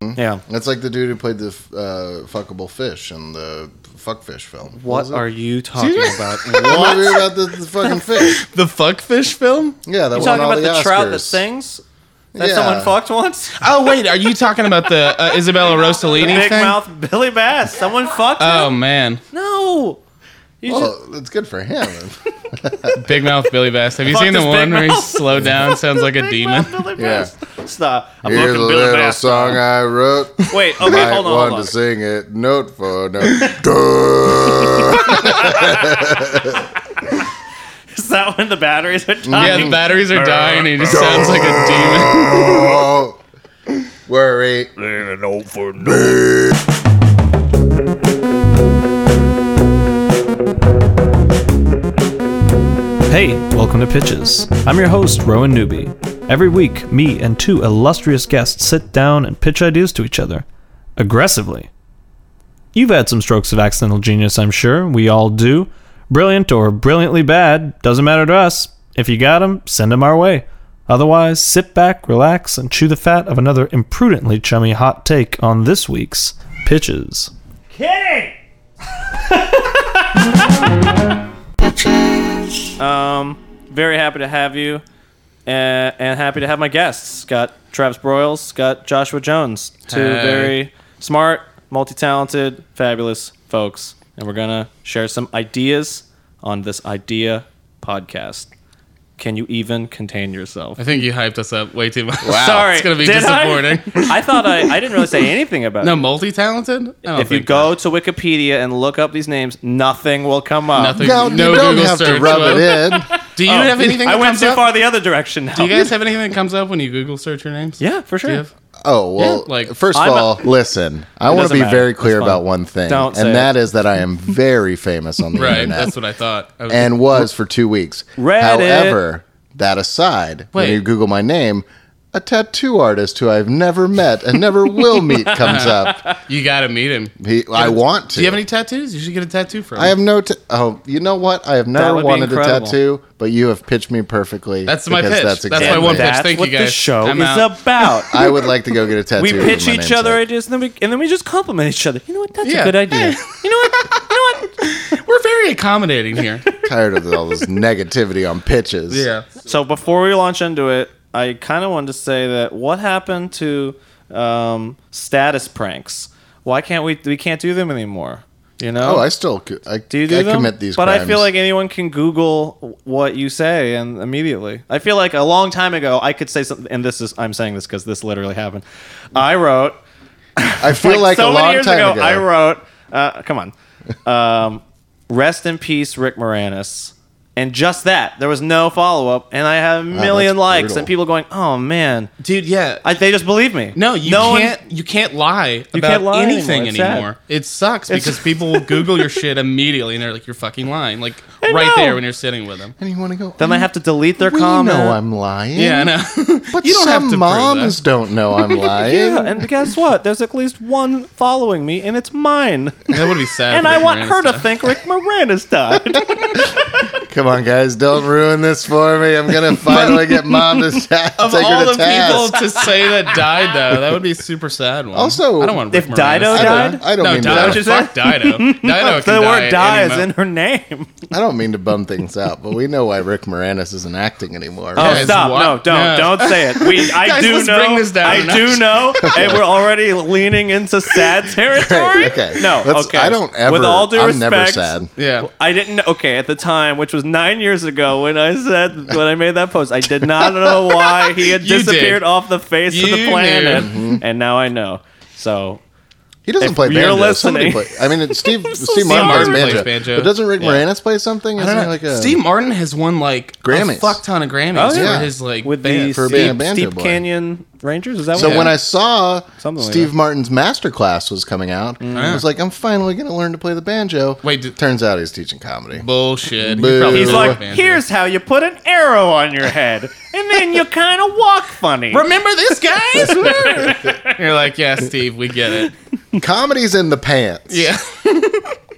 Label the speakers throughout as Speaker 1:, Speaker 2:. Speaker 1: Yeah.
Speaker 2: That's like the dude who played the uh, fuckable fish in the fuckfish film.
Speaker 1: What
Speaker 2: was it?
Speaker 1: are you talking about?
Speaker 2: What? movie about the, the fucking fish?
Speaker 3: The fuckfish film?
Speaker 2: Yeah, that
Speaker 1: you
Speaker 2: won
Speaker 1: talking
Speaker 2: all
Speaker 1: about the,
Speaker 2: the
Speaker 1: trout that
Speaker 2: Oscars.
Speaker 1: sings? That
Speaker 2: Yeah.
Speaker 1: someone fucked once?
Speaker 3: Oh wait, are you talking about the uh, Isabella
Speaker 1: The
Speaker 3: Rossellini
Speaker 1: big
Speaker 3: thing?
Speaker 1: mouth Billy Bass. Someone fucked him?
Speaker 3: Oh man,
Speaker 1: No. You just-
Speaker 2: Well, it's good for him.
Speaker 3: Big Mouth Billy Bass. Have you
Speaker 1: Fuck
Speaker 3: seen the
Speaker 1: this
Speaker 3: one
Speaker 1: Big
Speaker 3: where he
Speaker 1: Mouth.
Speaker 3: slowed down? Sounds like a
Speaker 1: Big
Speaker 3: demon.
Speaker 1: Mouth Billy
Speaker 2: Yeah.
Speaker 1: Bass. Stop. I'm
Speaker 2: Here's a
Speaker 1: looking Billy
Speaker 2: little
Speaker 1: Bass.
Speaker 2: song I wrote.
Speaker 1: Wait, okay,
Speaker 2: Might
Speaker 1: hold on,
Speaker 2: want
Speaker 1: hold on.
Speaker 2: to sing it note for note. Duh.
Speaker 1: Is that when the batteries are
Speaker 3: Yeah,
Speaker 1: dying?
Speaker 3: the batteries are dying. and He just sounds like a demon.
Speaker 2: Don't worry.
Speaker 4: Hey, welcome to Pitches. I'm your host, Rowan Newby. Every week, me and two illustrious guests sit down and pitch ideas to each other. Aggressively. You've had some strokes of accidental genius, I'm sure. We all do. Brilliant or brilliantly bad, doesn't matter to us. If you got 'em, send 'em our way. Otherwise, sit back, relax, and chew the fat of another imprudently chummy hot take on this week's Pitches.
Speaker 1: Kidding! um, very happy to have you, and, and happy to have my guests. Got Travis Broyles, got Joshua Jones, two
Speaker 3: Hey.
Speaker 1: very smart, multi-talented, fabulous folks, and we're gonna share some ideas on this idea podcast. Can you even contain yourself?
Speaker 3: I think you hyped us up way too much.
Speaker 1: Sorry,
Speaker 3: it's gonna be
Speaker 1: did I?
Speaker 3: disappointing.
Speaker 1: I? thought I, I didn't really say anything about
Speaker 3: No,
Speaker 1: it.
Speaker 3: multi-talented. I don't
Speaker 1: If you
Speaker 3: think
Speaker 1: go to Wikipedia and look up these names, nothing will come up.
Speaker 3: Nothing.
Speaker 2: Now,
Speaker 3: no
Speaker 2: you don't
Speaker 3: Google
Speaker 2: have to
Speaker 3: search,
Speaker 2: rub
Speaker 3: well.
Speaker 2: it in.
Speaker 3: Do you have anything?
Speaker 1: Oh. I
Speaker 3: that
Speaker 1: went
Speaker 3: comes
Speaker 1: too
Speaker 3: up?
Speaker 1: far the other direction now.
Speaker 3: Do you guys have anything that comes up when you Google search your names?
Speaker 1: yeah, for sure.
Speaker 3: Do you have-
Speaker 2: Oh well.
Speaker 3: Yeah, like,
Speaker 2: first of
Speaker 1: I'm a-
Speaker 2: all, listen. I want to
Speaker 1: doesn't
Speaker 2: be
Speaker 1: matter.
Speaker 2: very
Speaker 1: It's
Speaker 2: clear
Speaker 1: fine.
Speaker 2: about one thing,
Speaker 1: Don't say
Speaker 2: and
Speaker 1: it.
Speaker 2: that is that I am very famous on the
Speaker 3: Right.
Speaker 2: internet
Speaker 3: That's what I thought. I was-
Speaker 2: and was for two weeks.
Speaker 1: Reddit.
Speaker 2: However, that aside, when
Speaker 3: Wait.
Speaker 2: you Google my name, a tattoo artist who I've never met and never will meet comes up.
Speaker 3: you gotta meet him.
Speaker 2: He, I want to.
Speaker 3: Do you have any tattoos? You should get a tattoo from.
Speaker 2: I have no. T- oh, you know what? I have never
Speaker 1: would be
Speaker 2: wanted a
Speaker 1: incredible.
Speaker 2: tattoo, but you have pitched me perfectly.
Speaker 3: That's my
Speaker 2: because
Speaker 3: pitch. That's my
Speaker 1: And
Speaker 3: one pitch.
Speaker 1: that's
Speaker 3: Thank you,
Speaker 1: what
Speaker 3: guys.
Speaker 1: the show
Speaker 3: I'm
Speaker 1: is
Speaker 3: out.
Speaker 1: about.
Speaker 2: I would like to go get a tattoo.
Speaker 1: we
Speaker 2: with
Speaker 1: pitch
Speaker 2: my
Speaker 1: each
Speaker 2: name's
Speaker 1: other
Speaker 2: on it.
Speaker 1: ideas, and then we and then we just compliment each other. You know what? That's
Speaker 3: Yeah.
Speaker 1: a good idea. You know what? You know what?
Speaker 3: We're very accommodating here.
Speaker 2: tired of all this negativity on pitches.
Speaker 1: So before we launch into it, I kind of wanted to say that what happened to um, status pranks? Why can't we we can't do them anymore? You know?
Speaker 2: Oh, I still co- I,
Speaker 1: do you do
Speaker 2: I
Speaker 1: them?
Speaker 2: commit these
Speaker 1: but
Speaker 2: crimes.
Speaker 1: I feel like anyone can Google what you say and immediately. I feel like a long time ago I could say something, and this is I'm saying this because this literally happened. I wrote
Speaker 2: I feel like,
Speaker 1: so
Speaker 2: a
Speaker 1: many
Speaker 2: long
Speaker 1: years
Speaker 2: time
Speaker 1: ago,
Speaker 2: ago,
Speaker 1: I wrote. Uh, come on, um, rest in peace, Rick Moranis. And just that, there was no follow up, and I have a million
Speaker 2: that's
Speaker 1: likes
Speaker 2: brutal.
Speaker 1: and people going, "Oh man,
Speaker 3: dude. Yeah.
Speaker 1: I, they just believe me."
Speaker 3: no, you
Speaker 1: one-
Speaker 3: can't. you can't lie about
Speaker 1: can't lie
Speaker 3: anything
Speaker 1: anymore. It's sad.
Speaker 3: anymore. It sucks because people will Google your shit immediately, and they're like, "You're fucking lying!" Like right
Speaker 1: know.
Speaker 3: there when you're sitting with them.
Speaker 2: and you want to go. "Mm,
Speaker 1: then I have to delete their
Speaker 2: we
Speaker 1: comment.
Speaker 2: know I'm lying.
Speaker 3: Yeah, I know.
Speaker 2: But
Speaker 3: you don't
Speaker 2: some
Speaker 3: have to prove
Speaker 2: moms
Speaker 3: that.
Speaker 2: don't know I'm lying.
Speaker 1: yeah, and guess what? There's at least one following me, and it's mine.
Speaker 3: That would be sad.
Speaker 1: and
Speaker 3: if
Speaker 1: I
Speaker 3: Rick
Speaker 1: want
Speaker 3: Moranis
Speaker 1: her to
Speaker 3: died.
Speaker 1: think Rick Moranis died.
Speaker 2: Come on, guys, don't ruin this for me. I'm gonna finally get mom to ta-
Speaker 3: Of
Speaker 2: take
Speaker 3: all
Speaker 2: her
Speaker 3: the
Speaker 2: to task.
Speaker 3: people to say that died, though, that would be a super sad one.
Speaker 2: Also,
Speaker 3: I don't want
Speaker 1: if
Speaker 3: Rick
Speaker 1: Dido
Speaker 3: Moranis
Speaker 2: I
Speaker 3: to die.
Speaker 1: died?
Speaker 2: don't, I don't
Speaker 3: no,
Speaker 2: mean
Speaker 3: Dido.
Speaker 1: What you
Speaker 2: to,
Speaker 1: say?
Speaker 3: Fuck Dido. Dido can
Speaker 1: the word
Speaker 3: die at any
Speaker 1: "dies"
Speaker 3: mo-
Speaker 1: in her name.
Speaker 2: I don't mean to bum things up, but we know why Rick Moranis isn't acting anymore.
Speaker 1: Oh,
Speaker 3: Guys,
Speaker 1: stop!
Speaker 3: what?
Speaker 1: No, don't,
Speaker 3: No.
Speaker 1: don't say it. We, I
Speaker 3: Guys,
Speaker 1: do
Speaker 3: let's
Speaker 1: know.
Speaker 3: bring this down a
Speaker 1: I
Speaker 3: notch.
Speaker 1: do know, and we're already leaning into sad territory.
Speaker 2: okay.
Speaker 1: No,
Speaker 2: Let's-
Speaker 1: okay.
Speaker 2: I don't ever.
Speaker 1: With all due
Speaker 2: I'm
Speaker 1: respect,
Speaker 2: never sad.
Speaker 3: Yeah.
Speaker 1: I didn't. know- Okay, at the time, which was nine years ago, when I said when I made that post, I did not know why he had
Speaker 3: You did.
Speaker 1: disappeared off the face
Speaker 3: You
Speaker 1: of the
Speaker 3: knew. Mm-hmm.
Speaker 1: planet, and now I know. So
Speaker 2: He doesn't
Speaker 1: If
Speaker 2: play
Speaker 1: you're
Speaker 2: banjo. Somebody
Speaker 1: listening-
Speaker 2: play, I mean, it's Steve Steve
Speaker 1: Steve
Speaker 2: Martin,
Speaker 3: Martin
Speaker 2: plays
Speaker 3: plays
Speaker 2: banjo,
Speaker 3: banjo.
Speaker 2: But doesn't Rick
Speaker 3: Yeah.
Speaker 2: Moranis play something? Isn't he like a
Speaker 3: Steve Martin has won like Grammys,
Speaker 2: Grammys.
Speaker 3: a fuck ton of Grammys
Speaker 1: Oh, yeah.
Speaker 3: for his like
Speaker 1: with the
Speaker 3: band.
Speaker 2: For being a
Speaker 1: steep,
Speaker 2: banjo
Speaker 1: Steep
Speaker 2: boy.
Speaker 1: Canyon Rangers, is that
Speaker 2: So
Speaker 1: what?
Speaker 2: when I saw
Speaker 1: Something like
Speaker 2: Steve
Speaker 1: that.
Speaker 2: Martin's masterclass was coming out,
Speaker 3: Mm.
Speaker 2: I was like, I'm finally going to learn to play the banjo.
Speaker 3: Wait, did-
Speaker 2: turns out he's teaching comedy.
Speaker 3: bullshit. He
Speaker 2: Boo.
Speaker 3: probably
Speaker 1: He's
Speaker 3: was
Speaker 1: like,
Speaker 3: a band.
Speaker 1: here's how you put an arrow on your head, and then you kind of walk funny.
Speaker 3: remember this guys? You're like, yeah, Steve, we get it.
Speaker 2: Comedy's in the pants.
Speaker 3: Yeah.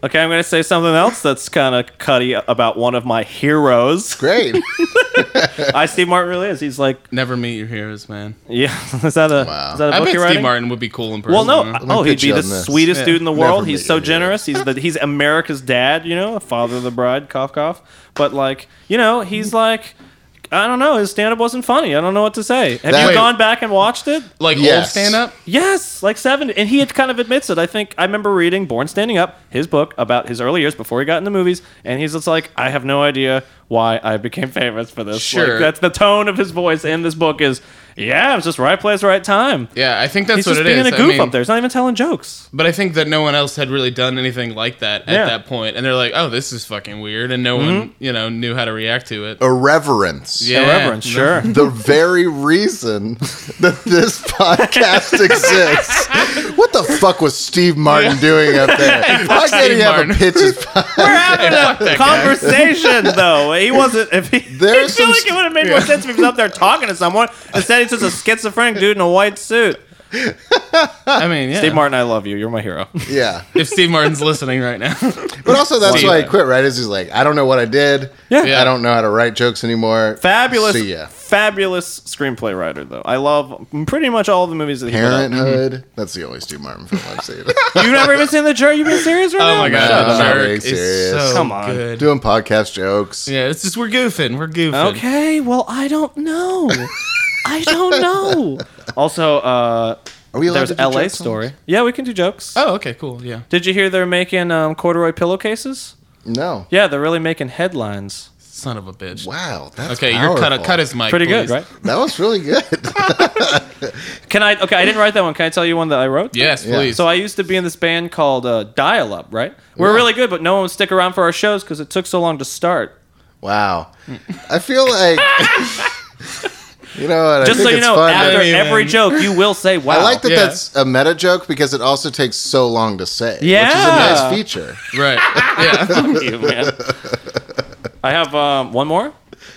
Speaker 1: Okay, I'm going to say something else that's kind of cutty about one of my heroes.
Speaker 2: Great.
Speaker 1: I Steve Martin really is. He's like,
Speaker 3: Never meet your heroes, man.
Speaker 1: yeah, is that a
Speaker 2: Wow.
Speaker 1: is that a
Speaker 3: I
Speaker 1: book
Speaker 3: bet
Speaker 1: you're
Speaker 3: Steve
Speaker 1: writing?
Speaker 3: Martin would be cool in person.
Speaker 1: Well, no.
Speaker 3: huh?
Speaker 2: me
Speaker 1: Oh, he'd
Speaker 2: pitch
Speaker 1: be
Speaker 2: you
Speaker 1: the
Speaker 2: on this.
Speaker 1: sweetest
Speaker 3: Yeah.
Speaker 1: dude in the
Speaker 2: Never
Speaker 1: world.
Speaker 2: meet
Speaker 1: He's so
Speaker 2: your hero.
Speaker 1: generous. He's the he's America's dad. You know, father of the bride. Cough, cough. But like, you know, he's like. I don't know. His stand-up wasn't funny. I don't know what to say. Have
Speaker 2: That-
Speaker 1: you
Speaker 2: Wait.
Speaker 1: gone back and watched it?
Speaker 3: like old
Speaker 2: Yes.
Speaker 3: stand up.
Speaker 1: Yes, like seven, and he had kind of admits it. I think I remember reading Born Standing Up, his book about his early years before he got into movies, and he's just like, I have no idea why I became famous for this. Like,
Speaker 3: Sure.
Speaker 1: that's the tone of his voice in this book is, yeah, it was just right place, right time.
Speaker 3: Yeah, I think that's
Speaker 1: he's
Speaker 3: what
Speaker 1: just
Speaker 3: it
Speaker 1: being
Speaker 3: is.
Speaker 1: a
Speaker 3: I
Speaker 1: goof
Speaker 3: mean,
Speaker 1: up there. He's not even telling jokes.
Speaker 3: But I think that no one else had really done anything like that at
Speaker 1: Yeah. Mm-hmm.
Speaker 3: that point, and they're like, "Oh, this is fucking weird," and no one, you know, knew how to react to it.
Speaker 2: Irreverence.
Speaker 3: Yeah.
Speaker 1: Irreverence,
Speaker 3: no.
Speaker 1: sure.
Speaker 2: The very reason that this podcast exists. What the fuck was Steve Martin doing up there? Why can't
Speaker 3: Steve
Speaker 2: he have a
Speaker 3: Martin.
Speaker 2: pitch? his-
Speaker 1: We're having
Speaker 3: fuck
Speaker 1: a
Speaker 3: that guy.
Speaker 1: conversation, though. He wasn't. If he,
Speaker 2: There's
Speaker 1: I feel
Speaker 2: some
Speaker 1: like it would have made more
Speaker 3: yeah.
Speaker 1: sense if he was up there talking to someone. Instead, he's just a schizophrenic dude in a white suit.
Speaker 3: I mean, yeah.
Speaker 1: Dave Martin, I love you. You're my hero.
Speaker 2: Yeah.
Speaker 3: if Steve Martin's listening right now, Oh
Speaker 2: But also, that's
Speaker 3: Steve.
Speaker 2: why he quit, right? Is he's like, I don't know what I did.
Speaker 1: Yeah.
Speaker 3: Yeah.
Speaker 2: I don't know how to write jokes anymore.
Speaker 1: Fabulous,
Speaker 2: See ya.
Speaker 1: fabulous screenplay writer, though. I love pretty much all the movies that he Parent.
Speaker 2: Parenthood. That's the only Steve Martin film I've seen.
Speaker 1: You've never even seen The Jerk? You've been serious right
Speaker 3: oh
Speaker 1: now?
Speaker 3: my
Speaker 2: Shut
Speaker 3: god,
Speaker 2: up.
Speaker 3: the
Speaker 2: Are you
Speaker 3: jerk is
Speaker 2: serious?
Speaker 3: so
Speaker 1: Come on.
Speaker 3: good.
Speaker 2: Doing podcast jokes.
Speaker 3: Yeah, it's just we're goofing, we're goofing.
Speaker 1: Okay, well, I don't know. I don't know. Also, uh,
Speaker 2: Are we allowed
Speaker 1: there's
Speaker 2: to do
Speaker 1: L.A.
Speaker 2: jokes on
Speaker 1: Story. Yeah, we can do jokes.
Speaker 3: Oh, okay, cool. Yeah.
Speaker 1: Did you hear they're making um, corduroy pillowcases?
Speaker 2: this? No.
Speaker 1: Yeah, they're really making headlines.
Speaker 3: Son of a bitch.
Speaker 2: Wow. That's
Speaker 3: Okay, you're cut.
Speaker 2: powerful.
Speaker 3: Cut his mic.
Speaker 1: Pretty good,
Speaker 3: please.
Speaker 1: right?
Speaker 2: That was really good.
Speaker 1: Can I? Okay, I didn't write that one. Can I tell you one that I wrote?
Speaker 3: Yes,
Speaker 2: Yeah.
Speaker 3: please.
Speaker 1: So I used to be in this band called uh, Dial Up, right? We're
Speaker 2: Yeah.
Speaker 1: really good, but no one would stick around for our shows because it took so long to start.
Speaker 2: Wow. I feel like you know what? I
Speaker 1: Just
Speaker 2: think
Speaker 1: so you
Speaker 2: it's
Speaker 1: know,
Speaker 2: fun
Speaker 1: after
Speaker 2: that-
Speaker 3: Hey,
Speaker 1: every
Speaker 3: man.
Speaker 1: joke, you will say, "Wow."
Speaker 2: I like that
Speaker 3: Yeah.
Speaker 2: that's a meta joke because it also takes so long to say. Which is a
Speaker 1: Yeah.
Speaker 2: nice feature.
Speaker 3: right. Yeah.
Speaker 1: you, man. I have um, one more.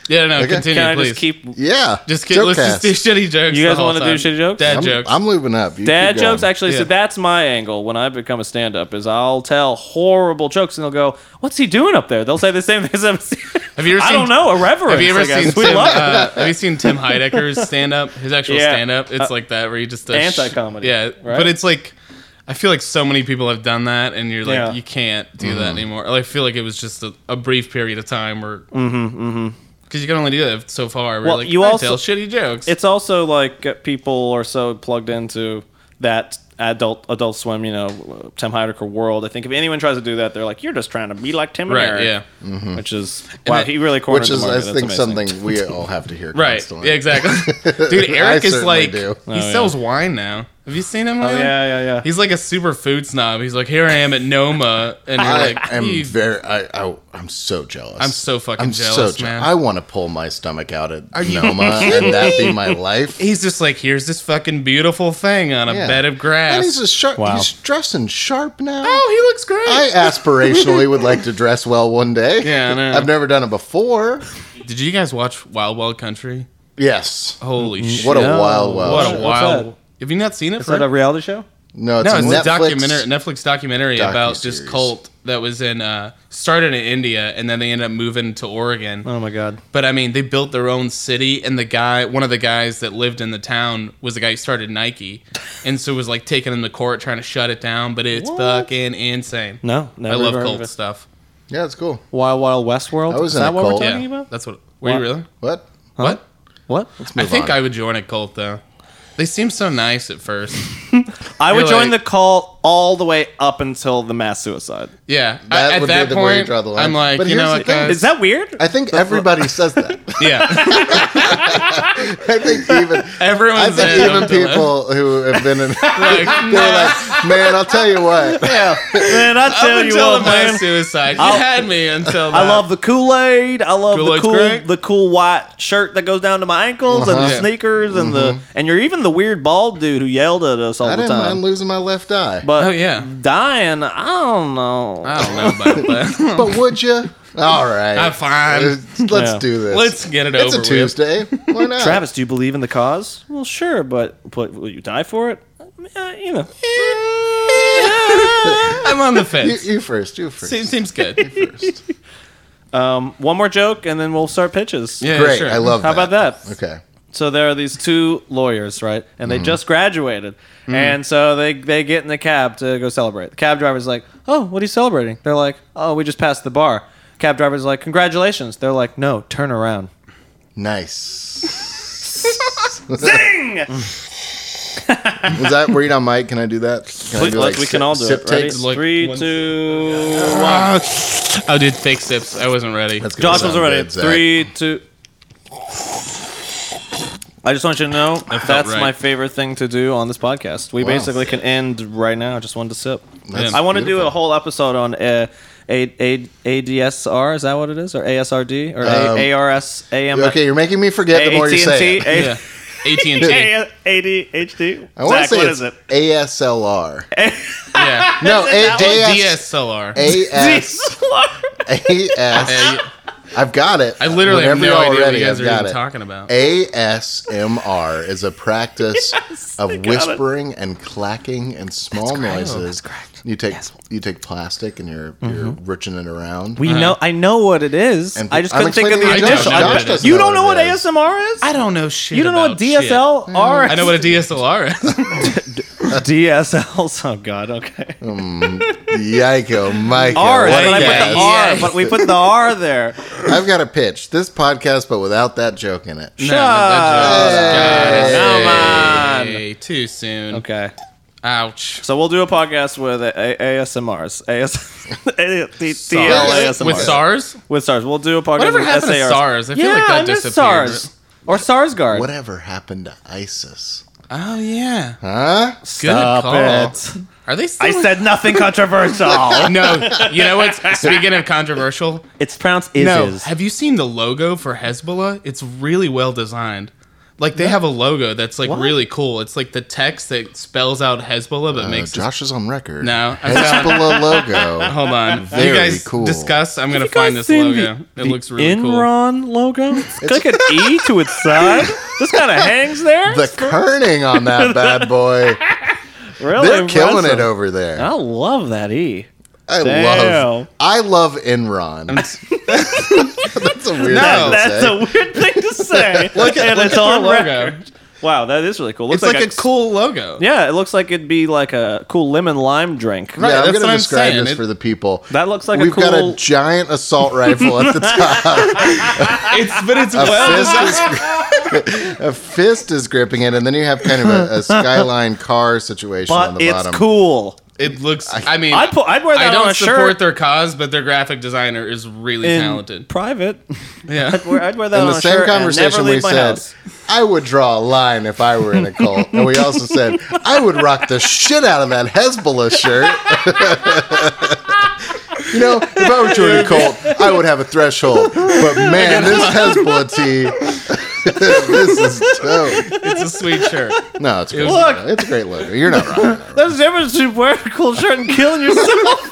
Speaker 3: Yeah. No.
Speaker 2: Okay.
Speaker 3: Continue,
Speaker 1: Can I
Speaker 3: please.
Speaker 1: just keep
Speaker 2: Yeah.
Speaker 3: Just kid, let's just do
Speaker 2: Jokecast.
Speaker 3: shitty jokes.
Speaker 1: You guys
Speaker 3: want
Speaker 1: wanna do shitty jokes?
Speaker 3: Dad
Speaker 2: I'm,
Speaker 3: jokes.
Speaker 2: I'm looping up. You
Speaker 1: dad
Speaker 2: keep going.
Speaker 1: jokes? Actually, so
Speaker 3: Yeah.
Speaker 1: that's my angle when I become a stand-up is I'll tell horrible jokes and they'll go, "What's he doing up there?" They'll say the same thing.
Speaker 3: Have you ever
Speaker 1: I
Speaker 3: seen-
Speaker 1: don't know. Irreverence.
Speaker 3: have you ever
Speaker 1: I guess.
Speaker 3: seen
Speaker 1: We
Speaker 3: Tim,
Speaker 1: love it.
Speaker 3: uh, Have you seen Tim Heidecker's stand up? His actual
Speaker 1: Yeah. Uh,
Speaker 3: stand up. It's like that where he just does
Speaker 1: Anti-comedy,
Speaker 3: Yeah,
Speaker 1: right?
Speaker 3: but it's like I feel like so many people have done that, and you're like
Speaker 1: Yeah.
Speaker 3: you can't do that
Speaker 2: Mm-hmm.
Speaker 3: anymore. I feel like it was just a, a brief period of time where. Because you can only do that so far. Well,
Speaker 1: Mm-hmm, Well,
Speaker 3: like,
Speaker 1: you
Speaker 3: you I
Speaker 1: also-
Speaker 3: tell shitty jokes.
Speaker 1: It's also like uh, people are so plugged into that adult Adult Swim, you know, uh, Tim Heidecker world. I think if anyone tries to do that, they're like, "You're just trying to be like Tim." and
Speaker 3: Right,
Speaker 1: Eric."
Speaker 3: yeah.
Speaker 1: Which is wow,
Speaker 3: it-
Speaker 1: he really cornered
Speaker 2: Mm-hmm. Which
Speaker 1: the
Speaker 2: is,
Speaker 1: market.
Speaker 2: I
Speaker 1: That's
Speaker 2: think,
Speaker 1: amazing.
Speaker 2: something we all have to hear.
Speaker 3: right.
Speaker 2: Constantly.
Speaker 3: Yeah, exactly. Dude, Eric
Speaker 2: I
Speaker 3: is
Speaker 2: certainly
Speaker 3: like
Speaker 2: do.
Speaker 3: he
Speaker 1: Oh, yeah.
Speaker 3: sells wine now. Have you seen him?
Speaker 1: Oh yeah,
Speaker 3: lately?
Speaker 1: yeah, yeah.
Speaker 3: He's like a super food snob. He's like, here I am at Noma, and you're
Speaker 2: I
Speaker 3: like,
Speaker 2: am
Speaker 3: "You-
Speaker 2: very. I, I I'm so jealous.
Speaker 3: I'm so fucking
Speaker 2: I'm so
Speaker 3: jealous,
Speaker 2: je-
Speaker 3: man.
Speaker 2: I want to pull my stomach out at Noma and that be my life.
Speaker 3: he's just like, here's this fucking beautiful thing on a
Speaker 2: Yeah.
Speaker 3: bed of grass.
Speaker 2: And he's a sharp.
Speaker 1: Wow.
Speaker 2: He's dressing sharp now.
Speaker 3: oh, he looks great.
Speaker 2: I aspirationally would like to dress well one day.
Speaker 3: Yeah, I know.
Speaker 2: I've never done it before.
Speaker 3: Did you guys watch Wild Wild Country?
Speaker 2: Yes.
Speaker 3: Holy shit!
Speaker 2: What a
Speaker 1: No.
Speaker 2: wild, wild.
Speaker 3: what
Speaker 1: What's
Speaker 3: a wild.
Speaker 1: that?
Speaker 3: Have you not seen it?
Speaker 1: Is that a reality show?
Speaker 2: no, it's,
Speaker 3: no,
Speaker 2: a,
Speaker 3: it's
Speaker 2: Netflix,
Speaker 3: a documentary, Netflix documentary about just
Speaker 2: Docuseries.
Speaker 3: cult that was in uh, started in India and then they ended up moving to Oregon.
Speaker 1: Oh my god.
Speaker 3: But I mean, they built their own city, and the guy, one of the guys that lived in the town, was the guy who started Nike, and so was like taking him to court trying to shut it down. But it's
Speaker 1: What?
Speaker 3: fucking insane.
Speaker 1: No,
Speaker 3: I
Speaker 1: never
Speaker 3: love
Speaker 1: heard of
Speaker 3: cult
Speaker 1: it.
Speaker 3: stuff.
Speaker 2: Yeah, it's cool.
Speaker 1: Wild Wild West World.
Speaker 2: I was
Speaker 1: is
Speaker 2: in
Speaker 1: that
Speaker 2: a
Speaker 1: what
Speaker 2: cult.
Speaker 1: we're talking
Speaker 3: yeah,
Speaker 1: about?
Speaker 3: that's what. Were
Speaker 1: What?
Speaker 3: you really?
Speaker 2: What?
Speaker 3: What?
Speaker 1: What?
Speaker 3: I
Speaker 2: move
Speaker 3: think
Speaker 2: on.
Speaker 3: I would join a cult though. They seem so nice at first.
Speaker 1: I would
Speaker 3: You're
Speaker 1: join the
Speaker 3: like-
Speaker 1: cult all the way up until the mass suicide.
Speaker 3: Yeah, I-
Speaker 2: That
Speaker 3: at
Speaker 2: would be
Speaker 3: that
Speaker 2: the- where you
Speaker 3: point,
Speaker 2: draw the line.
Speaker 3: I'm like,
Speaker 2: But
Speaker 3: you
Speaker 2: here's
Speaker 3: know
Speaker 2: the
Speaker 3: what,
Speaker 2: thing.
Speaker 3: guys?
Speaker 1: Is that weird?
Speaker 2: I think everybody says that.
Speaker 3: yeah,
Speaker 2: I think even I
Speaker 3: everyone's
Speaker 2: think
Speaker 3: in
Speaker 2: even
Speaker 3: up to that.
Speaker 2: people who have been in
Speaker 3: Like,
Speaker 2: they're like, man, I'll tell you what. Yeah.
Speaker 1: Man, I
Speaker 3: up
Speaker 1: tell you
Speaker 3: until
Speaker 1: what,
Speaker 3: the mass
Speaker 1: man.
Speaker 3: suicide, you
Speaker 1: I'll-
Speaker 3: had me until
Speaker 1: I
Speaker 3: that.
Speaker 1: love the Kool Aid. I love
Speaker 3: Kool-Aid's
Speaker 1: the cool
Speaker 3: great.
Speaker 1: the cool white shirt that goes down to my ankles and the
Speaker 2: Uh-huh.
Speaker 3: Yeah.
Speaker 1: sneakers and the and you're even the weird bald dude who yelled at us all
Speaker 2: Mm-hmm. I
Speaker 1: the
Speaker 2: didn't mind
Speaker 1: time.
Speaker 2: losing my left eye. But,
Speaker 1: but
Speaker 3: Oh yeah,
Speaker 1: dying, I don't know.
Speaker 3: I don't know about that.
Speaker 2: would you? All right.
Speaker 3: I'm fine.
Speaker 2: Let's
Speaker 1: Yeah.
Speaker 2: do this.
Speaker 3: Let's get it
Speaker 2: it's
Speaker 3: over
Speaker 2: a Tuesday. Why not?
Speaker 1: Travis, do you believe in the cause? Well, sure, but, but will you die for it? Uh, you know.
Speaker 3: with. I'm on the
Speaker 2: You,
Speaker 3: fence.
Speaker 2: you first. You first.
Speaker 3: Seems, seems good.
Speaker 2: You first.
Speaker 1: One more joke, and then we'll start pitches.
Speaker 3: Yeah,
Speaker 2: Great.
Speaker 3: sure.
Speaker 2: I love
Speaker 1: How
Speaker 2: that.
Speaker 1: about that?
Speaker 2: Okay.
Speaker 1: So there are these two lawyers, right? And they
Speaker 5: Mm-hmm.
Speaker 1: just graduated.
Speaker 3: Mm-hmm.
Speaker 1: And so they, they get in the cab to go celebrate. The cab driver's like, Oh, what are you celebrating? They're like, Oh, we just passed the bar. Cab driver's like, Congratulations. They're like, No, turn around.
Speaker 2: Nice. Zing! Was that read on mic? Can I do that? Can I
Speaker 1: Please,
Speaker 2: do,
Speaker 1: let's- we
Speaker 2: sip-
Speaker 1: can all do
Speaker 2: sip
Speaker 1: it. Ready?
Speaker 2: takes?
Speaker 3: Like
Speaker 1: Three,
Speaker 3: one-
Speaker 1: two.
Speaker 3: I did Oh, fake sips. I wasn't ready.
Speaker 2: That's good.
Speaker 1: Josh
Speaker 2: Sound
Speaker 1: was already.
Speaker 2: good, Zach.
Speaker 1: Three, two. I just want you to know if that's
Speaker 3: right.
Speaker 1: my favorite thing to do on this podcast. We basically can end right now. I just wanted to sip.
Speaker 2: That's
Speaker 1: I want to do
Speaker 2: beautiful.
Speaker 1: a whole episode on uh, a, a, ADSR. Is that what it is? Or ASRD? Or a,
Speaker 2: Um,
Speaker 1: ARS? AM?
Speaker 2: Okay, you're making me forget the more you say. it.
Speaker 3: Yeah. AT and T.
Speaker 1: ADHD?
Speaker 2: I want to
Speaker 1: Zach,
Speaker 2: say
Speaker 1: what
Speaker 2: it's
Speaker 1: is it?
Speaker 2: ASLR.
Speaker 3: Yeah.
Speaker 2: No, AS.
Speaker 3: DSLR.
Speaker 2: AS. AS.
Speaker 3: Yeah,
Speaker 2: I've got it.
Speaker 3: I literally have
Speaker 2: Whenever
Speaker 3: no
Speaker 2: you're
Speaker 3: idea what
Speaker 2: ready,
Speaker 3: you guys are
Speaker 2: I've got
Speaker 3: even
Speaker 2: it.
Speaker 3: talking about.
Speaker 2: ASMR is a practice of whispering and clacking and small
Speaker 1: Oh,
Speaker 2: noises. You take you take plastic and you're you're riching it around.
Speaker 1: Mm-hmm. We know. I know what it is.
Speaker 2: And
Speaker 1: I just
Speaker 2: I'm
Speaker 1: couldn't think of the
Speaker 2: explaining
Speaker 3: it to
Speaker 1: initial.
Speaker 3: Josh.
Speaker 1: I-
Speaker 3: Josh doesn't
Speaker 1: you
Speaker 2: know
Speaker 1: don't know
Speaker 2: what
Speaker 1: what
Speaker 2: it is.
Speaker 1: ASMR is?
Speaker 3: I don't know shit.
Speaker 1: You don't know what
Speaker 3: about shit. Mm.
Speaker 1: DSLR is?
Speaker 3: I know what a DSLR is.
Speaker 1: DSLs. Oh God. Okay.
Speaker 2: Yiko, Mike,
Speaker 1: R. That's what I
Speaker 3: yeah,
Speaker 1: put the R.
Speaker 3: yeah.
Speaker 1: But we put the R there.
Speaker 2: I've got a pitch. This podcast, but without that joke in it.
Speaker 3: No, that joke.
Speaker 1: Come on.
Speaker 3: Hey, too soon.
Speaker 1: Okay.
Speaker 3: Ouch.
Speaker 1: So we'll do a podcast with a- a- ASMRs. AS- A- D- DL
Speaker 2: SARS.
Speaker 1: ASMR.
Speaker 3: With SARS?
Speaker 1: With SARS. We'll do a podcast
Speaker 3: Whatever
Speaker 1: with
Speaker 3: happened to
Speaker 1: SARS.
Speaker 3: SARS? I feel
Speaker 1: yeah,
Speaker 3: like that
Speaker 1: I miss
Speaker 3: disappeared.
Speaker 1: SARS. Or SARSGuard.
Speaker 2: Whatever happened to ISIS?
Speaker 3: Oh yeah.
Speaker 2: Huh?
Speaker 3: Good call.
Speaker 1: it.
Speaker 3: Are they still
Speaker 1: I said nothing controversial.
Speaker 3: No, you know what? Speaking of controversial,
Speaker 1: it's pronounced is.
Speaker 3: no.
Speaker 1: is.
Speaker 3: Have you seen the logo for Hezbollah? It's really well designed. Like they have a logo that's like really cool. It's like the text that spells out Hezbollah but
Speaker 2: Uh,
Speaker 3: makes
Speaker 2: Josh is on record.
Speaker 3: No, I found-
Speaker 2: Hezbollah logo.
Speaker 3: Hold on. you
Speaker 2: Very
Speaker 3: guys
Speaker 2: cool.
Speaker 3: discuss. I'm gonna
Speaker 1: You guys
Speaker 3: find this
Speaker 1: seen
Speaker 3: logo.
Speaker 1: the- the
Speaker 3: it looks really cool.
Speaker 1: Enron logo. It's like an E to its side. This kind of hangs there.
Speaker 2: The kerning on that bad boy.
Speaker 1: really
Speaker 2: They're killing
Speaker 1: impressive.
Speaker 2: it over there.
Speaker 1: I love that E.
Speaker 2: I
Speaker 1: Damn.
Speaker 2: love I love Enron. that's Oh, a weird thing to
Speaker 3: No,
Speaker 1: That's
Speaker 2: say.
Speaker 1: a weird thing to say. and
Speaker 3: Look at- look
Speaker 1: it's
Speaker 3: at their
Speaker 1: on
Speaker 3: logo.
Speaker 1: record. Wow, that is really cool. Looks
Speaker 3: It's like a cool logo.
Speaker 1: Yeah, it looks like it'd be like a cool lemon lime drink.
Speaker 3: Right,
Speaker 2: yeah, I'm
Speaker 3: that's
Speaker 2: going
Speaker 3: what
Speaker 2: to
Speaker 3: I'm
Speaker 2: describe
Speaker 3: saying.
Speaker 2: this
Speaker 3: It-
Speaker 2: for the people.
Speaker 1: That looks like a
Speaker 2: We've got
Speaker 1: cool-
Speaker 2: a giant assault rifle at the top.
Speaker 3: It's but it's
Speaker 2: A,
Speaker 3: well designed.
Speaker 2: fist is, a fist is gripping it, and then you have kind of a, a skyline car situation on
Speaker 1: But
Speaker 2: the
Speaker 1: it's
Speaker 2: bottom.
Speaker 1: cool.
Speaker 3: It looks. I mean,
Speaker 1: I'd, put, I'd wear that
Speaker 3: I
Speaker 1: on
Speaker 3: don't
Speaker 1: a
Speaker 3: support
Speaker 1: shirt.
Speaker 3: their cause, but their graphic designer is really
Speaker 1: in
Speaker 3: talented.
Speaker 1: private.
Speaker 3: Yeah.
Speaker 1: I'd wear, I'd wear that
Speaker 2: In
Speaker 1: on
Speaker 2: the
Speaker 1: a
Speaker 2: same
Speaker 1: shirt
Speaker 2: conversation,
Speaker 1: and Oh, never
Speaker 2: we
Speaker 1: leave my
Speaker 2: said,
Speaker 1: house.
Speaker 2: "I would draw a line if I were in a cult," and we also said, "I would rock the shit out of that Hezbollah shirt." you know, if I were joining a cult, I would have a threshold. But man, this Hezbollah tea, this is dope.
Speaker 3: It's a sweet shirt.
Speaker 2: No, it's a great.
Speaker 1: Look.
Speaker 2: logo. it's a great logo. You're not wrong.
Speaker 1: There's a difference between wearing a cool shirt and killing yourself.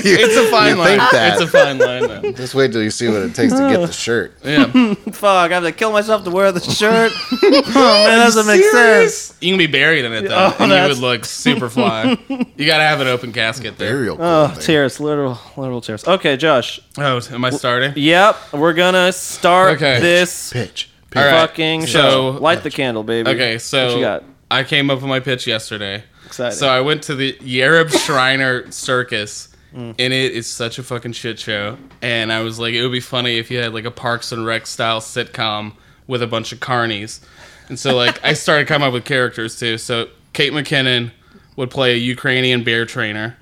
Speaker 3: It's a
Speaker 2: You
Speaker 3: fine line.
Speaker 2: think that.
Speaker 3: It's a fine line. Though.
Speaker 2: Just wait till you see what it takes to
Speaker 1: Uh,
Speaker 2: get the shirt.
Speaker 3: Yeah.
Speaker 1: Fuck, I have to kill myself to wear the shirt. oh, man, that doesn't make sense.
Speaker 3: You can be buried in it though,
Speaker 1: Oh,
Speaker 3: and you
Speaker 1: that's-
Speaker 3: would look super fly. You gotta have an open casket there.
Speaker 2: Burial.
Speaker 1: Oh,
Speaker 2: clothing.
Speaker 1: tears, literal, literal tears. Okay, Josh.
Speaker 3: Oh, am I starting?
Speaker 1: Yep, we're gonna start
Speaker 3: Okay.
Speaker 1: this
Speaker 2: pitch. pitch.
Speaker 3: All right.
Speaker 1: fucking show.
Speaker 3: So-
Speaker 1: Light the candle, baby.
Speaker 3: Okay, so
Speaker 1: What you got?
Speaker 3: I came up with my pitch yesterday.
Speaker 1: Exciting.
Speaker 3: So I went to the Yarib Shriner Circus,
Speaker 1: Mm.
Speaker 3: and it is such a fucking shit show. And I was like, it would be funny if you had like a Parks and Rec style sitcom with a bunch of carnies. And so like I started coming up with characters too. So Kate McKinnon would play a Ukrainian bear trainer.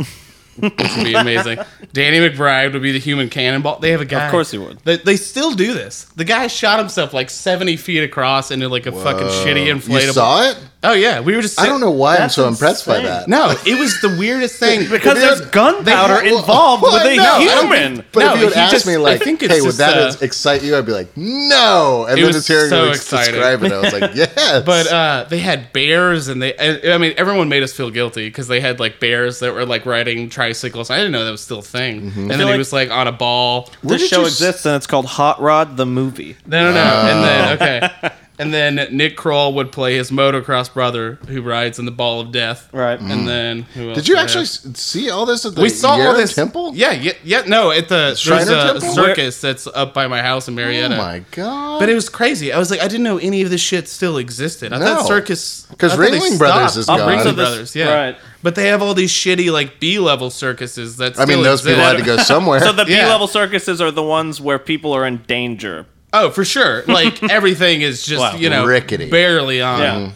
Speaker 3: which would be amazing. Danny McBride would be the human cannonball. They have a guy.
Speaker 1: Of course he would.
Speaker 3: They, they still do this. The guy shot himself like seventy feet across into like a fucking shitty inflatable.
Speaker 2: You saw it?
Speaker 3: Oh yeah, we were just.
Speaker 2: I don't know why I'm
Speaker 1: That's
Speaker 2: so impressed by
Speaker 1: insane.
Speaker 2: that.
Speaker 3: No, it was the weirdest thing
Speaker 1: Because there's gunpowder
Speaker 2: Well,
Speaker 1: involved
Speaker 2: well,
Speaker 1: with a
Speaker 2: I know, I don't
Speaker 1: human.
Speaker 2: But
Speaker 3: No,
Speaker 2: if you would
Speaker 3: he
Speaker 2: ask
Speaker 3: just-
Speaker 2: me,
Speaker 3: I
Speaker 2: like,
Speaker 3: think it's
Speaker 2: hey, would
Speaker 3: just,
Speaker 2: that
Speaker 3: uh,
Speaker 2: ex- excite you? I'd be like, no. And
Speaker 3: It
Speaker 2: then
Speaker 3: was
Speaker 2: just hearing
Speaker 3: so
Speaker 2: you
Speaker 3: exciting.
Speaker 2: describe it, I was like, yes.
Speaker 3: But uh, they had bears, and they. I, I mean, everyone made us feel guilty because they had like bears that were like riding tricycles. I didn't know that was still a thing.
Speaker 2: Mm-hmm.
Speaker 3: And then he
Speaker 1: like-
Speaker 3: was like on a ball.
Speaker 1: This
Speaker 2: did
Speaker 1: show
Speaker 2: you s-
Speaker 1: exists and it's called Hot Rod the Movie.
Speaker 3: No, no, no. and then okay, And then Nick Kroll would play his motocross brother who rides in the Ball of Death.
Speaker 1: Right.
Speaker 2: Mm.
Speaker 3: And then who else
Speaker 2: Mm-hmm. Did you
Speaker 3: I
Speaker 2: actually
Speaker 3: have?
Speaker 2: s- see all this at the
Speaker 3: We saw all
Speaker 2: Yarra
Speaker 3: this
Speaker 2: temple?
Speaker 3: Yeah, yeah, yeah. No, at the
Speaker 2: Shriner
Speaker 3: there's a
Speaker 2: Temple?
Speaker 3: circus that's up by my house in
Speaker 2: Oh
Speaker 3: Marietta.
Speaker 2: my god!
Speaker 3: But it was crazy. I was like, I didn't know any of this shit still existed. I
Speaker 2: No.
Speaker 3: thought circus
Speaker 2: 'Cause
Speaker 3: I thought they
Speaker 2: Ringling Brothers
Speaker 3: stopped.
Speaker 2: is Oh, gone.
Speaker 3: Ringling
Speaker 2: Ringling
Speaker 1: Brothers,
Speaker 3: Brothers, yeah.
Speaker 1: right.
Speaker 3: But they have all these shitty like B level circuses that.
Speaker 2: I mean,
Speaker 3: still
Speaker 2: those people
Speaker 3: exist.
Speaker 2: had to go somewhere.
Speaker 1: So the
Speaker 3: Yeah.
Speaker 1: B-level circuses are the ones where people are in danger.
Speaker 3: Oh, for sure. Like everything is just
Speaker 1: Wow.
Speaker 3: you know
Speaker 2: Rickety.
Speaker 3: barely
Speaker 2: Um,
Speaker 3: on.
Speaker 1: Yeah. Hmm.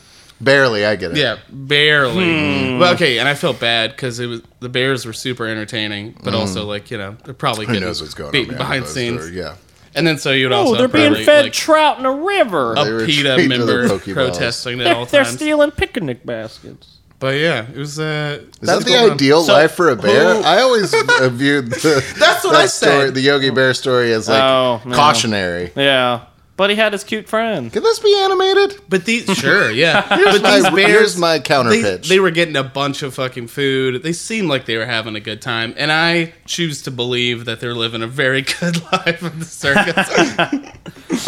Speaker 2: Barely, I get it.
Speaker 3: Yeah, barely. Well, okay, and I felt bad because it was the Bears were super entertaining, but also like you know they're probably
Speaker 2: Hmm. Who
Speaker 3: getting
Speaker 2: knows what's going on
Speaker 3: beaten
Speaker 2: man,
Speaker 3: behind
Speaker 2: those
Speaker 3: scenes.
Speaker 2: are- yeah.
Speaker 3: And then so you'd also
Speaker 1: Oh, they're
Speaker 3: have
Speaker 1: being
Speaker 3: probably,
Speaker 1: fed
Speaker 3: like,
Speaker 1: trout in a river.
Speaker 3: a
Speaker 2: They were
Speaker 3: PETA
Speaker 2: treated to the
Speaker 3: member
Speaker 2: Pokeballs.
Speaker 3: protesting at
Speaker 1: They're,
Speaker 3: all
Speaker 1: they're
Speaker 3: times.
Speaker 1: stealing picnic baskets.
Speaker 3: But yeah, it was. Uh,
Speaker 2: Is that the ideal life for a bear? I always uh, viewed the,
Speaker 3: That's what
Speaker 2: that
Speaker 3: I
Speaker 2: story,
Speaker 3: said.
Speaker 2: the Yogi Bear story as like
Speaker 1: Oh, no.
Speaker 2: cautionary.
Speaker 1: Yeah. But he had his cute friend.
Speaker 2: Can this be animated?
Speaker 3: But these, sure, yeah. but
Speaker 2: my-
Speaker 3: these bears,
Speaker 2: here's my counter
Speaker 3: they,
Speaker 2: pitch.
Speaker 3: They were getting a bunch of fucking food. They seemed like they were having a good time, and I choose to believe that they're living a very good life in the circus.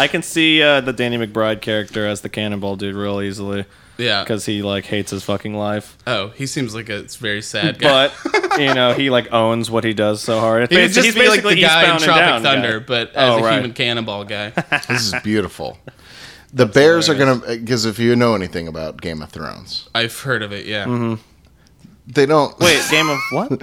Speaker 1: I can see uh, the Danny McBride character as the cannonball dude real easily
Speaker 3: yeah.
Speaker 1: because he like hates his fucking life.
Speaker 3: Oh, he seems like a it's very sad guy.
Speaker 1: But you know he like owns what he does so hard. It's
Speaker 3: He would
Speaker 1: basi-
Speaker 3: just
Speaker 1: he's
Speaker 3: be like the guy in
Speaker 1: Eastbound and
Speaker 3: Tropic
Speaker 1: Down guy.
Speaker 3: Thunder, but as
Speaker 1: Oh,
Speaker 3: a
Speaker 1: right.
Speaker 3: human cannonball guy.
Speaker 2: This is beautiful. The bears are gonna because if you know anything about Game of Thrones,
Speaker 3: I've heard of it, yeah.
Speaker 1: Mm-hmm.
Speaker 2: they don't.
Speaker 1: Wait, game of what?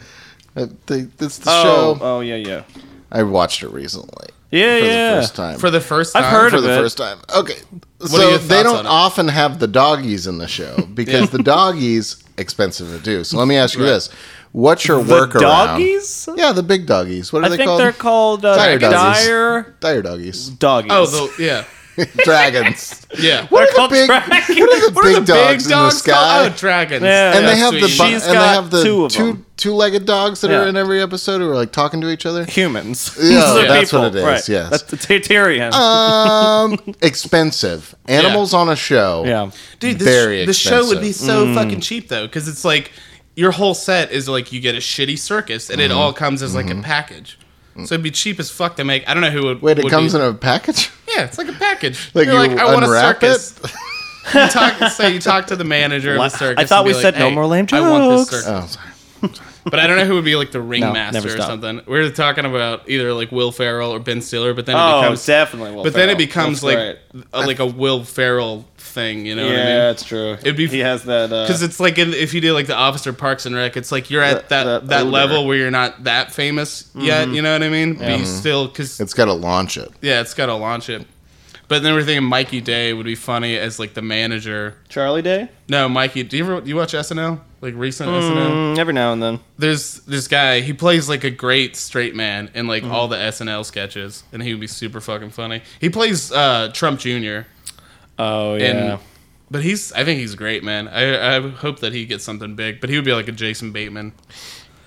Speaker 2: uh, they, it's the
Speaker 1: Oh,
Speaker 2: show
Speaker 1: oh yeah, yeah,
Speaker 2: I watched it recently.
Speaker 1: yeah,
Speaker 2: for
Speaker 1: yeah.
Speaker 2: the first time.
Speaker 3: For the first time.
Speaker 1: I've heard
Speaker 2: for
Speaker 1: of
Speaker 2: the
Speaker 1: it.
Speaker 2: first time. Okay,
Speaker 3: are
Speaker 2: so
Speaker 3: your
Speaker 2: they
Speaker 3: thoughts
Speaker 2: don't
Speaker 3: on it?
Speaker 2: often have the doggies in the show because the doggies expensive to do. So let me ask you this: What's your
Speaker 1: The
Speaker 2: workaround?
Speaker 1: doggies?
Speaker 2: Yeah, the big doggies. What are
Speaker 1: I
Speaker 2: they
Speaker 1: think
Speaker 2: called?
Speaker 1: they're called uh,
Speaker 2: Dire
Speaker 1: dire,
Speaker 2: doggies. dire doggies,
Speaker 1: doggies.
Speaker 3: Oh, the, yeah.
Speaker 2: dragons.
Speaker 3: Yeah.
Speaker 2: What
Speaker 1: They're
Speaker 2: are
Speaker 1: called
Speaker 2: the big?
Speaker 1: dragons.
Speaker 2: What are the
Speaker 3: What
Speaker 2: big
Speaker 3: are the
Speaker 2: dogs in the
Speaker 3: dogs
Speaker 2: sky?
Speaker 3: called? Oh, dragons.
Speaker 1: Yeah.
Speaker 2: and they have the bu-
Speaker 3: sweet.
Speaker 2: and
Speaker 1: She's
Speaker 2: they
Speaker 1: got
Speaker 2: have the
Speaker 1: two of
Speaker 2: two
Speaker 1: them.
Speaker 2: two-legged dogs that
Speaker 1: Yeah.
Speaker 2: are in every episode who are like talking to each other.
Speaker 1: humans.
Speaker 2: Yeah,
Speaker 1: These are
Speaker 2: that's what it is,
Speaker 1: Right.
Speaker 2: yes.
Speaker 1: that's the Tyrion.
Speaker 2: Um, expensive animals on a show.
Speaker 1: yeah,
Speaker 3: Dude, this,
Speaker 2: Very
Speaker 3: the show would be
Speaker 2: expensive. Mm.
Speaker 3: so fucking cheap though, because it's like your whole set is like you get a shitty circus, and it
Speaker 2: Mm-hmm.
Speaker 3: all comes as like a package. So it'd be cheap as fuck to make. I don't know who would.
Speaker 2: Wait, it
Speaker 3: would
Speaker 2: comes
Speaker 3: be-
Speaker 2: in a package.
Speaker 3: yeah, it's like a package.
Speaker 2: Like
Speaker 3: You're
Speaker 2: you unwrap
Speaker 3: you talk, say you talk to the manager of the circus.
Speaker 1: I thought
Speaker 3: and be
Speaker 1: we said
Speaker 3: like,
Speaker 1: no
Speaker 3: "Hey,
Speaker 1: more lame
Speaker 3: I want
Speaker 1: jokes."
Speaker 3: this circus.
Speaker 2: Oh, sorry.
Speaker 3: But I don't know who would be like the
Speaker 1: never
Speaker 3: ringmaster or
Speaker 1: stop.
Speaker 3: something. We We're talking about either like Will Ferrell or Ben Stiller, but then it
Speaker 1: oh,
Speaker 3: becomes
Speaker 1: definitely. Will
Speaker 3: but then
Speaker 1: Ferrell.
Speaker 3: it becomes
Speaker 1: That's
Speaker 3: like
Speaker 1: great.
Speaker 3: a, like a Will Ferrell thing. You know
Speaker 1: yeah,
Speaker 3: what I mean?
Speaker 1: that's true.
Speaker 3: It'd be-
Speaker 1: he has that uh,
Speaker 3: because it's like in, if you do like the Officer Parks and Rec, it's like you're at
Speaker 1: That-
Speaker 3: that
Speaker 1: that
Speaker 3: that,
Speaker 1: odor.
Speaker 3: level where you're not that famous yet. You know what I mean? But you still because
Speaker 2: It's got to launch it.
Speaker 3: yeah, it's got to launch it. But then we're thinking Mikey Day would be funny as like the manager.
Speaker 1: Charlie Day.
Speaker 3: No, Mikey, do you ever do you watch SNL? Like recent SNL?
Speaker 1: Mm, every now and then.
Speaker 3: There's this guy. He plays like a great straight man in like all the SNL sketches, and he would be super fucking funny. He plays uh, Trump Jr.
Speaker 1: Oh yeah.
Speaker 3: And but he's I think he's great, man. I I hope that he gets something big. But he would be like a Jason Bateman.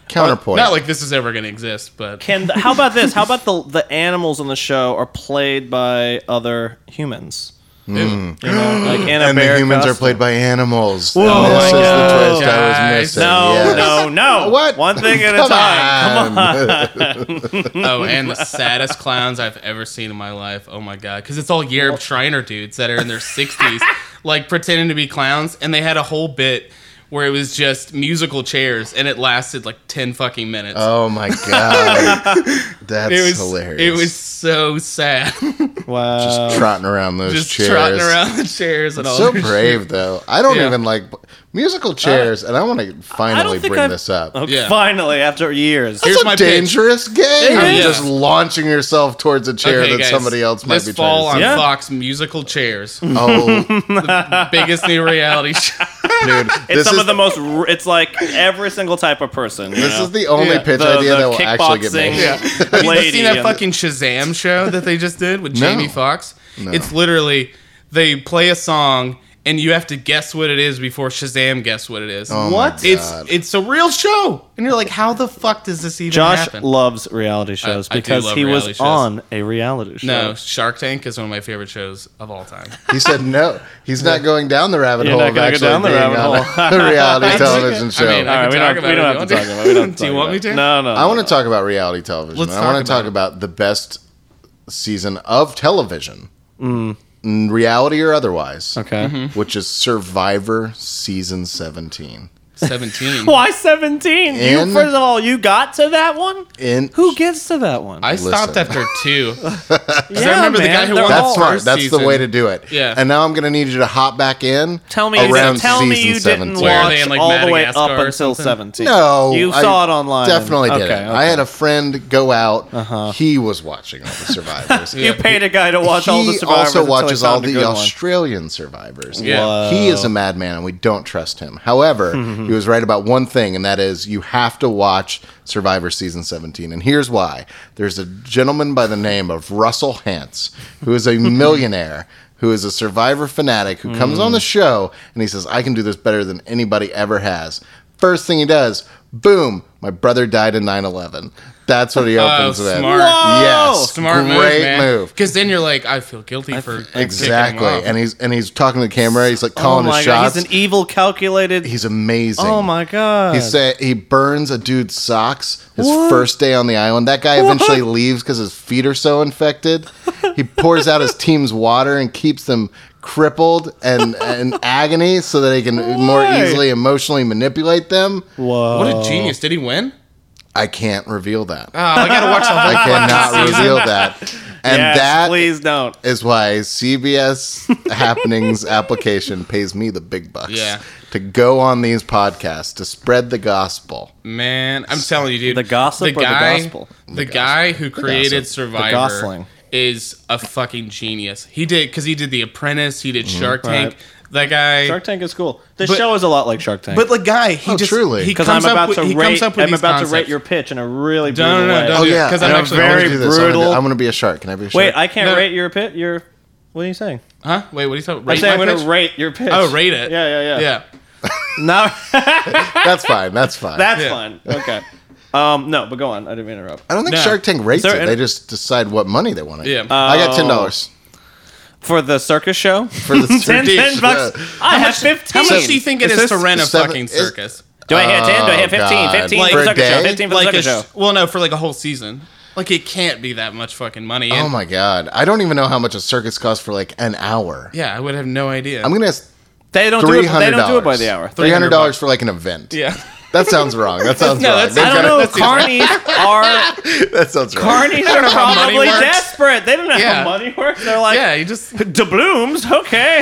Speaker 2: Counterpoint.
Speaker 3: Not like this is ever going to exist, but
Speaker 1: Can the, how about this? How about the the animals on the show are played by other humans?
Speaker 2: Mm.
Speaker 1: You know, like Anna
Speaker 2: and the
Speaker 1: Bear
Speaker 2: humans are
Speaker 1: costume.
Speaker 2: played by animals.
Speaker 1: Whoa.
Speaker 2: this
Speaker 1: Oh
Speaker 2: is
Speaker 1: my
Speaker 2: the
Speaker 1: God.
Speaker 2: twist I was
Speaker 3: Guys,
Speaker 2: missing.
Speaker 1: No,
Speaker 2: yes.
Speaker 1: no, no.
Speaker 2: What?
Speaker 1: One thing at a time.
Speaker 2: Come on.
Speaker 3: oh, and the saddest clowns I've ever seen in my life. Oh my god, because it's all Yerb Shriner dudes that are in their sixties, like pretending to be clowns, and they had a whole bit where it was just musical chairs, and it lasted like ten fucking minutes.
Speaker 2: Oh my god, that's
Speaker 3: it was
Speaker 2: hilarious.
Speaker 3: It was so sad,
Speaker 1: Wow.
Speaker 2: just trotting around those
Speaker 3: just
Speaker 2: chairs.
Speaker 3: trotting around the chairs
Speaker 1: Oh,
Speaker 3: and all.
Speaker 2: So
Speaker 3: this
Speaker 2: brave though. I don't
Speaker 3: Yeah.
Speaker 2: even like musical chairs, and I want to finally
Speaker 1: Uh, think
Speaker 2: bring
Speaker 1: I've-
Speaker 2: this up.
Speaker 1: Okay,
Speaker 3: Yeah.
Speaker 1: Finally, after years.
Speaker 3: Here's
Speaker 2: It's a
Speaker 3: my pitch.
Speaker 2: dangerous game.
Speaker 1: It is.
Speaker 2: Just launching yourself towards a chair
Speaker 3: Okay,
Speaker 2: that
Speaker 3: guys,
Speaker 2: somebody else might
Speaker 3: this
Speaker 2: be
Speaker 3: fall on
Speaker 2: trying to.
Speaker 1: Yeah.
Speaker 3: Fox musical chairs,
Speaker 2: Oh,
Speaker 3: biggest new reality show.
Speaker 2: dude,
Speaker 1: It's
Speaker 2: this
Speaker 1: some
Speaker 2: is
Speaker 1: of the most. r- It's like every single type of person. you
Speaker 2: this
Speaker 1: know?
Speaker 2: is the only
Speaker 3: Yeah.
Speaker 2: pitch
Speaker 1: the,
Speaker 2: idea
Speaker 1: the
Speaker 2: that will actually get
Speaker 1: kickboxing
Speaker 2: made.
Speaker 3: Have you
Speaker 1: lady
Speaker 3: seen that
Speaker 1: and-
Speaker 3: fucking Shazam show that they just did with
Speaker 2: No.
Speaker 3: Jamie Foxx? It's literally they play a song and you have to guess what it is before Shazam guess what it is.
Speaker 2: Oh my
Speaker 1: What?
Speaker 3: It's
Speaker 2: God.
Speaker 3: it's a real show, and you're like, how the fuck does this even
Speaker 1: Josh
Speaker 3: happen?
Speaker 1: loves reality shows
Speaker 3: I do
Speaker 1: because
Speaker 3: love
Speaker 1: he was
Speaker 3: reality shows.
Speaker 1: on a reality show.
Speaker 3: no, Shark Tank is one of my favorite shows of all time.
Speaker 2: He said no. He's not going down the rabbit
Speaker 1: You're
Speaker 2: hole
Speaker 1: not
Speaker 2: of
Speaker 1: gonna go
Speaker 2: actually
Speaker 1: down the
Speaker 2: being
Speaker 1: rabbit
Speaker 2: on
Speaker 1: hole.
Speaker 2: a reality television show. I,
Speaker 3: I mean,
Speaker 1: All
Speaker 3: I
Speaker 1: right,
Speaker 3: can
Speaker 1: we
Speaker 3: talk
Speaker 1: don't,
Speaker 3: about
Speaker 1: we
Speaker 3: it
Speaker 1: don't have
Speaker 3: if
Speaker 1: to
Speaker 3: you
Speaker 1: talk
Speaker 3: want
Speaker 1: about it. We don't have
Speaker 3: Do you
Speaker 1: talk
Speaker 3: want me
Speaker 1: about it.
Speaker 3: to?
Speaker 1: No, no.
Speaker 2: want to talk about reality television.
Speaker 3: Let's
Speaker 2: I want
Speaker 3: talk
Speaker 2: to talk
Speaker 3: about it.
Speaker 2: about the best season of television. in reality or otherwise,
Speaker 1: Mm. Okay.
Speaker 2: which is Survivor season seventeen.
Speaker 3: 17.
Speaker 1: Why 17?
Speaker 2: And-
Speaker 1: you, first of all, you got to that one?
Speaker 2: In
Speaker 1: Who gets to that one?
Speaker 3: I stopped
Speaker 2: Listen.
Speaker 3: after two.
Speaker 1: yeah,
Speaker 3: remember the guy who
Speaker 1: they're
Speaker 3: won-
Speaker 2: that's
Speaker 1: all-
Speaker 2: smart.
Speaker 3: first
Speaker 2: That's the
Speaker 3: season.
Speaker 2: way to do it.
Speaker 3: Yeah.
Speaker 2: And now I'm going to need you to hop back in.
Speaker 1: Tell me,
Speaker 2: around
Speaker 1: tell me
Speaker 2: season
Speaker 1: you
Speaker 2: 17.
Speaker 1: didn't
Speaker 3: Where are
Speaker 1: watch
Speaker 3: they in, like,
Speaker 1: all the way
Speaker 3: Madagascar
Speaker 1: up
Speaker 3: or
Speaker 1: until
Speaker 3: something?
Speaker 1: 17.
Speaker 2: No,
Speaker 1: You
Speaker 2: I
Speaker 1: saw it online. Uh-huh.
Speaker 2: Definitely did
Speaker 1: Okay,
Speaker 2: it. I
Speaker 1: okay.
Speaker 2: had a friend go out. He was watching all the survivors.
Speaker 1: You paid a guy to watch
Speaker 2: he
Speaker 1: all the survivors.
Speaker 2: also
Speaker 1: until he
Speaker 2: watches all
Speaker 1: found a
Speaker 2: the
Speaker 1: good one.
Speaker 2: Australian survivors.
Speaker 3: Yeah. Wow.
Speaker 2: He is a madman and we don't trust him. However, he was right about one thing, and that is you have to watch Survivor Season 17. And here's why there's a gentleman by the name of Russell Hance, who is a millionaire. Who is a survivor fanatic who comes on the
Speaker 1: Mm.
Speaker 2: show and he says, I can do this better than anybody ever has. First thing he does, boom, my brother died in 9 11. That's what he opens
Speaker 1: Oh,
Speaker 2: with.
Speaker 3: Oh, smart.
Speaker 1: Whoa!
Speaker 2: Yes,
Speaker 3: Smart move,
Speaker 2: great
Speaker 3: man.
Speaker 2: move.
Speaker 3: Because then you're like, I feel guilty for like, kicking
Speaker 2: Exactly,
Speaker 3: him off.
Speaker 2: and he's and he's talking to the camera. He's like
Speaker 1: Oh
Speaker 2: calling
Speaker 1: my
Speaker 2: his
Speaker 1: god,
Speaker 2: shots.
Speaker 1: he's an evil, calculated.
Speaker 2: He's amazing.
Speaker 1: oh my god.
Speaker 2: He said he burns a dude's socks his first day on the island. That guy eventually leaves because his feet are so infected. He pours out his team's water and keeps them crippled and in agony so that he can more
Speaker 1: Why?
Speaker 2: easily emotionally manipulate them.
Speaker 1: Whoa.
Speaker 3: what a genius. Did he win?
Speaker 2: I can't reveal that.
Speaker 3: Oh, I gotta watch the whole
Speaker 2: I cannot reveal that. And
Speaker 1: Yes,
Speaker 2: that
Speaker 1: please don't.
Speaker 2: is why CBS Happenings application pays me the big bucks.
Speaker 3: Yeah.
Speaker 2: To go on these podcasts to spread the gospel.
Speaker 3: Man, I'm telling you, dude.
Speaker 1: The gossip or the gospel?
Speaker 3: The, guy who created
Speaker 2: gossip.
Speaker 3: Survivor
Speaker 1: gosling.
Speaker 3: is a fucking genius. He did because he did The Apprentice. He did
Speaker 2: Mm-hmm.
Speaker 3: Shark Tank.
Speaker 1: Right.
Speaker 3: That guy.
Speaker 1: Shark Tank is cool. The
Speaker 3: But-
Speaker 1: show is a lot like Shark Tank.
Speaker 3: But the guy, he
Speaker 2: Oh,
Speaker 3: just
Speaker 2: truly.
Speaker 3: he
Speaker 1: because I'm
Speaker 3: comes up
Speaker 1: about
Speaker 3: with,
Speaker 1: to
Speaker 3: he
Speaker 1: rate,
Speaker 3: comes up with
Speaker 1: I'm
Speaker 3: these
Speaker 1: about to
Speaker 3: concepts.
Speaker 1: rate your pitch in a really brutal
Speaker 3: No, no, no,
Speaker 1: way.
Speaker 3: don't
Speaker 2: Oh
Speaker 3: do it,
Speaker 2: yeah,
Speaker 3: 'cause I'm
Speaker 2: I know,
Speaker 3: actually-
Speaker 2: I wanna
Speaker 1: Very
Speaker 2: do this. I wanna do-
Speaker 1: brutal.
Speaker 2: I'm gonna be a shark. Can I be a shark?
Speaker 1: Wait, I can't
Speaker 3: No.
Speaker 1: rate your pit. Your what are you saying?
Speaker 3: Huh? Wait, what are you talking?
Speaker 1: I'm
Speaker 3: Rate
Speaker 1: saying I'm
Speaker 3: my
Speaker 1: gonna
Speaker 3: pitch?
Speaker 1: rate your pitch.
Speaker 3: Oh, rate it.
Speaker 1: Yeah, yeah, yeah.
Speaker 3: Yeah.
Speaker 1: Now
Speaker 2: that's fine. That's fine.
Speaker 1: that's
Speaker 3: Yeah.
Speaker 1: fun. Okay. Um, no, but go on. I didn't mean to interrupt.
Speaker 2: I don't think
Speaker 3: No.
Speaker 2: Shark Tank rates
Speaker 1: there
Speaker 2: it.
Speaker 1: an-
Speaker 2: They just decide what money they want to.
Speaker 3: Yeah.
Speaker 2: I got ten dollars
Speaker 1: For the circus show,
Speaker 2: for the
Speaker 1: ten, ten bucks. I have fifteen.
Speaker 3: How much do you think it
Speaker 2: Is this
Speaker 3: is, to rent a
Speaker 2: seven-
Speaker 3: fucking
Speaker 2: is-
Speaker 3: circus?
Speaker 1: Do I hit ten? Do I
Speaker 2: Oh,
Speaker 1: hit fifteen?
Speaker 2: God.
Speaker 1: Fifteen
Speaker 2: Like-
Speaker 1: for
Speaker 2: For
Speaker 1: the
Speaker 2: a
Speaker 1: circus show.
Speaker 2: day?
Speaker 1: Fifteen for
Speaker 3: Like
Speaker 1: the
Speaker 3: a,
Speaker 1: circus show.
Speaker 3: sh- well, no, for like a whole season. Like it can't be that much fucking money.
Speaker 2: Oh
Speaker 3: And-
Speaker 2: my god! I don't even know how much a circus costs for like an hour.
Speaker 3: Yeah, I would have no idea.
Speaker 2: I'm gonna ask
Speaker 1: They don't do
Speaker 2: three
Speaker 1: it. They
Speaker 2: hundred
Speaker 1: don't do it by the hour.
Speaker 2: Three hundred dollars
Speaker 3: $300.
Speaker 2: for like an event.
Speaker 3: yeah.
Speaker 2: That sounds wrong. That sounds
Speaker 3: No,
Speaker 2: wrong.
Speaker 3: that's-
Speaker 2: They've
Speaker 1: I don't
Speaker 2: got
Speaker 1: know.
Speaker 2: it-
Speaker 1: Carnies are
Speaker 2: That sounds wrong.
Speaker 1: carnies are
Speaker 3: how money
Speaker 1: probably
Speaker 3: works.
Speaker 1: desperate. They don't know
Speaker 3: Yeah.
Speaker 1: how money works. They're like,
Speaker 3: Yeah, you just
Speaker 1: doubloons. Okay,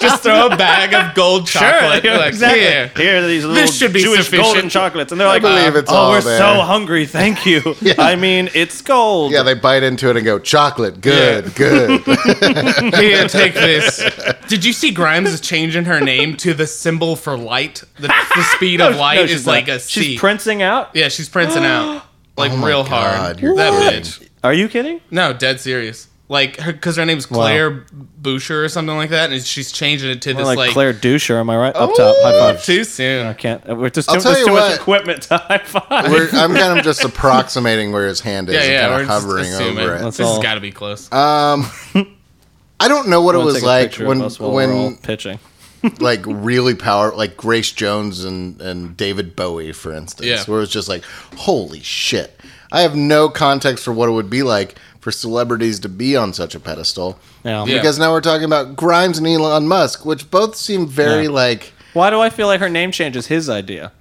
Speaker 3: just throw a bag of gold chocolate.
Speaker 1: Sure,
Speaker 3: like,
Speaker 1: exactly.
Speaker 3: Here.
Speaker 1: Here are these little
Speaker 3: should be
Speaker 1: Jewish
Speaker 3: sufficient.
Speaker 1: golden chocolates, and they're like,
Speaker 2: believe it's
Speaker 1: "Oh,
Speaker 2: all
Speaker 1: we're
Speaker 2: there."
Speaker 1: so hungry. Thank you. I mean, it's gold.
Speaker 2: Yeah, they bite into it and go chocolate. Good,
Speaker 3: Yeah.
Speaker 2: good.
Speaker 3: Here, take this. Did you see Grimes is changing her name to the symbol for light? The, the speed of light
Speaker 1: No, she's
Speaker 3: is like
Speaker 1: not.
Speaker 3: a C.
Speaker 1: She's printing out.
Speaker 3: yeah, she's printing out like
Speaker 2: Oh my
Speaker 3: real
Speaker 2: God,
Speaker 3: hard.
Speaker 2: you're
Speaker 3: that
Speaker 2: kidding.
Speaker 3: bitch.
Speaker 1: Are you kidding?
Speaker 3: No, dead serious. Like, her, because her name's Claire Boucher or something like that, and she's changing it to this
Speaker 1: like,
Speaker 3: like.
Speaker 1: Claire Doucher, am I right? Up top, high five.
Speaker 3: Too soon.
Speaker 1: I can't. uh, We're just too,
Speaker 2: I'll tell
Speaker 1: there's
Speaker 2: you
Speaker 1: too
Speaker 2: what.
Speaker 1: much equipment to high five.
Speaker 2: We're, I'm kind of just approximating where his hand is
Speaker 3: Yeah,
Speaker 2: and
Speaker 3: yeah,
Speaker 2: kind
Speaker 3: we're
Speaker 2: of
Speaker 3: just
Speaker 2: hovering
Speaker 3: assuming.
Speaker 2: over it.
Speaker 1: Let's
Speaker 3: This has
Speaker 1: all-
Speaker 3: got to be close.
Speaker 2: I don't know what it
Speaker 1: Wanna
Speaker 2: was
Speaker 1: take a
Speaker 2: like
Speaker 1: picture of
Speaker 2: when
Speaker 1: us while we're all
Speaker 2: when
Speaker 1: pitching.
Speaker 2: like really power like Grace Jones and and David Bowie for instance,
Speaker 3: Yeah.
Speaker 2: where it was just like holy shit. I have no context for what it would be like for celebrities to be on such a pedestal.
Speaker 1: Yeah.
Speaker 3: Yeah.
Speaker 2: Because now we're talking about Grimes and Elon Musk, which both seem very
Speaker 1: Yeah.
Speaker 2: like
Speaker 1: Why do I feel like her name change is his idea?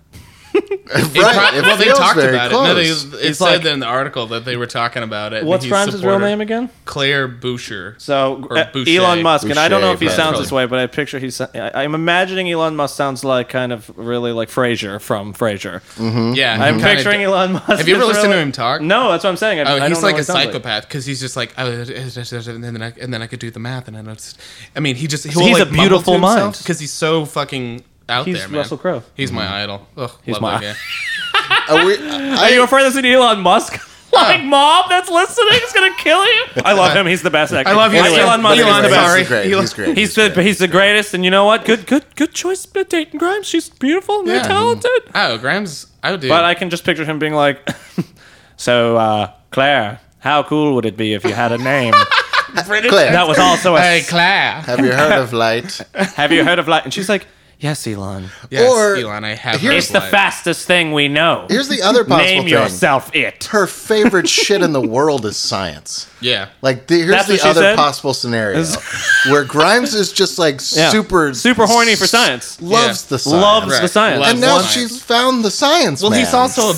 Speaker 3: It
Speaker 2: right.
Speaker 3: pro-
Speaker 2: it
Speaker 3: well, they
Speaker 2: feels
Speaker 3: talked
Speaker 2: very
Speaker 3: about it. No, they,
Speaker 2: close.
Speaker 3: it
Speaker 1: He's
Speaker 3: said
Speaker 1: like-
Speaker 3: that in the article that they were talking about it. and
Speaker 1: What's
Speaker 3: he
Speaker 1: Grimes' real
Speaker 3: supported-
Speaker 1: name again?
Speaker 3: Claire Boucher.
Speaker 1: So
Speaker 3: Or
Speaker 1: uh,
Speaker 3: Boucher.
Speaker 1: Elon Musk, and I don't know if he
Speaker 2: Boucher,
Speaker 1: sounds
Speaker 2: probably.
Speaker 1: this way, but I picture he's. I, I'm imagining Elon Musk sounds like kind of really like Frasier from Frasier.
Speaker 3: yeah,
Speaker 1: I'm
Speaker 3: he Mm-hmm. kinda
Speaker 1: picturing
Speaker 3: did.
Speaker 1: Elon Musk.
Speaker 3: Have you ever
Speaker 1: as
Speaker 3: listened
Speaker 1: really-
Speaker 3: to him talk?
Speaker 1: No, that's what I'm saying. I, I
Speaker 3: Oh,
Speaker 1: don't
Speaker 3: he's
Speaker 1: know
Speaker 3: like
Speaker 1: what
Speaker 3: a
Speaker 1: he sounds
Speaker 3: psychopath because he's just like, oh, and then I, and then I could do the math, and I just, I mean, he just he'll
Speaker 1: He's a beautiful mind.
Speaker 3: because he's so fucking out
Speaker 1: He's
Speaker 3: there, man.
Speaker 1: Russell Crowe. Mm-hmm.
Speaker 3: He's my idol. Ugh, love
Speaker 1: my-
Speaker 3: that guy.
Speaker 2: Are we-
Speaker 1: Are you
Speaker 2: I,
Speaker 1: afraid of listening to Elon Musk? like mom that's listening is gonna kill you. I love him. He's the best actor.
Speaker 3: I love you,
Speaker 1: Elon,
Speaker 3: Elon.
Speaker 1: Musk.
Speaker 3: Elon,
Speaker 1: is the best.
Speaker 3: sorry.
Speaker 2: He's great.
Speaker 3: Elon-
Speaker 2: He's great.
Speaker 1: He's the he's the greatest, and you know what? Good good good choice, but Dayton Grimes. She's beautiful, and
Speaker 3: Yeah.
Speaker 1: very talented.
Speaker 3: Oh, Graham's. Oh, dude.
Speaker 1: But I can just picture him being like, "So, uh, Claire, how cool would it be if you had a name
Speaker 3: British.
Speaker 2: Claire.
Speaker 1: that was also a?
Speaker 3: Hey, Claire.
Speaker 2: Have you heard of light?
Speaker 1: have you heard of like? And she's like, Yes, Elon.
Speaker 3: Yes,
Speaker 2: Or-
Speaker 3: Elon, I have.
Speaker 2: here's-
Speaker 3: heard
Speaker 1: It's the
Speaker 3: lies.
Speaker 1: fastest thing we know.
Speaker 2: Here's the other possible
Speaker 1: Name
Speaker 2: thing.
Speaker 1: yourself it.
Speaker 2: Her favorite shit in the world is science.
Speaker 3: Yeah.
Speaker 2: Like the, here's
Speaker 1: That's what
Speaker 2: the
Speaker 1: she
Speaker 2: other
Speaker 1: said?
Speaker 2: possible scenario where Grimes is just like
Speaker 1: Yeah.
Speaker 2: super
Speaker 1: Super horny for science.
Speaker 2: Loves
Speaker 3: Yeah.
Speaker 2: the science.
Speaker 1: Loves the
Speaker 3: Right.
Speaker 1: science.
Speaker 3: Loves
Speaker 2: and now
Speaker 3: science.
Speaker 2: she's found the science.
Speaker 3: Well,
Speaker 2: man.
Speaker 3: he's also a,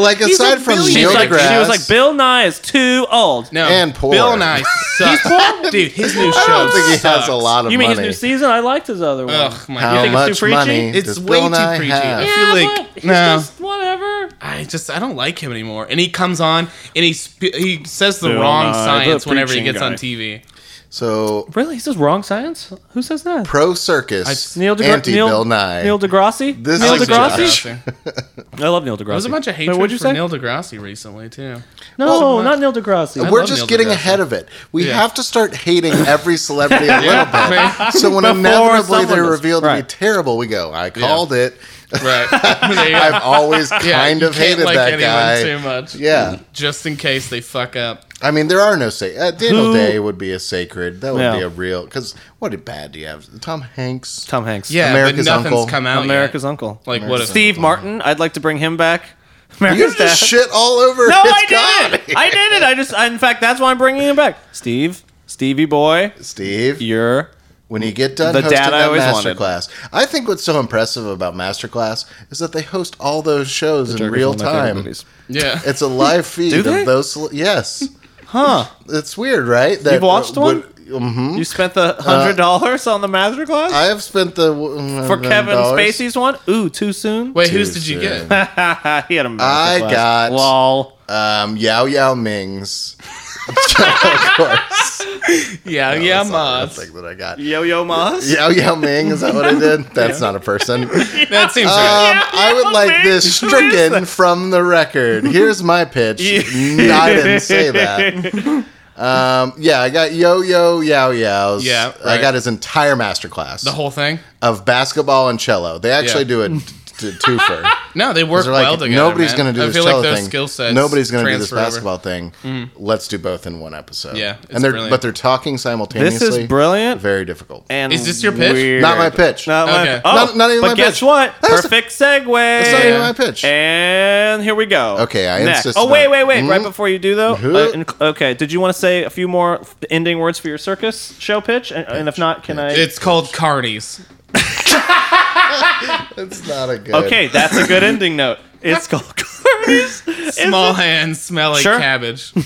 Speaker 2: like aside from
Speaker 1: She's
Speaker 2: yoga
Speaker 1: like, she
Speaker 2: grass,
Speaker 1: was like, Bill Nye is too old.
Speaker 3: no
Speaker 2: And poor.
Speaker 3: Bill Nye sucks. Dude, his new show.
Speaker 2: I don't think he has
Speaker 3: sucks.
Speaker 2: a lot of
Speaker 1: You mean
Speaker 2: money.
Speaker 1: his new season? I liked his other one.
Speaker 3: Ugh, my
Speaker 2: How
Speaker 3: God.
Speaker 1: think it's too
Speaker 2: much
Speaker 1: preachy?
Speaker 2: money?
Speaker 3: It's
Speaker 2: does
Speaker 3: way
Speaker 2: Bill
Speaker 3: too
Speaker 2: Nye
Speaker 3: preachy.
Speaker 2: have?
Speaker 3: Yeah.
Speaker 1: Yeah,
Speaker 3: feel like-
Speaker 1: but he's
Speaker 3: no.
Speaker 1: just whatever.
Speaker 3: I just I don't like him anymore. And he comes on and he sp- he says the
Speaker 1: Bill
Speaker 3: wrong
Speaker 1: Nye, the
Speaker 3: science whenever he
Speaker 1: preaching
Speaker 3: gets
Speaker 1: guy.
Speaker 3: on TV.
Speaker 2: So
Speaker 1: Really? He says wrong science? Who says that?
Speaker 2: pro circus,
Speaker 1: Neil deGrasse
Speaker 2: anti
Speaker 1: Neil,
Speaker 2: Bill Nye.
Speaker 1: Neil deGrasse.
Speaker 2: This
Speaker 1: Neil
Speaker 2: is
Speaker 1: deGrasse.
Speaker 2: Josh.
Speaker 3: There
Speaker 1: I love Neil deGrasse.
Speaker 3: was a bunch of hatred
Speaker 1: Wait, what'd you
Speaker 3: for
Speaker 1: say?
Speaker 3: Neil deGrasse recently too.
Speaker 1: no,
Speaker 3: Well,
Speaker 1: not Neil deGrasse.
Speaker 2: We're
Speaker 3: love
Speaker 2: just
Speaker 3: Neil
Speaker 2: getting
Speaker 3: deGrasse.
Speaker 2: ahead of it. We
Speaker 3: Yeah.
Speaker 2: have to start hating every celebrity a little bit.
Speaker 3: right.
Speaker 2: So when
Speaker 1: Before
Speaker 2: inevitably
Speaker 1: someone
Speaker 2: they're
Speaker 1: does.
Speaker 2: revealed to
Speaker 1: Right.
Speaker 2: be terrible, we go, I called it.
Speaker 3: Right. There you go.
Speaker 2: I've always kind
Speaker 3: you
Speaker 2: of
Speaker 3: can't
Speaker 2: hated
Speaker 3: like
Speaker 2: that
Speaker 3: anyone
Speaker 2: guy.
Speaker 3: too much.
Speaker 2: Yeah.
Speaker 3: Just in case they fuck up.
Speaker 2: I mean, there are no say. Uh, Daniel
Speaker 1: Who-
Speaker 2: Day would be a sacred. That would
Speaker 1: Yeah.
Speaker 2: be a real. Because what bad do you have? Tom Hanks.
Speaker 1: Tom Hanks.
Speaker 3: Yeah,
Speaker 2: America's
Speaker 3: but nothing's
Speaker 2: Uncle.
Speaker 3: come out.
Speaker 1: America's
Speaker 3: yet.
Speaker 1: Uncle.
Speaker 3: Like what? If,
Speaker 1: Steve Martin. I'd like to bring him back.
Speaker 2: You
Speaker 1: America's Dad.
Speaker 2: just shit all over.
Speaker 1: no,
Speaker 2: his
Speaker 1: I did
Speaker 2: comedy.
Speaker 1: it. I did it. I just. I, in fact, that's why I'm bringing him back. Steve, Stevie boy,
Speaker 2: Steve,
Speaker 1: you're
Speaker 2: when you get done
Speaker 1: The
Speaker 2: hosting
Speaker 1: dad I
Speaker 2: that
Speaker 1: always wanted.
Speaker 2: masterclass, I think what's so impressive about masterclass is that they host all those shows in real time.
Speaker 3: Yeah.
Speaker 2: It's a live feed
Speaker 1: Do they?
Speaker 2: of those. cele- Yes,
Speaker 1: Huh?
Speaker 2: it's weird, right? That,
Speaker 1: You've watched one?
Speaker 2: hmm
Speaker 1: You spent the hundred dollars on the masterclass
Speaker 2: I have spent the mm,
Speaker 1: for Kevin Spacey's one. Ooh, too soon.
Speaker 3: Wait,
Speaker 2: Too
Speaker 3: whose did you
Speaker 2: soon.
Speaker 3: get?
Speaker 1: he had a masterclass.
Speaker 2: I got-
Speaker 1: lol.
Speaker 2: Um, Yao Yao Ming's. of course.
Speaker 3: yeah, yeah,
Speaker 2: That's not
Speaker 3: Mods.
Speaker 2: the thing that I got.
Speaker 1: Yo Yo Mas.
Speaker 2: Yao Yao Ming, is that what I did? That's not a person. Um,
Speaker 3: That seems right.
Speaker 2: I would like this stricken from the record. Here's my pitch. N- I didn't say that. Um, yeah, I got Yo Yo Yao Yao's.
Speaker 3: Yeah,
Speaker 2: I
Speaker 3: right.
Speaker 2: got his entire masterclass
Speaker 3: The whole thing?
Speaker 2: of basketball and cello. They actually
Speaker 3: Yeah.
Speaker 2: do a t- t- twofer.
Speaker 3: No, they work
Speaker 2: They're like,
Speaker 3: well together.
Speaker 2: nobody's
Speaker 3: man.
Speaker 2: going to do
Speaker 3: I
Speaker 2: this
Speaker 3: feel
Speaker 2: cello
Speaker 3: like those
Speaker 2: thing.
Speaker 3: skill sets.
Speaker 2: nobody's going to do this
Speaker 3: transfer over.
Speaker 2: basketball
Speaker 3: Mm.
Speaker 2: thing. Let's do both in one episode.
Speaker 3: Yeah, it's
Speaker 2: and they're
Speaker 3: brilliant.
Speaker 2: but they're talking simultaneously.
Speaker 1: brilliant.
Speaker 2: Very difficult.
Speaker 1: And
Speaker 3: Is this your pitch?
Speaker 1: weird.
Speaker 2: Not my pitch.
Speaker 1: Not my-
Speaker 3: Okay.
Speaker 1: Oh,
Speaker 2: Not- not even
Speaker 1: but
Speaker 2: my
Speaker 1: guess
Speaker 2: pitch.
Speaker 1: what?
Speaker 2: That's-
Speaker 1: Perfect segue.
Speaker 2: That's not even my pitch.
Speaker 1: And here we go.
Speaker 2: Okay, I
Speaker 1: Next.
Speaker 2: insist
Speaker 1: Oh wait,
Speaker 2: about-
Speaker 1: wait, wait! Right
Speaker 2: Mhm.
Speaker 1: before you do though,
Speaker 2: Mhm.
Speaker 1: uh, in- okay. Did you want to say a few more f- ending words for your circus show pitch? And, and if not, can I?
Speaker 3: It's called Carnies.
Speaker 2: It's not a good.
Speaker 1: Okay, that's a good ending note. It's called Carnies.
Speaker 3: Small hands smell like
Speaker 1: Sure.
Speaker 3: cabbage. Go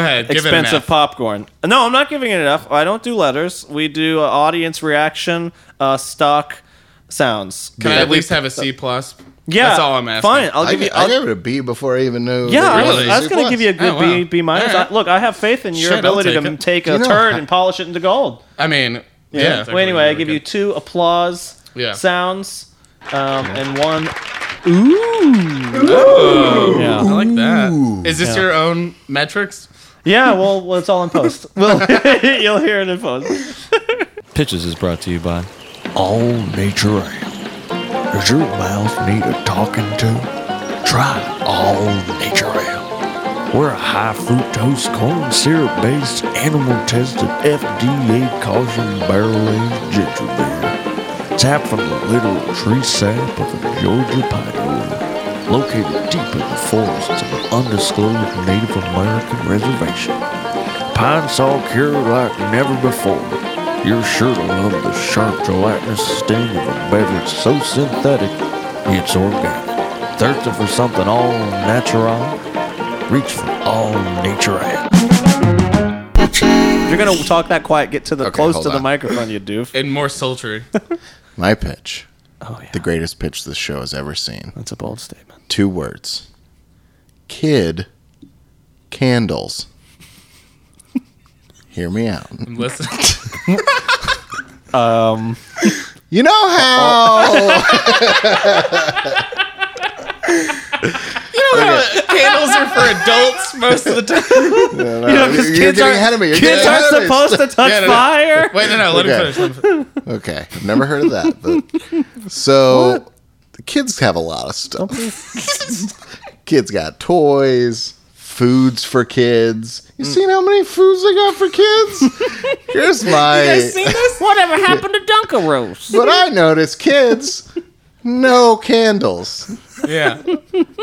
Speaker 3: ahead. Give it an
Speaker 1: expensive
Speaker 3: F.
Speaker 1: popcorn. No, I'm not giving it enough. I don't do letters. We do uh, audience reaction, uh, stock sounds.
Speaker 3: Can I
Speaker 1: That
Speaker 3: at
Speaker 1: we-
Speaker 3: least have a C plus?
Speaker 1: Yeah,
Speaker 3: that's all I'm asking.
Speaker 1: Fine, I'll
Speaker 2: I,
Speaker 1: give
Speaker 2: gi-
Speaker 1: you.
Speaker 2: I
Speaker 1: I'll-
Speaker 2: gave it a B before I even knew.
Speaker 1: yeah, I was-
Speaker 3: Really?
Speaker 1: I was, going to give you a good
Speaker 3: Oh, wow.
Speaker 1: B, B minus.
Speaker 3: Alright.
Speaker 1: I- look, I have faith in your
Speaker 3: Shit, I'll
Speaker 1: ability
Speaker 3: take
Speaker 1: to
Speaker 3: it.
Speaker 1: take
Speaker 2: You
Speaker 1: a
Speaker 2: know,
Speaker 1: turd
Speaker 2: I-
Speaker 1: and polish it into gold.
Speaker 3: I mean, yeah.
Speaker 1: Well, anyway, I give you two applause
Speaker 3: Yeah.
Speaker 1: sounds um, and one. Ooh.
Speaker 3: I
Speaker 1: Yeah.
Speaker 3: like that. Is this your own metrics?
Speaker 1: yeah, well, well, it's all in post. Well, you'll hear it in post.
Speaker 5: Pitches is brought to you by
Speaker 6: all nature ale. Does your mouth need a talking to? Try all nature ale. We're a high fructose corn syrup based animal tested FDA caution barrel aged ginger beer. Tapped from the literal tree sap of a Georgia pine wood, located deep in the forests of an undisclosed Native American reservation. Pine saw cure like never before. You're sure to love the sharp gelatinous sting of a beverage so synthetic it's organic. Thirsty for something all natural? Reach for all nature ale.
Speaker 1: If you're going to talk that quiet, get to the
Speaker 2: Okay,
Speaker 1: close
Speaker 2: hold
Speaker 1: to the
Speaker 2: on.
Speaker 1: microphone, you doof.
Speaker 3: And more sultry.
Speaker 2: My pitch.
Speaker 1: Oh, yeah. Oh.
Speaker 2: The greatest pitch this show has ever seen.
Speaker 1: That's a bold statement.
Speaker 2: Two words. Kid candles. Hear me out.
Speaker 3: Listen,
Speaker 2: You know how
Speaker 3: candles are for adults most of the time.
Speaker 2: you are getting ahead of me. Oh, uh, You're
Speaker 1: kids
Speaker 2: getting
Speaker 1: aren't
Speaker 2: ahead of me.
Speaker 1: supposed to touch
Speaker 3: Yeah, no, no.
Speaker 1: fire.
Speaker 3: Wait, no, no. Let
Speaker 2: Okay.
Speaker 3: me finish. Let me finish.
Speaker 2: Okay, I've never heard of that. But so the kids have a lot of stuff. kids got toys, foods for kids. You seen how many foods they got for kids? Here's my.
Speaker 1: Whatever happened to Dunkaroos?
Speaker 2: But I noticed kids, no candles,
Speaker 3: Yeah.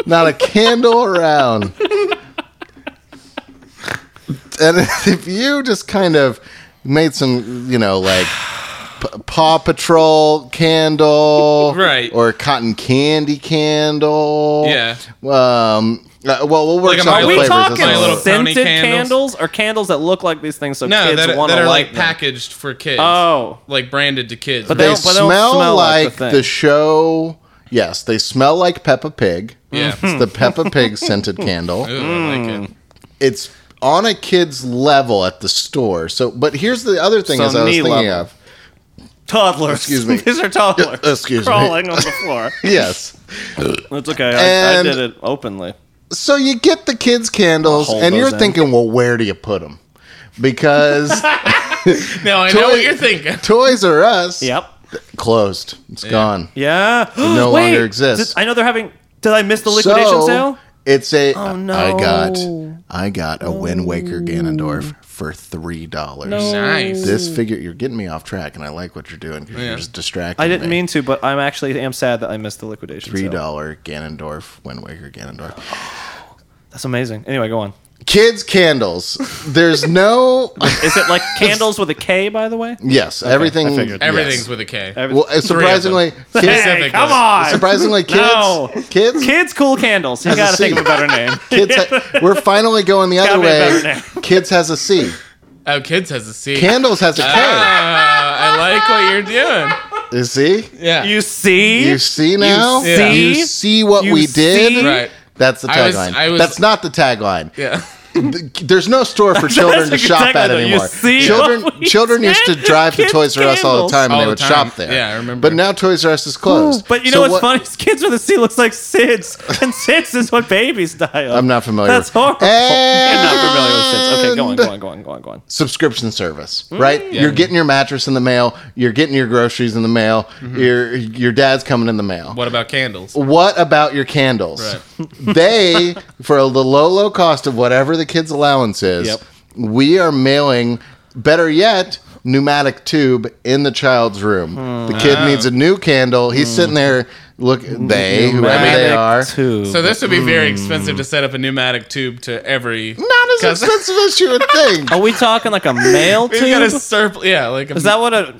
Speaker 2: not a candle around. And if you just kind of made some, you know, like p- Paw Patrol candle,
Speaker 3: Right.
Speaker 2: or cotton candy candle,
Speaker 3: Yeah.
Speaker 2: Um, uh, well, we'll work
Speaker 3: Like a
Speaker 2: some
Speaker 3: My
Speaker 2: of the
Speaker 1: Are we
Speaker 3: Little
Speaker 2: flavors.
Speaker 1: talking
Speaker 2: as well.
Speaker 3: My Little
Speaker 1: scented
Speaker 3: Pony
Speaker 1: candles?
Speaker 3: candles?
Speaker 1: or candles that look like these things so
Speaker 3: No,
Speaker 1: kids
Speaker 3: that,
Speaker 1: want
Speaker 3: that
Speaker 1: to
Speaker 3: are
Speaker 1: like
Speaker 3: like
Speaker 1: them?
Speaker 3: packaged for kids.
Speaker 1: Oh.
Speaker 3: Like branded to kids.
Speaker 1: But
Speaker 2: they,
Speaker 1: they don't-
Speaker 2: smell,
Speaker 1: don't smell like
Speaker 2: like,
Speaker 1: the
Speaker 2: the,
Speaker 1: thing.
Speaker 2: show. Yes, they smell like Peppa Pig.
Speaker 3: Yeah.
Speaker 2: It's the Peppa Pig scented candle.
Speaker 3: Ooh, I
Speaker 1: Mm.
Speaker 3: like it.
Speaker 2: It's on a kid's level at the store. So, but here's the other thing
Speaker 1: So
Speaker 2: as I was
Speaker 1: knee
Speaker 2: thinking
Speaker 1: level.
Speaker 2: of.
Speaker 1: Toddlers.
Speaker 2: Excuse me.
Speaker 1: these are toddlers.
Speaker 2: Excuse me.
Speaker 1: crawling on the floor.
Speaker 2: Yes.
Speaker 1: That's okay. I, I
Speaker 2: And-
Speaker 1: did it openly.
Speaker 2: So you get the kids candles
Speaker 1: Hold
Speaker 2: and
Speaker 1: those
Speaker 2: you're
Speaker 1: in.
Speaker 2: thinking, "Well, where do you put them?" Because
Speaker 3: No, I know what you're thinking.
Speaker 2: Toys R Us
Speaker 1: Yep.
Speaker 2: closed. It's gone.
Speaker 1: Yeah.
Speaker 2: no
Speaker 1: Wait,
Speaker 2: longer exists.
Speaker 1: did- I know they're having. Did I miss the liquidation
Speaker 2: so,
Speaker 1: sale? Oh,
Speaker 2: It's a. I
Speaker 1: no.
Speaker 2: got I got a Wind Waker Ganondorf for three dollars.
Speaker 3: Nice.
Speaker 2: This figure, you're getting me off track, and I like what you're doing because you're just distracting.
Speaker 1: I didn't
Speaker 2: me.
Speaker 1: mean to, but I'm actually am sad that I missed the liquidation
Speaker 2: three
Speaker 1: sale.
Speaker 2: dollar Ganondorf Wind Waker Ganondorf.
Speaker 1: That's amazing. Anyway, go on.
Speaker 2: Kids candles. There's no.
Speaker 1: Is it like candles with a K? By the way.
Speaker 2: yes, everything.
Speaker 1: I figured.
Speaker 3: Everything's
Speaker 2: yes.
Speaker 3: with a K.
Speaker 1: Every-
Speaker 2: well, uh, surprisingly, kids,
Speaker 1: Hey,
Speaker 3: Specifically.
Speaker 1: come on.
Speaker 2: surprisingly, kids,
Speaker 1: No.
Speaker 2: kids,
Speaker 1: Kids, cool candles. You
Speaker 2: Has a
Speaker 1: gotta think
Speaker 2: C.
Speaker 1: of a better name.
Speaker 2: kids. Ha- we're finally going the other
Speaker 1: Gotta be a
Speaker 2: way.
Speaker 1: better
Speaker 2: Kids has a C.
Speaker 3: Oh, kids has a C.
Speaker 2: Candles has a K.
Speaker 3: I like what you're doing.
Speaker 2: you see,
Speaker 3: Yeah.
Speaker 1: You see?
Speaker 2: you see now.
Speaker 1: see?
Speaker 2: You see what
Speaker 1: You
Speaker 2: we did.
Speaker 1: see?
Speaker 3: right.
Speaker 2: That's the
Speaker 3: I was-
Speaker 2: tagline.
Speaker 3: I was-
Speaker 2: That's not the tagline.
Speaker 3: Yeah.
Speaker 2: There's no store for children to
Speaker 1: That's
Speaker 2: shop at
Speaker 1: exactly- you
Speaker 2: anymore.
Speaker 1: see
Speaker 2: Children,
Speaker 1: what we
Speaker 2: children used to
Speaker 1: said?
Speaker 2: drive to
Speaker 1: Kids'
Speaker 2: Toys R Us all the
Speaker 1: candles.
Speaker 2: time, and
Speaker 3: All
Speaker 2: they
Speaker 3: the
Speaker 2: would
Speaker 3: time.
Speaker 2: shop there.
Speaker 3: Yeah, I remember.
Speaker 2: But now Toys R Us is closed.
Speaker 1: But you
Speaker 2: So
Speaker 1: know what's
Speaker 2: what-
Speaker 1: funny? Is Kids with a C looks like SIDS, and SIDS is what babies die of.
Speaker 2: I'm not familiar.
Speaker 1: That's horrible. You're
Speaker 2: And
Speaker 1: not familiar with SIDS. Okay, go on, go on, Mm, go on, go on, go on.
Speaker 2: subscription service, right? You're getting your mattress in the mail. You're getting your groceries in the mail.
Speaker 1: Mm-hmm.
Speaker 2: Your your dad's coming in the mail.
Speaker 3: What about candles?
Speaker 2: What about your candles? they, for the low, low cost of whatever the kid's allowance is,
Speaker 1: Yep.
Speaker 2: we are mailing, better yet, pneumatic tube in the child's room.
Speaker 1: Hmm.
Speaker 2: The kid
Speaker 1: Ah.
Speaker 2: needs a new candle. He's sitting there, look, they, whoever they
Speaker 1: Pneumatic
Speaker 2: are.
Speaker 1: tube.
Speaker 3: So this would be
Speaker 1: Mm.
Speaker 3: very expensive to set up a pneumatic tube to every.
Speaker 2: Not as
Speaker 3: Cause-
Speaker 2: expensive as you would think.
Speaker 1: Are we talking like a male
Speaker 3: We've got
Speaker 1: tube?
Speaker 3: a surplus. Yeah, like a,
Speaker 1: Is that what a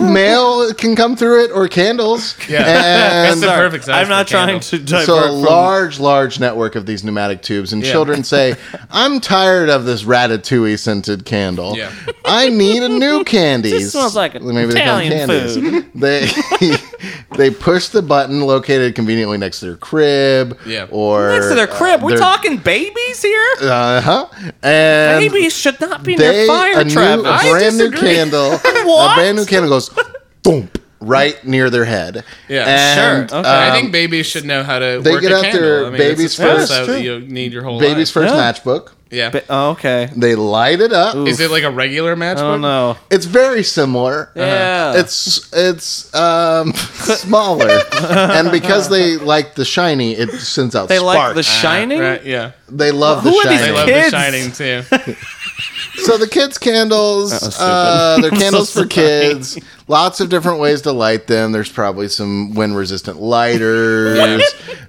Speaker 2: Mail can come through it or candles.
Speaker 3: Yeah.
Speaker 2: And
Speaker 3: that's the perfect size.
Speaker 1: I'm not
Speaker 3: for a
Speaker 1: trying
Speaker 3: candle.
Speaker 1: to divert
Speaker 2: so a
Speaker 1: from
Speaker 2: large, large network of these pneumatic tubes, and
Speaker 3: Yeah.
Speaker 2: children say, "I'm tired of this ratatouille scented candle.
Speaker 3: Yeah.
Speaker 2: I need a new candy."
Speaker 1: This smells like
Speaker 2: they call them
Speaker 1: Italian
Speaker 2: candies. They they push the button located conveniently next to their crib,
Speaker 3: Yeah.
Speaker 2: or
Speaker 1: next to their crib. We're
Speaker 2: their-
Speaker 1: talking babies here?
Speaker 2: Uh huh. And
Speaker 1: babies should not be
Speaker 2: they
Speaker 1: near fire,
Speaker 2: a, new, a
Speaker 1: Travis.
Speaker 2: brand new candle, a
Speaker 1: What?
Speaker 2: brand new candle goes, boom, right near their head.
Speaker 3: Yeah,
Speaker 2: And,
Speaker 1: Sure. Okay.
Speaker 2: um,
Speaker 3: I think babies should know how to.
Speaker 2: they
Speaker 3: work
Speaker 2: get
Speaker 3: a
Speaker 2: out
Speaker 3: candle.
Speaker 2: their
Speaker 3: I mean,
Speaker 2: babies
Speaker 3: it's a skill
Speaker 2: first,
Speaker 3: set
Speaker 2: too.
Speaker 3: that You need your whole
Speaker 2: baby's
Speaker 3: life.
Speaker 2: first
Speaker 1: Yeah.
Speaker 2: matchbook.
Speaker 3: Yeah.
Speaker 1: Ba- oh, okay.
Speaker 2: They light it up.
Speaker 3: Is it like a regular matchbook?
Speaker 1: Oh no.
Speaker 2: It's very similar.
Speaker 1: Yeah.
Speaker 2: It's it's um, smaller, and because they like the shiny, it sends out
Speaker 1: They
Speaker 2: sparks.
Speaker 1: like The Shining.
Speaker 3: Ah, Right, yeah.
Speaker 2: they love
Speaker 1: Who
Speaker 2: the
Speaker 1: are these
Speaker 3: They
Speaker 2: shiny.
Speaker 3: love
Speaker 1: Kids.
Speaker 3: the shining too.
Speaker 2: so the kids' candles,
Speaker 1: was
Speaker 2: uh, they're candles for
Speaker 1: sorry.
Speaker 2: kids. Lots of different ways to light them. There's probably some wind-resistant lighters.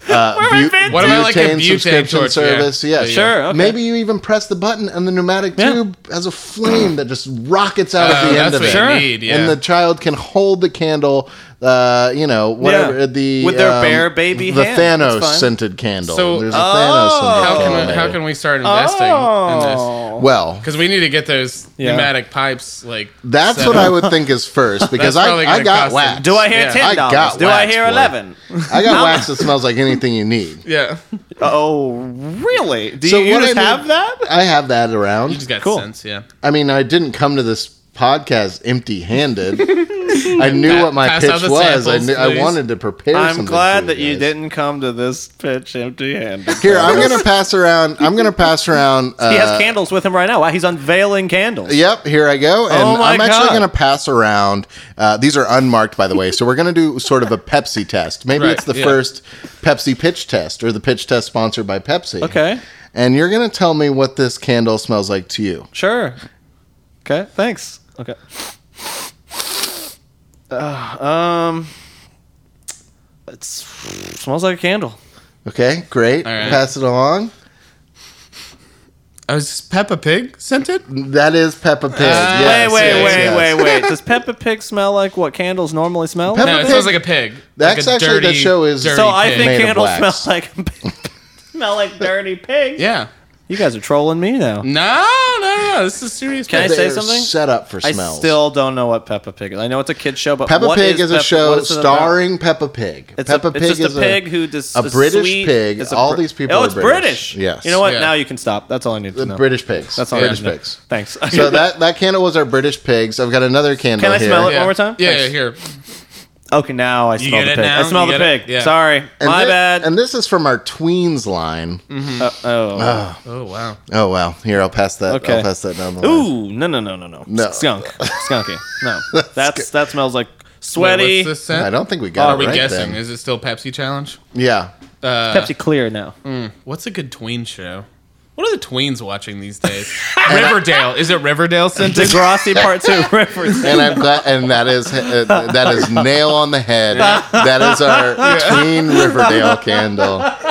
Speaker 2: uh, bu-
Speaker 1: inventing-
Speaker 3: What about, like, a butane
Speaker 2: subscription
Speaker 3: torch? Yeah.
Speaker 2: service? Yeah,
Speaker 3: Yeah,
Speaker 1: Sure, okay.
Speaker 2: Maybe you even press the button and the pneumatic
Speaker 1: Yeah.
Speaker 2: tube has a flame that just rockets out
Speaker 3: Oh,
Speaker 2: at the end
Speaker 3: that's
Speaker 2: of
Speaker 3: what
Speaker 2: it.
Speaker 3: you need. Yeah.
Speaker 2: and the child can hold the candle. Uh, you know, whatever
Speaker 1: Yeah.
Speaker 2: the um,
Speaker 1: With their bare baby
Speaker 2: the
Speaker 1: hand. That's
Speaker 2: Thanos
Speaker 1: fine.
Speaker 2: scented candle.
Speaker 3: So- oh,
Speaker 2: There's a Thanos scented
Speaker 3: how
Speaker 2: candle.
Speaker 3: can we,
Speaker 1: Oh.
Speaker 3: how can we start investing in this?
Speaker 2: well,
Speaker 3: Because we need to get those
Speaker 1: Yeah.
Speaker 3: pneumatic pipes. Like
Speaker 2: that's
Speaker 3: set
Speaker 2: what
Speaker 3: up.
Speaker 2: I would think is first because I,
Speaker 3: probably
Speaker 2: I
Speaker 3: gonna
Speaker 2: got
Speaker 3: cost them.
Speaker 2: wax.
Speaker 1: Do I hear
Speaker 3: Yeah.
Speaker 1: ten
Speaker 2: I
Speaker 1: dollars?
Speaker 2: got
Speaker 1: Do I
Speaker 2: wax,
Speaker 1: hear
Speaker 2: boy.
Speaker 1: eleven?
Speaker 2: I got wax that smells like anything you need.
Speaker 3: Yeah, you
Speaker 1: Oh, really? Do
Speaker 2: So
Speaker 1: you, you
Speaker 2: what
Speaker 1: just
Speaker 2: I need-
Speaker 1: have that?
Speaker 2: I have that around.
Speaker 3: just got
Speaker 1: Cool.
Speaker 3: sense. Yeah,
Speaker 2: I mean, I didn't come to this podcast empty handed. I knew
Speaker 3: Pa-
Speaker 2: what my
Speaker 3: pass
Speaker 2: pitch
Speaker 3: out the
Speaker 2: was. I,
Speaker 3: samples,
Speaker 2: knew, I
Speaker 3: please.
Speaker 2: wanted to prepare
Speaker 1: I'm
Speaker 2: something
Speaker 1: glad
Speaker 2: for
Speaker 1: that you
Speaker 2: guys.
Speaker 1: didn't come to this pitch empty-handed.
Speaker 2: Here, I'm going to pass around. I'm going to pass around. Uh,
Speaker 1: he has candles with him right now. Wow, he's unveiling candles.
Speaker 2: Yep, here I go. And
Speaker 1: Oh my
Speaker 2: I'm actually
Speaker 1: God.
Speaker 2: going to pass around. Uh, these are unmarked, by the way. So we're going to do sort of a Pepsi test. Maybe
Speaker 3: Right,
Speaker 2: it's the
Speaker 3: yeah.
Speaker 2: first Pepsi pitch test or the pitch test sponsored by Pepsi.
Speaker 1: Okay.
Speaker 2: And you're going to tell me what this candle smells like to you.
Speaker 1: Sure. Okay. Thanks. Okay. Uh, um. It's, smells like a candle.
Speaker 2: Okay, great.
Speaker 3: All right.
Speaker 2: Pass it along.
Speaker 3: Oh, is Peppa Pig scented?
Speaker 2: That is Peppa Pig. yes,
Speaker 1: Ah, wait, wait,
Speaker 2: yes,
Speaker 1: wait,
Speaker 2: yes.
Speaker 1: wait, wait. Does Peppa Pig smell like what candles normally smell?
Speaker 2: Peppa
Speaker 3: No, it
Speaker 2: Pig-
Speaker 3: smells like a pig.
Speaker 2: That's
Speaker 3: like a
Speaker 2: actually- that
Speaker 3: dirty,
Speaker 2: show is-
Speaker 3: dirty
Speaker 1: so I
Speaker 3: pig.
Speaker 1: think
Speaker 2: Made of
Speaker 1: candles smell
Speaker 2: wax.
Speaker 1: like smell like dirty pig.
Speaker 3: Yeah.
Speaker 1: You guys are trolling me now.
Speaker 3: No, no, no. This is serious.
Speaker 1: Can I
Speaker 3: business.
Speaker 1: say
Speaker 2: They're
Speaker 1: something?
Speaker 2: Set up for
Speaker 1: I
Speaker 2: smells.
Speaker 1: still don't know what Peppa Pig is. I know it's a kid show, but
Speaker 2: Peppa
Speaker 1: what
Speaker 2: Pig is, a
Speaker 1: Peppa-
Speaker 2: show
Speaker 1: what is it about?
Speaker 2: starring Peppa Pig.
Speaker 1: It's
Speaker 2: Peppa
Speaker 1: a, it's just a pig who just
Speaker 2: a British
Speaker 1: sweet-
Speaker 2: pig.
Speaker 1: it's a
Speaker 2: All
Speaker 1: Brit-
Speaker 2: these people
Speaker 1: Oh,
Speaker 2: are
Speaker 1: it's
Speaker 2: British.
Speaker 1: British.
Speaker 2: Yes.
Speaker 1: You know what?
Speaker 3: Yeah.
Speaker 1: Now you can stop. That's all I need to
Speaker 2: The
Speaker 1: know.
Speaker 2: British pigs.
Speaker 1: That's all
Speaker 2: British
Speaker 1: I need to know.
Speaker 2: pigs.
Speaker 1: Thanks.
Speaker 2: So that that candle was our British pigs. I've got another candle
Speaker 1: Can I
Speaker 2: here.
Speaker 1: smell it?
Speaker 3: Yeah.
Speaker 1: One more time?
Speaker 3: Yeah,
Speaker 1: Thanks.
Speaker 3: yeah, here.
Speaker 1: okay, now I smell
Speaker 3: get
Speaker 1: the
Speaker 3: it
Speaker 1: pig. I
Speaker 3: now?
Speaker 1: smell
Speaker 3: You
Speaker 1: the
Speaker 3: get it?
Speaker 1: pig.
Speaker 3: Yeah.
Speaker 1: Sorry,
Speaker 2: And
Speaker 1: my
Speaker 2: thi-
Speaker 1: bad.
Speaker 2: And this is from our tweens line.
Speaker 1: Uh,
Speaker 2: Ah.
Speaker 1: oh,
Speaker 3: Oh, wow.
Speaker 2: Oh wow. Here I'll pass that.
Speaker 1: Okay.
Speaker 2: I'll pass that down the line.
Speaker 1: ooh, no, no, no, no, no,
Speaker 2: No.
Speaker 1: skunk, skunky. No, that's that smells like sweaty.
Speaker 3: Wait, what's this
Speaker 2: I
Speaker 3: scent?
Speaker 2: don't think we got
Speaker 3: Are
Speaker 2: it
Speaker 3: we
Speaker 2: right
Speaker 3: guessing?
Speaker 2: then.
Speaker 3: Is it still Pepsi Challenge?
Speaker 2: Yeah.
Speaker 1: Pepsi Clear now.
Speaker 2: Mm.
Speaker 3: What's a good tween show? What are the tweens watching these days? Riverdale. Is it Riverdale scented?
Speaker 1: Degrassi Part Two reference.
Speaker 2: And I'm glad. And that is uh, that is nail on the head. That is our tween Riverdale candle.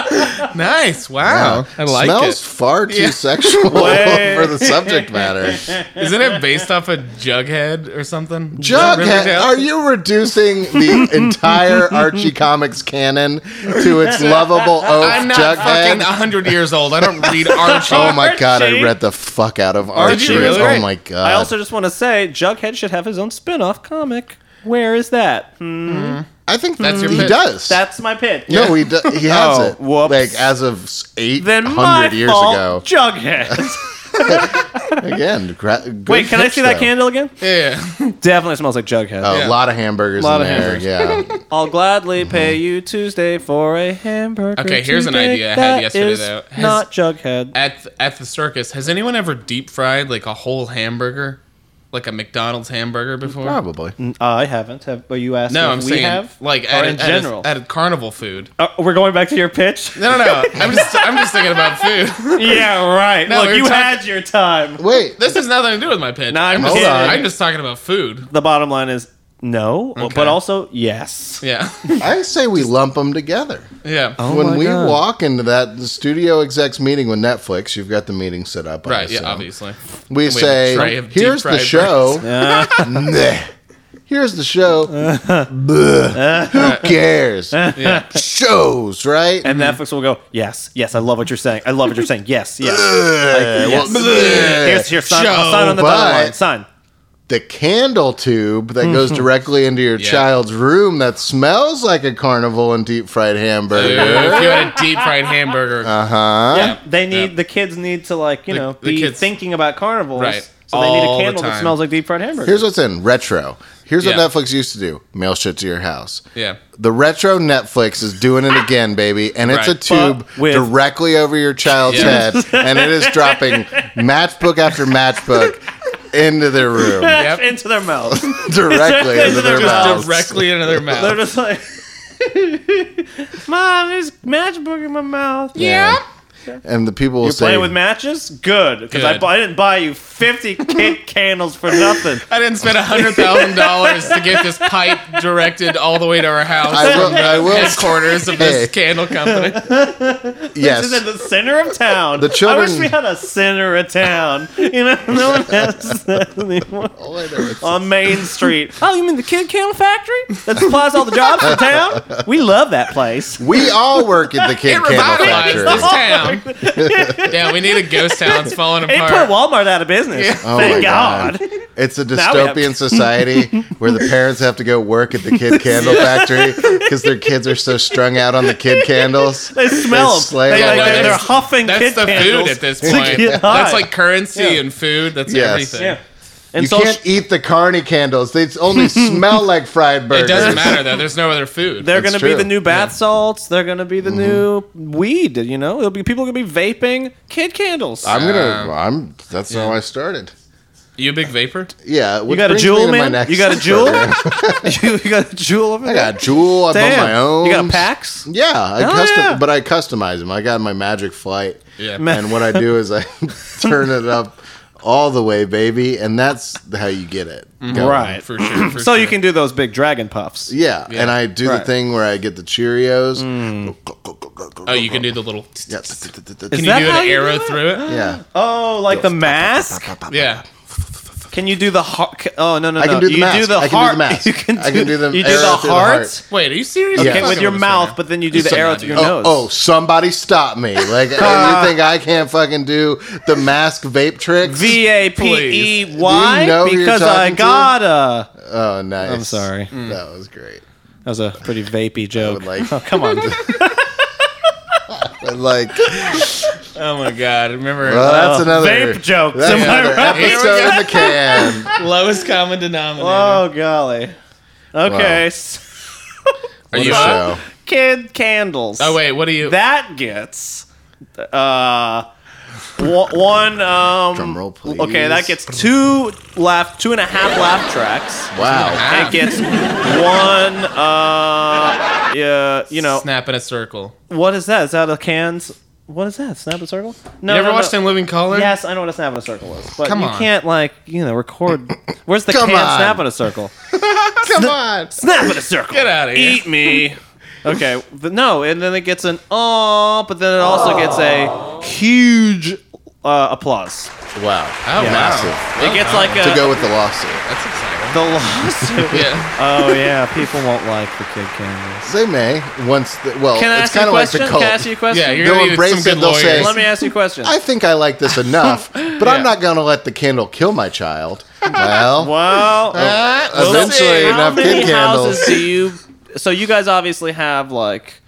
Speaker 3: nice. Wow. I like
Speaker 2: Smells far too sexual
Speaker 1: Way.
Speaker 2: for the subject matter.
Speaker 3: it. Isn't it based off a Jughead or something? Is that
Speaker 2: Jughead, are you reducing the entire Archie Comics canon to its lovable oaf
Speaker 3: I'm not
Speaker 2: Jughead?
Speaker 3: fucking hundred years old. I don't read Archie.
Speaker 2: Oh my god, I
Speaker 1: Archie.
Speaker 2: read the fuck out of Archie.
Speaker 3: you really?
Speaker 2: Oh my god.
Speaker 1: I also just want to say, Jughead should have his own spin-off comic. Where is that? Hmm,
Speaker 2: I think
Speaker 3: That's your
Speaker 2: he
Speaker 3: pitch.
Speaker 2: does.
Speaker 1: That's my pitch.
Speaker 2: no, he do- he has
Speaker 1: Oh,
Speaker 2: it.
Speaker 1: whoops.
Speaker 2: Like as of eight
Speaker 1: Then my
Speaker 2: hundred years
Speaker 1: fault,
Speaker 2: ago.
Speaker 1: Jughead.
Speaker 2: Again, gra- good
Speaker 1: Wait, can I
Speaker 2: pitch,
Speaker 1: see that
Speaker 2: though.
Speaker 1: candle again?
Speaker 3: Yeah.
Speaker 1: Definitely smells like Jughead.
Speaker 2: Oh, A
Speaker 3: Yeah.
Speaker 2: lot of hamburgers
Speaker 1: Lot
Speaker 2: in
Speaker 1: of
Speaker 2: there. Yeah,
Speaker 1: I'll gladly pay you Tuesday for a hamburger.
Speaker 3: Mm-hmm. Okay, here's an
Speaker 1: Tuesday.
Speaker 3: idea I had
Speaker 1: That
Speaker 3: yesterday,
Speaker 1: is
Speaker 3: though. Has-
Speaker 1: not Jughead.
Speaker 3: At th- at the circus, has anyone ever deep fried like a whole hamburger, like a McDonald's hamburger before?
Speaker 2: probably.
Speaker 1: Uh, I haven't. Have, but you asked
Speaker 3: No,
Speaker 1: if
Speaker 3: I'm
Speaker 1: we
Speaker 3: saying
Speaker 1: have?
Speaker 3: like
Speaker 1: Or
Speaker 3: at,
Speaker 1: in
Speaker 3: at
Speaker 1: general.
Speaker 3: a, at a carnival food.
Speaker 1: Uh, we're going back to your pitch?
Speaker 3: No, no, no. I'm just I'm just thinking about food.
Speaker 1: yeah, right.
Speaker 3: No, we
Speaker 1: Look,
Speaker 3: were
Speaker 1: you
Speaker 3: talking-
Speaker 1: had your time.
Speaker 2: Wait,
Speaker 3: This has nothing to do with my pitch.
Speaker 1: No, I'm
Speaker 3: just,
Speaker 2: kidding.
Speaker 3: I'm just talking about food.
Speaker 1: The bottom line is no, but also yes.
Speaker 3: Yeah,
Speaker 2: I say we lump them together.
Speaker 3: yeah.
Speaker 2: when
Speaker 1: Oh my
Speaker 2: we
Speaker 1: God.
Speaker 2: walk into that studio execs meeting with Netflix, you've got the meeting set up. I
Speaker 3: right. Yeah,
Speaker 2: assume.
Speaker 3: obviously.
Speaker 2: We
Speaker 3: have a tray
Speaker 2: say,
Speaker 3: of
Speaker 2: here's
Speaker 3: deep-fried
Speaker 2: the show.
Speaker 1: Uh-huh.
Speaker 2: Nah. Here's the show. Bleh. Who cares?
Speaker 3: Uh-huh. Yeah.
Speaker 2: Shows, right?
Speaker 1: And
Speaker 3: Mm-hmm.
Speaker 1: Netflix will go, yes, yes, I love what you're saying. I love what you're saying. Yes, yes.
Speaker 2: Bleh.
Speaker 1: yes.
Speaker 2: Well, bleh.
Speaker 1: Here's your sign, I'll sign on the
Speaker 2: but-
Speaker 1: bottom line. Sign.
Speaker 2: the candle tube that goes directly into your
Speaker 3: Yeah.
Speaker 2: child's room that smells like a carnival and deep fried
Speaker 3: Dude,
Speaker 2: hamburger.
Speaker 3: if you had a deep fried hamburger,
Speaker 2: Uh huh.
Speaker 1: Yeah, they need the kids need to like you
Speaker 3: The-
Speaker 1: know
Speaker 3: the
Speaker 1: be
Speaker 3: kids-
Speaker 1: thinking about carnivals.
Speaker 3: Right.
Speaker 1: So they need
Speaker 3: All
Speaker 1: a
Speaker 3: the
Speaker 1: candle that
Speaker 3: time.
Speaker 1: smells like deep fried hamburger.
Speaker 2: Here's what's in retro. Here's
Speaker 3: Yeah.
Speaker 2: what Netflix used to do mail shit to your house.
Speaker 3: yeah.
Speaker 2: The retro Netflix is doing it again, baby, and it's a
Speaker 3: Right.
Speaker 2: tube
Speaker 1: But with-
Speaker 2: directly over your child's
Speaker 3: Yeah.
Speaker 2: head, and it is dropping matchbook after matchbook into their room
Speaker 3: Yep.
Speaker 1: into their mouth.
Speaker 2: directly into their
Speaker 1: Just
Speaker 2: mouths.
Speaker 3: Directly into their mouth.
Speaker 1: They're just like, Mom, there's matchbook in my mouth.
Speaker 2: Yeah. And the people will say,
Speaker 1: Playing with matches? Good, because I,
Speaker 3: Good.
Speaker 1: bu- I didn't buy you 50 kid candles for nothing.
Speaker 3: I didn't spend hundred thousand dollars to get this pipe directed all the way to our house.
Speaker 2: "I will, I will."
Speaker 3: headquarters of this
Speaker 2: Hey.
Speaker 3: candle company.
Speaker 1: This is in
Speaker 2: Yes,
Speaker 1: the center of town.
Speaker 2: The children-
Speaker 1: I wish we had a center of town. You know, no one has that anymore. on Main Street. Oh, you mean the Kid Candle Factory? That supplies all the jobs in town? We love that place.
Speaker 2: we all work at the kid
Speaker 3: It
Speaker 2: candle factory.
Speaker 3: revitalized this town. yeah, we need a ghost town. It's falling
Speaker 1: It put
Speaker 3: apart.
Speaker 1: Walmart out of business.
Speaker 2: Oh my
Speaker 1: Thank
Speaker 2: God.
Speaker 1: God.
Speaker 2: It's a
Speaker 1: Now we have-
Speaker 2: dystopian society where the parents have to go work at the kid candle factory because their kids are so strung out on the kid candles.
Speaker 1: They smell. They,
Speaker 2: slay
Speaker 1: like,
Speaker 2: all
Speaker 1: they're,
Speaker 3: day.
Speaker 1: they're huffing
Speaker 3: That's
Speaker 1: kid
Speaker 3: the
Speaker 1: candles.
Speaker 3: food at this
Speaker 1: to
Speaker 3: point.
Speaker 1: get high.
Speaker 3: That's like currency and food. That's
Speaker 2: Yes.
Speaker 3: everything.
Speaker 1: Yeah.
Speaker 2: you
Speaker 1: social-
Speaker 2: can't eat the carny candles. They only smell like fried burgers.
Speaker 3: It doesn't matter though. There's no other food.
Speaker 1: They're
Speaker 2: That's
Speaker 1: going to be
Speaker 2: true. Mm-hmm.
Speaker 1: the new bath salts. They're going to be the new weed. You know, it'll be people going to be vaping kid candles.
Speaker 2: I'm
Speaker 1: Um,
Speaker 2: gonna. I'm. That's how I started.
Speaker 3: you a big vapor?
Speaker 2: Yeah.
Speaker 1: you got a jewel, man. You got a jewel. you, you got a jewel over
Speaker 2: I
Speaker 1: there.
Speaker 2: got jewel. I bought my own.
Speaker 1: You got packs.
Speaker 2: Yeah, I
Speaker 1: Hell
Speaker 2: custom,
Speaker 1: yeah.
Speaker 2: but I customize them. I got my magic flight.
Speaker 3: Yeah. Ma-
Speaker 2: and what I do is I turn it up all the way, baby, and that's how you get it. going.
Speaker 1: Mm-hmm. Right.
Speaker 3: For sure. for
Speaker 1: so you
Speaker 3: sure.
Speaker 1: can do those big dragon puffs.
Speaker 2: Yeah, and I do the
Speaker 1: Right. Mm.
Speaker 2: thing where I get the Cheerios.
Speaker 3: Oh, you can do the little.
Speaker 2: Yeah.
Speaker 3: Can
Speaker 1: Is
Speaker 3: you
Speaker 1: that
Speaker 3: do
Speaker 1: how
Speaker 3: an
Speaker 1: you do
Speaker 3: arrow
Speaker 1: it?
Speaker 3: through it?
Speaker 2: Yeah.
Speaker 1: Oh, like the mask?
Speaker 3: Yeah.
Speaker 1: Can you do the heart? Oh no no no!
Speaker 2: I can do the
Speaker 1: you
Speaker 2: mask.
Speaker 1: do the
Speaker 2: I can do the
Speaker 1: heart.
Speaker 2: mask.
Speaker 1: You can do,
Speaker 2: I can do the
Speaker 1: you do
Speaker 2: arrow
Speaker 1: the
Speaker 2: through the
Speaker 1: heart.
Speaker 3: Wait, are you serious?
Speaker 2: Yeah.
Speaker 3: You're
Speaker 1: Okay, with
Speaker 3: fucking
Speaker 1: your
Speaker 3: us right
Speaker 1: mouth,
Speaker 3: now.
Speaker 1: but then you do
Speaker 3: You're
Speaker 1: the
Speaker 3: so
Speaker 1: arrow
Speaker 3: mad,
Speaker 1: through
Speaker 3: dude.
Speaker 1: your
Speaker 2: Oh,
Speaker 1: nose.
Speaker 2: oh, somebody stop me. Like, you think I can't fucking do the mask vape tricks?
Speaker 1: V A P E
Speaker 2: Do
Speaker 1: Y
Speaker 2: you know who you're
Speaker 1: because I
Speaker 2: talking to?
Speaker 1: gotta.
Speaker 2: oh, nice.
Speaker 1: I'm sorry.
Speaker 2: That was great.
Speaker 1: That was a pretty vapey joke.
Speaker 2: would like-
Speaker 1: oh, come on.
Speaker 2: But, like,
Speaker 3: Oh my god! Remember
Speaker 2: well,
Speaker 1: Oh.
Speaker 2: that's another
Speaker 1: vape jokes,
Speaker 2: That's
Speaker 1: am I
Speaker 2: another
Speaker 1: right?
Speaker 2: episode in the can.
Speaker 3: lowest common denominator.
Speaker 1: oh golly. Okay. s-
Speaker 2: What a
Speaker 3: you
Speaker 2: show.
Speaker 3: up?
Speaker 1: Kid candles.
Speaker 3: Oh wait, what are you?
Speaker 1: That gets uh one- one um
Speaker 2: Drum roll, please.
Speaker 1: Okay, that gets two laugh two and a half laugh tracks.
Speaker 2: Wow.
Speaker 3: Ah,
Speaker 1: It gets one uh yeah, you know
Speaker 3: snap in a circle.
Speaker 1: what is that? Is that a cans? What is that? Snap in a circle? No.
Speaker 3: You ever
Speaker 1: no,
Speaker 3: watched
Speaker 1: no.
Speaker 3: In Living Color?
Speaker 1: Yes, I know what a snap in a circle is, but
Speaker 3: Come
Speaker 1: you
Speaker 3: on.
Speaker 1: can't like you know record. Where's the
Speaker 2: Come
Speaker 1: can
Speaker 2: on.
Speaker 1: snap in a circle?
Speaker 2: Come on.
Speaker 1: Snap in a circle.
Speaker 3: Get out of here.
Speaker 1: Eat me. Okay, but no, and then it gets an oh, but then it also gets a huge uh, applause.
Speaker 2: Wow.
Speaker 3: Oh, wow.
Speaker 2: Massive.
Speaker 1: It gets like a
Speaker 2: To go with the lawsuit.
Speaker 3: That's exciting.
Speaker 1: the lawsuit.
Speaker 3: Yeah.
Speaker 1: oh yeah, people won't like the kid candles.
Speaker 2: They may. Once, the, well,
Speaker 1: Can I
Speaker 2: it's
Speaker 1: ask you
Speaker 2: kind
Speaker 1: a
Speaker 2: of like the
Speaker 1: question?
Speaker 2: cult.
Speaker 1: Can I ask you a question?
Speaker 3: Yeah, you're
Speaker 2: They'll
Speaker 3: gonna need
Speaker 2: embrace
Speaker 3: some good
Speaker 2: it, they'll say-
Speaker 3: lawyers.
Speaker 1: Let me ask you a question.
Speaker 2: I think I like this enough, but I'm not going to let the candle kill my child. Well,
Speaker 1: well,
Speaker 2: uh,
Speaker 1: So
Speaker 2: eventually
Speaker 1: how
Speaker 2: enough
Speaker 1: many
Speaker 2: kid candles.
Speaker 1: houses do you? So you guys obviously have like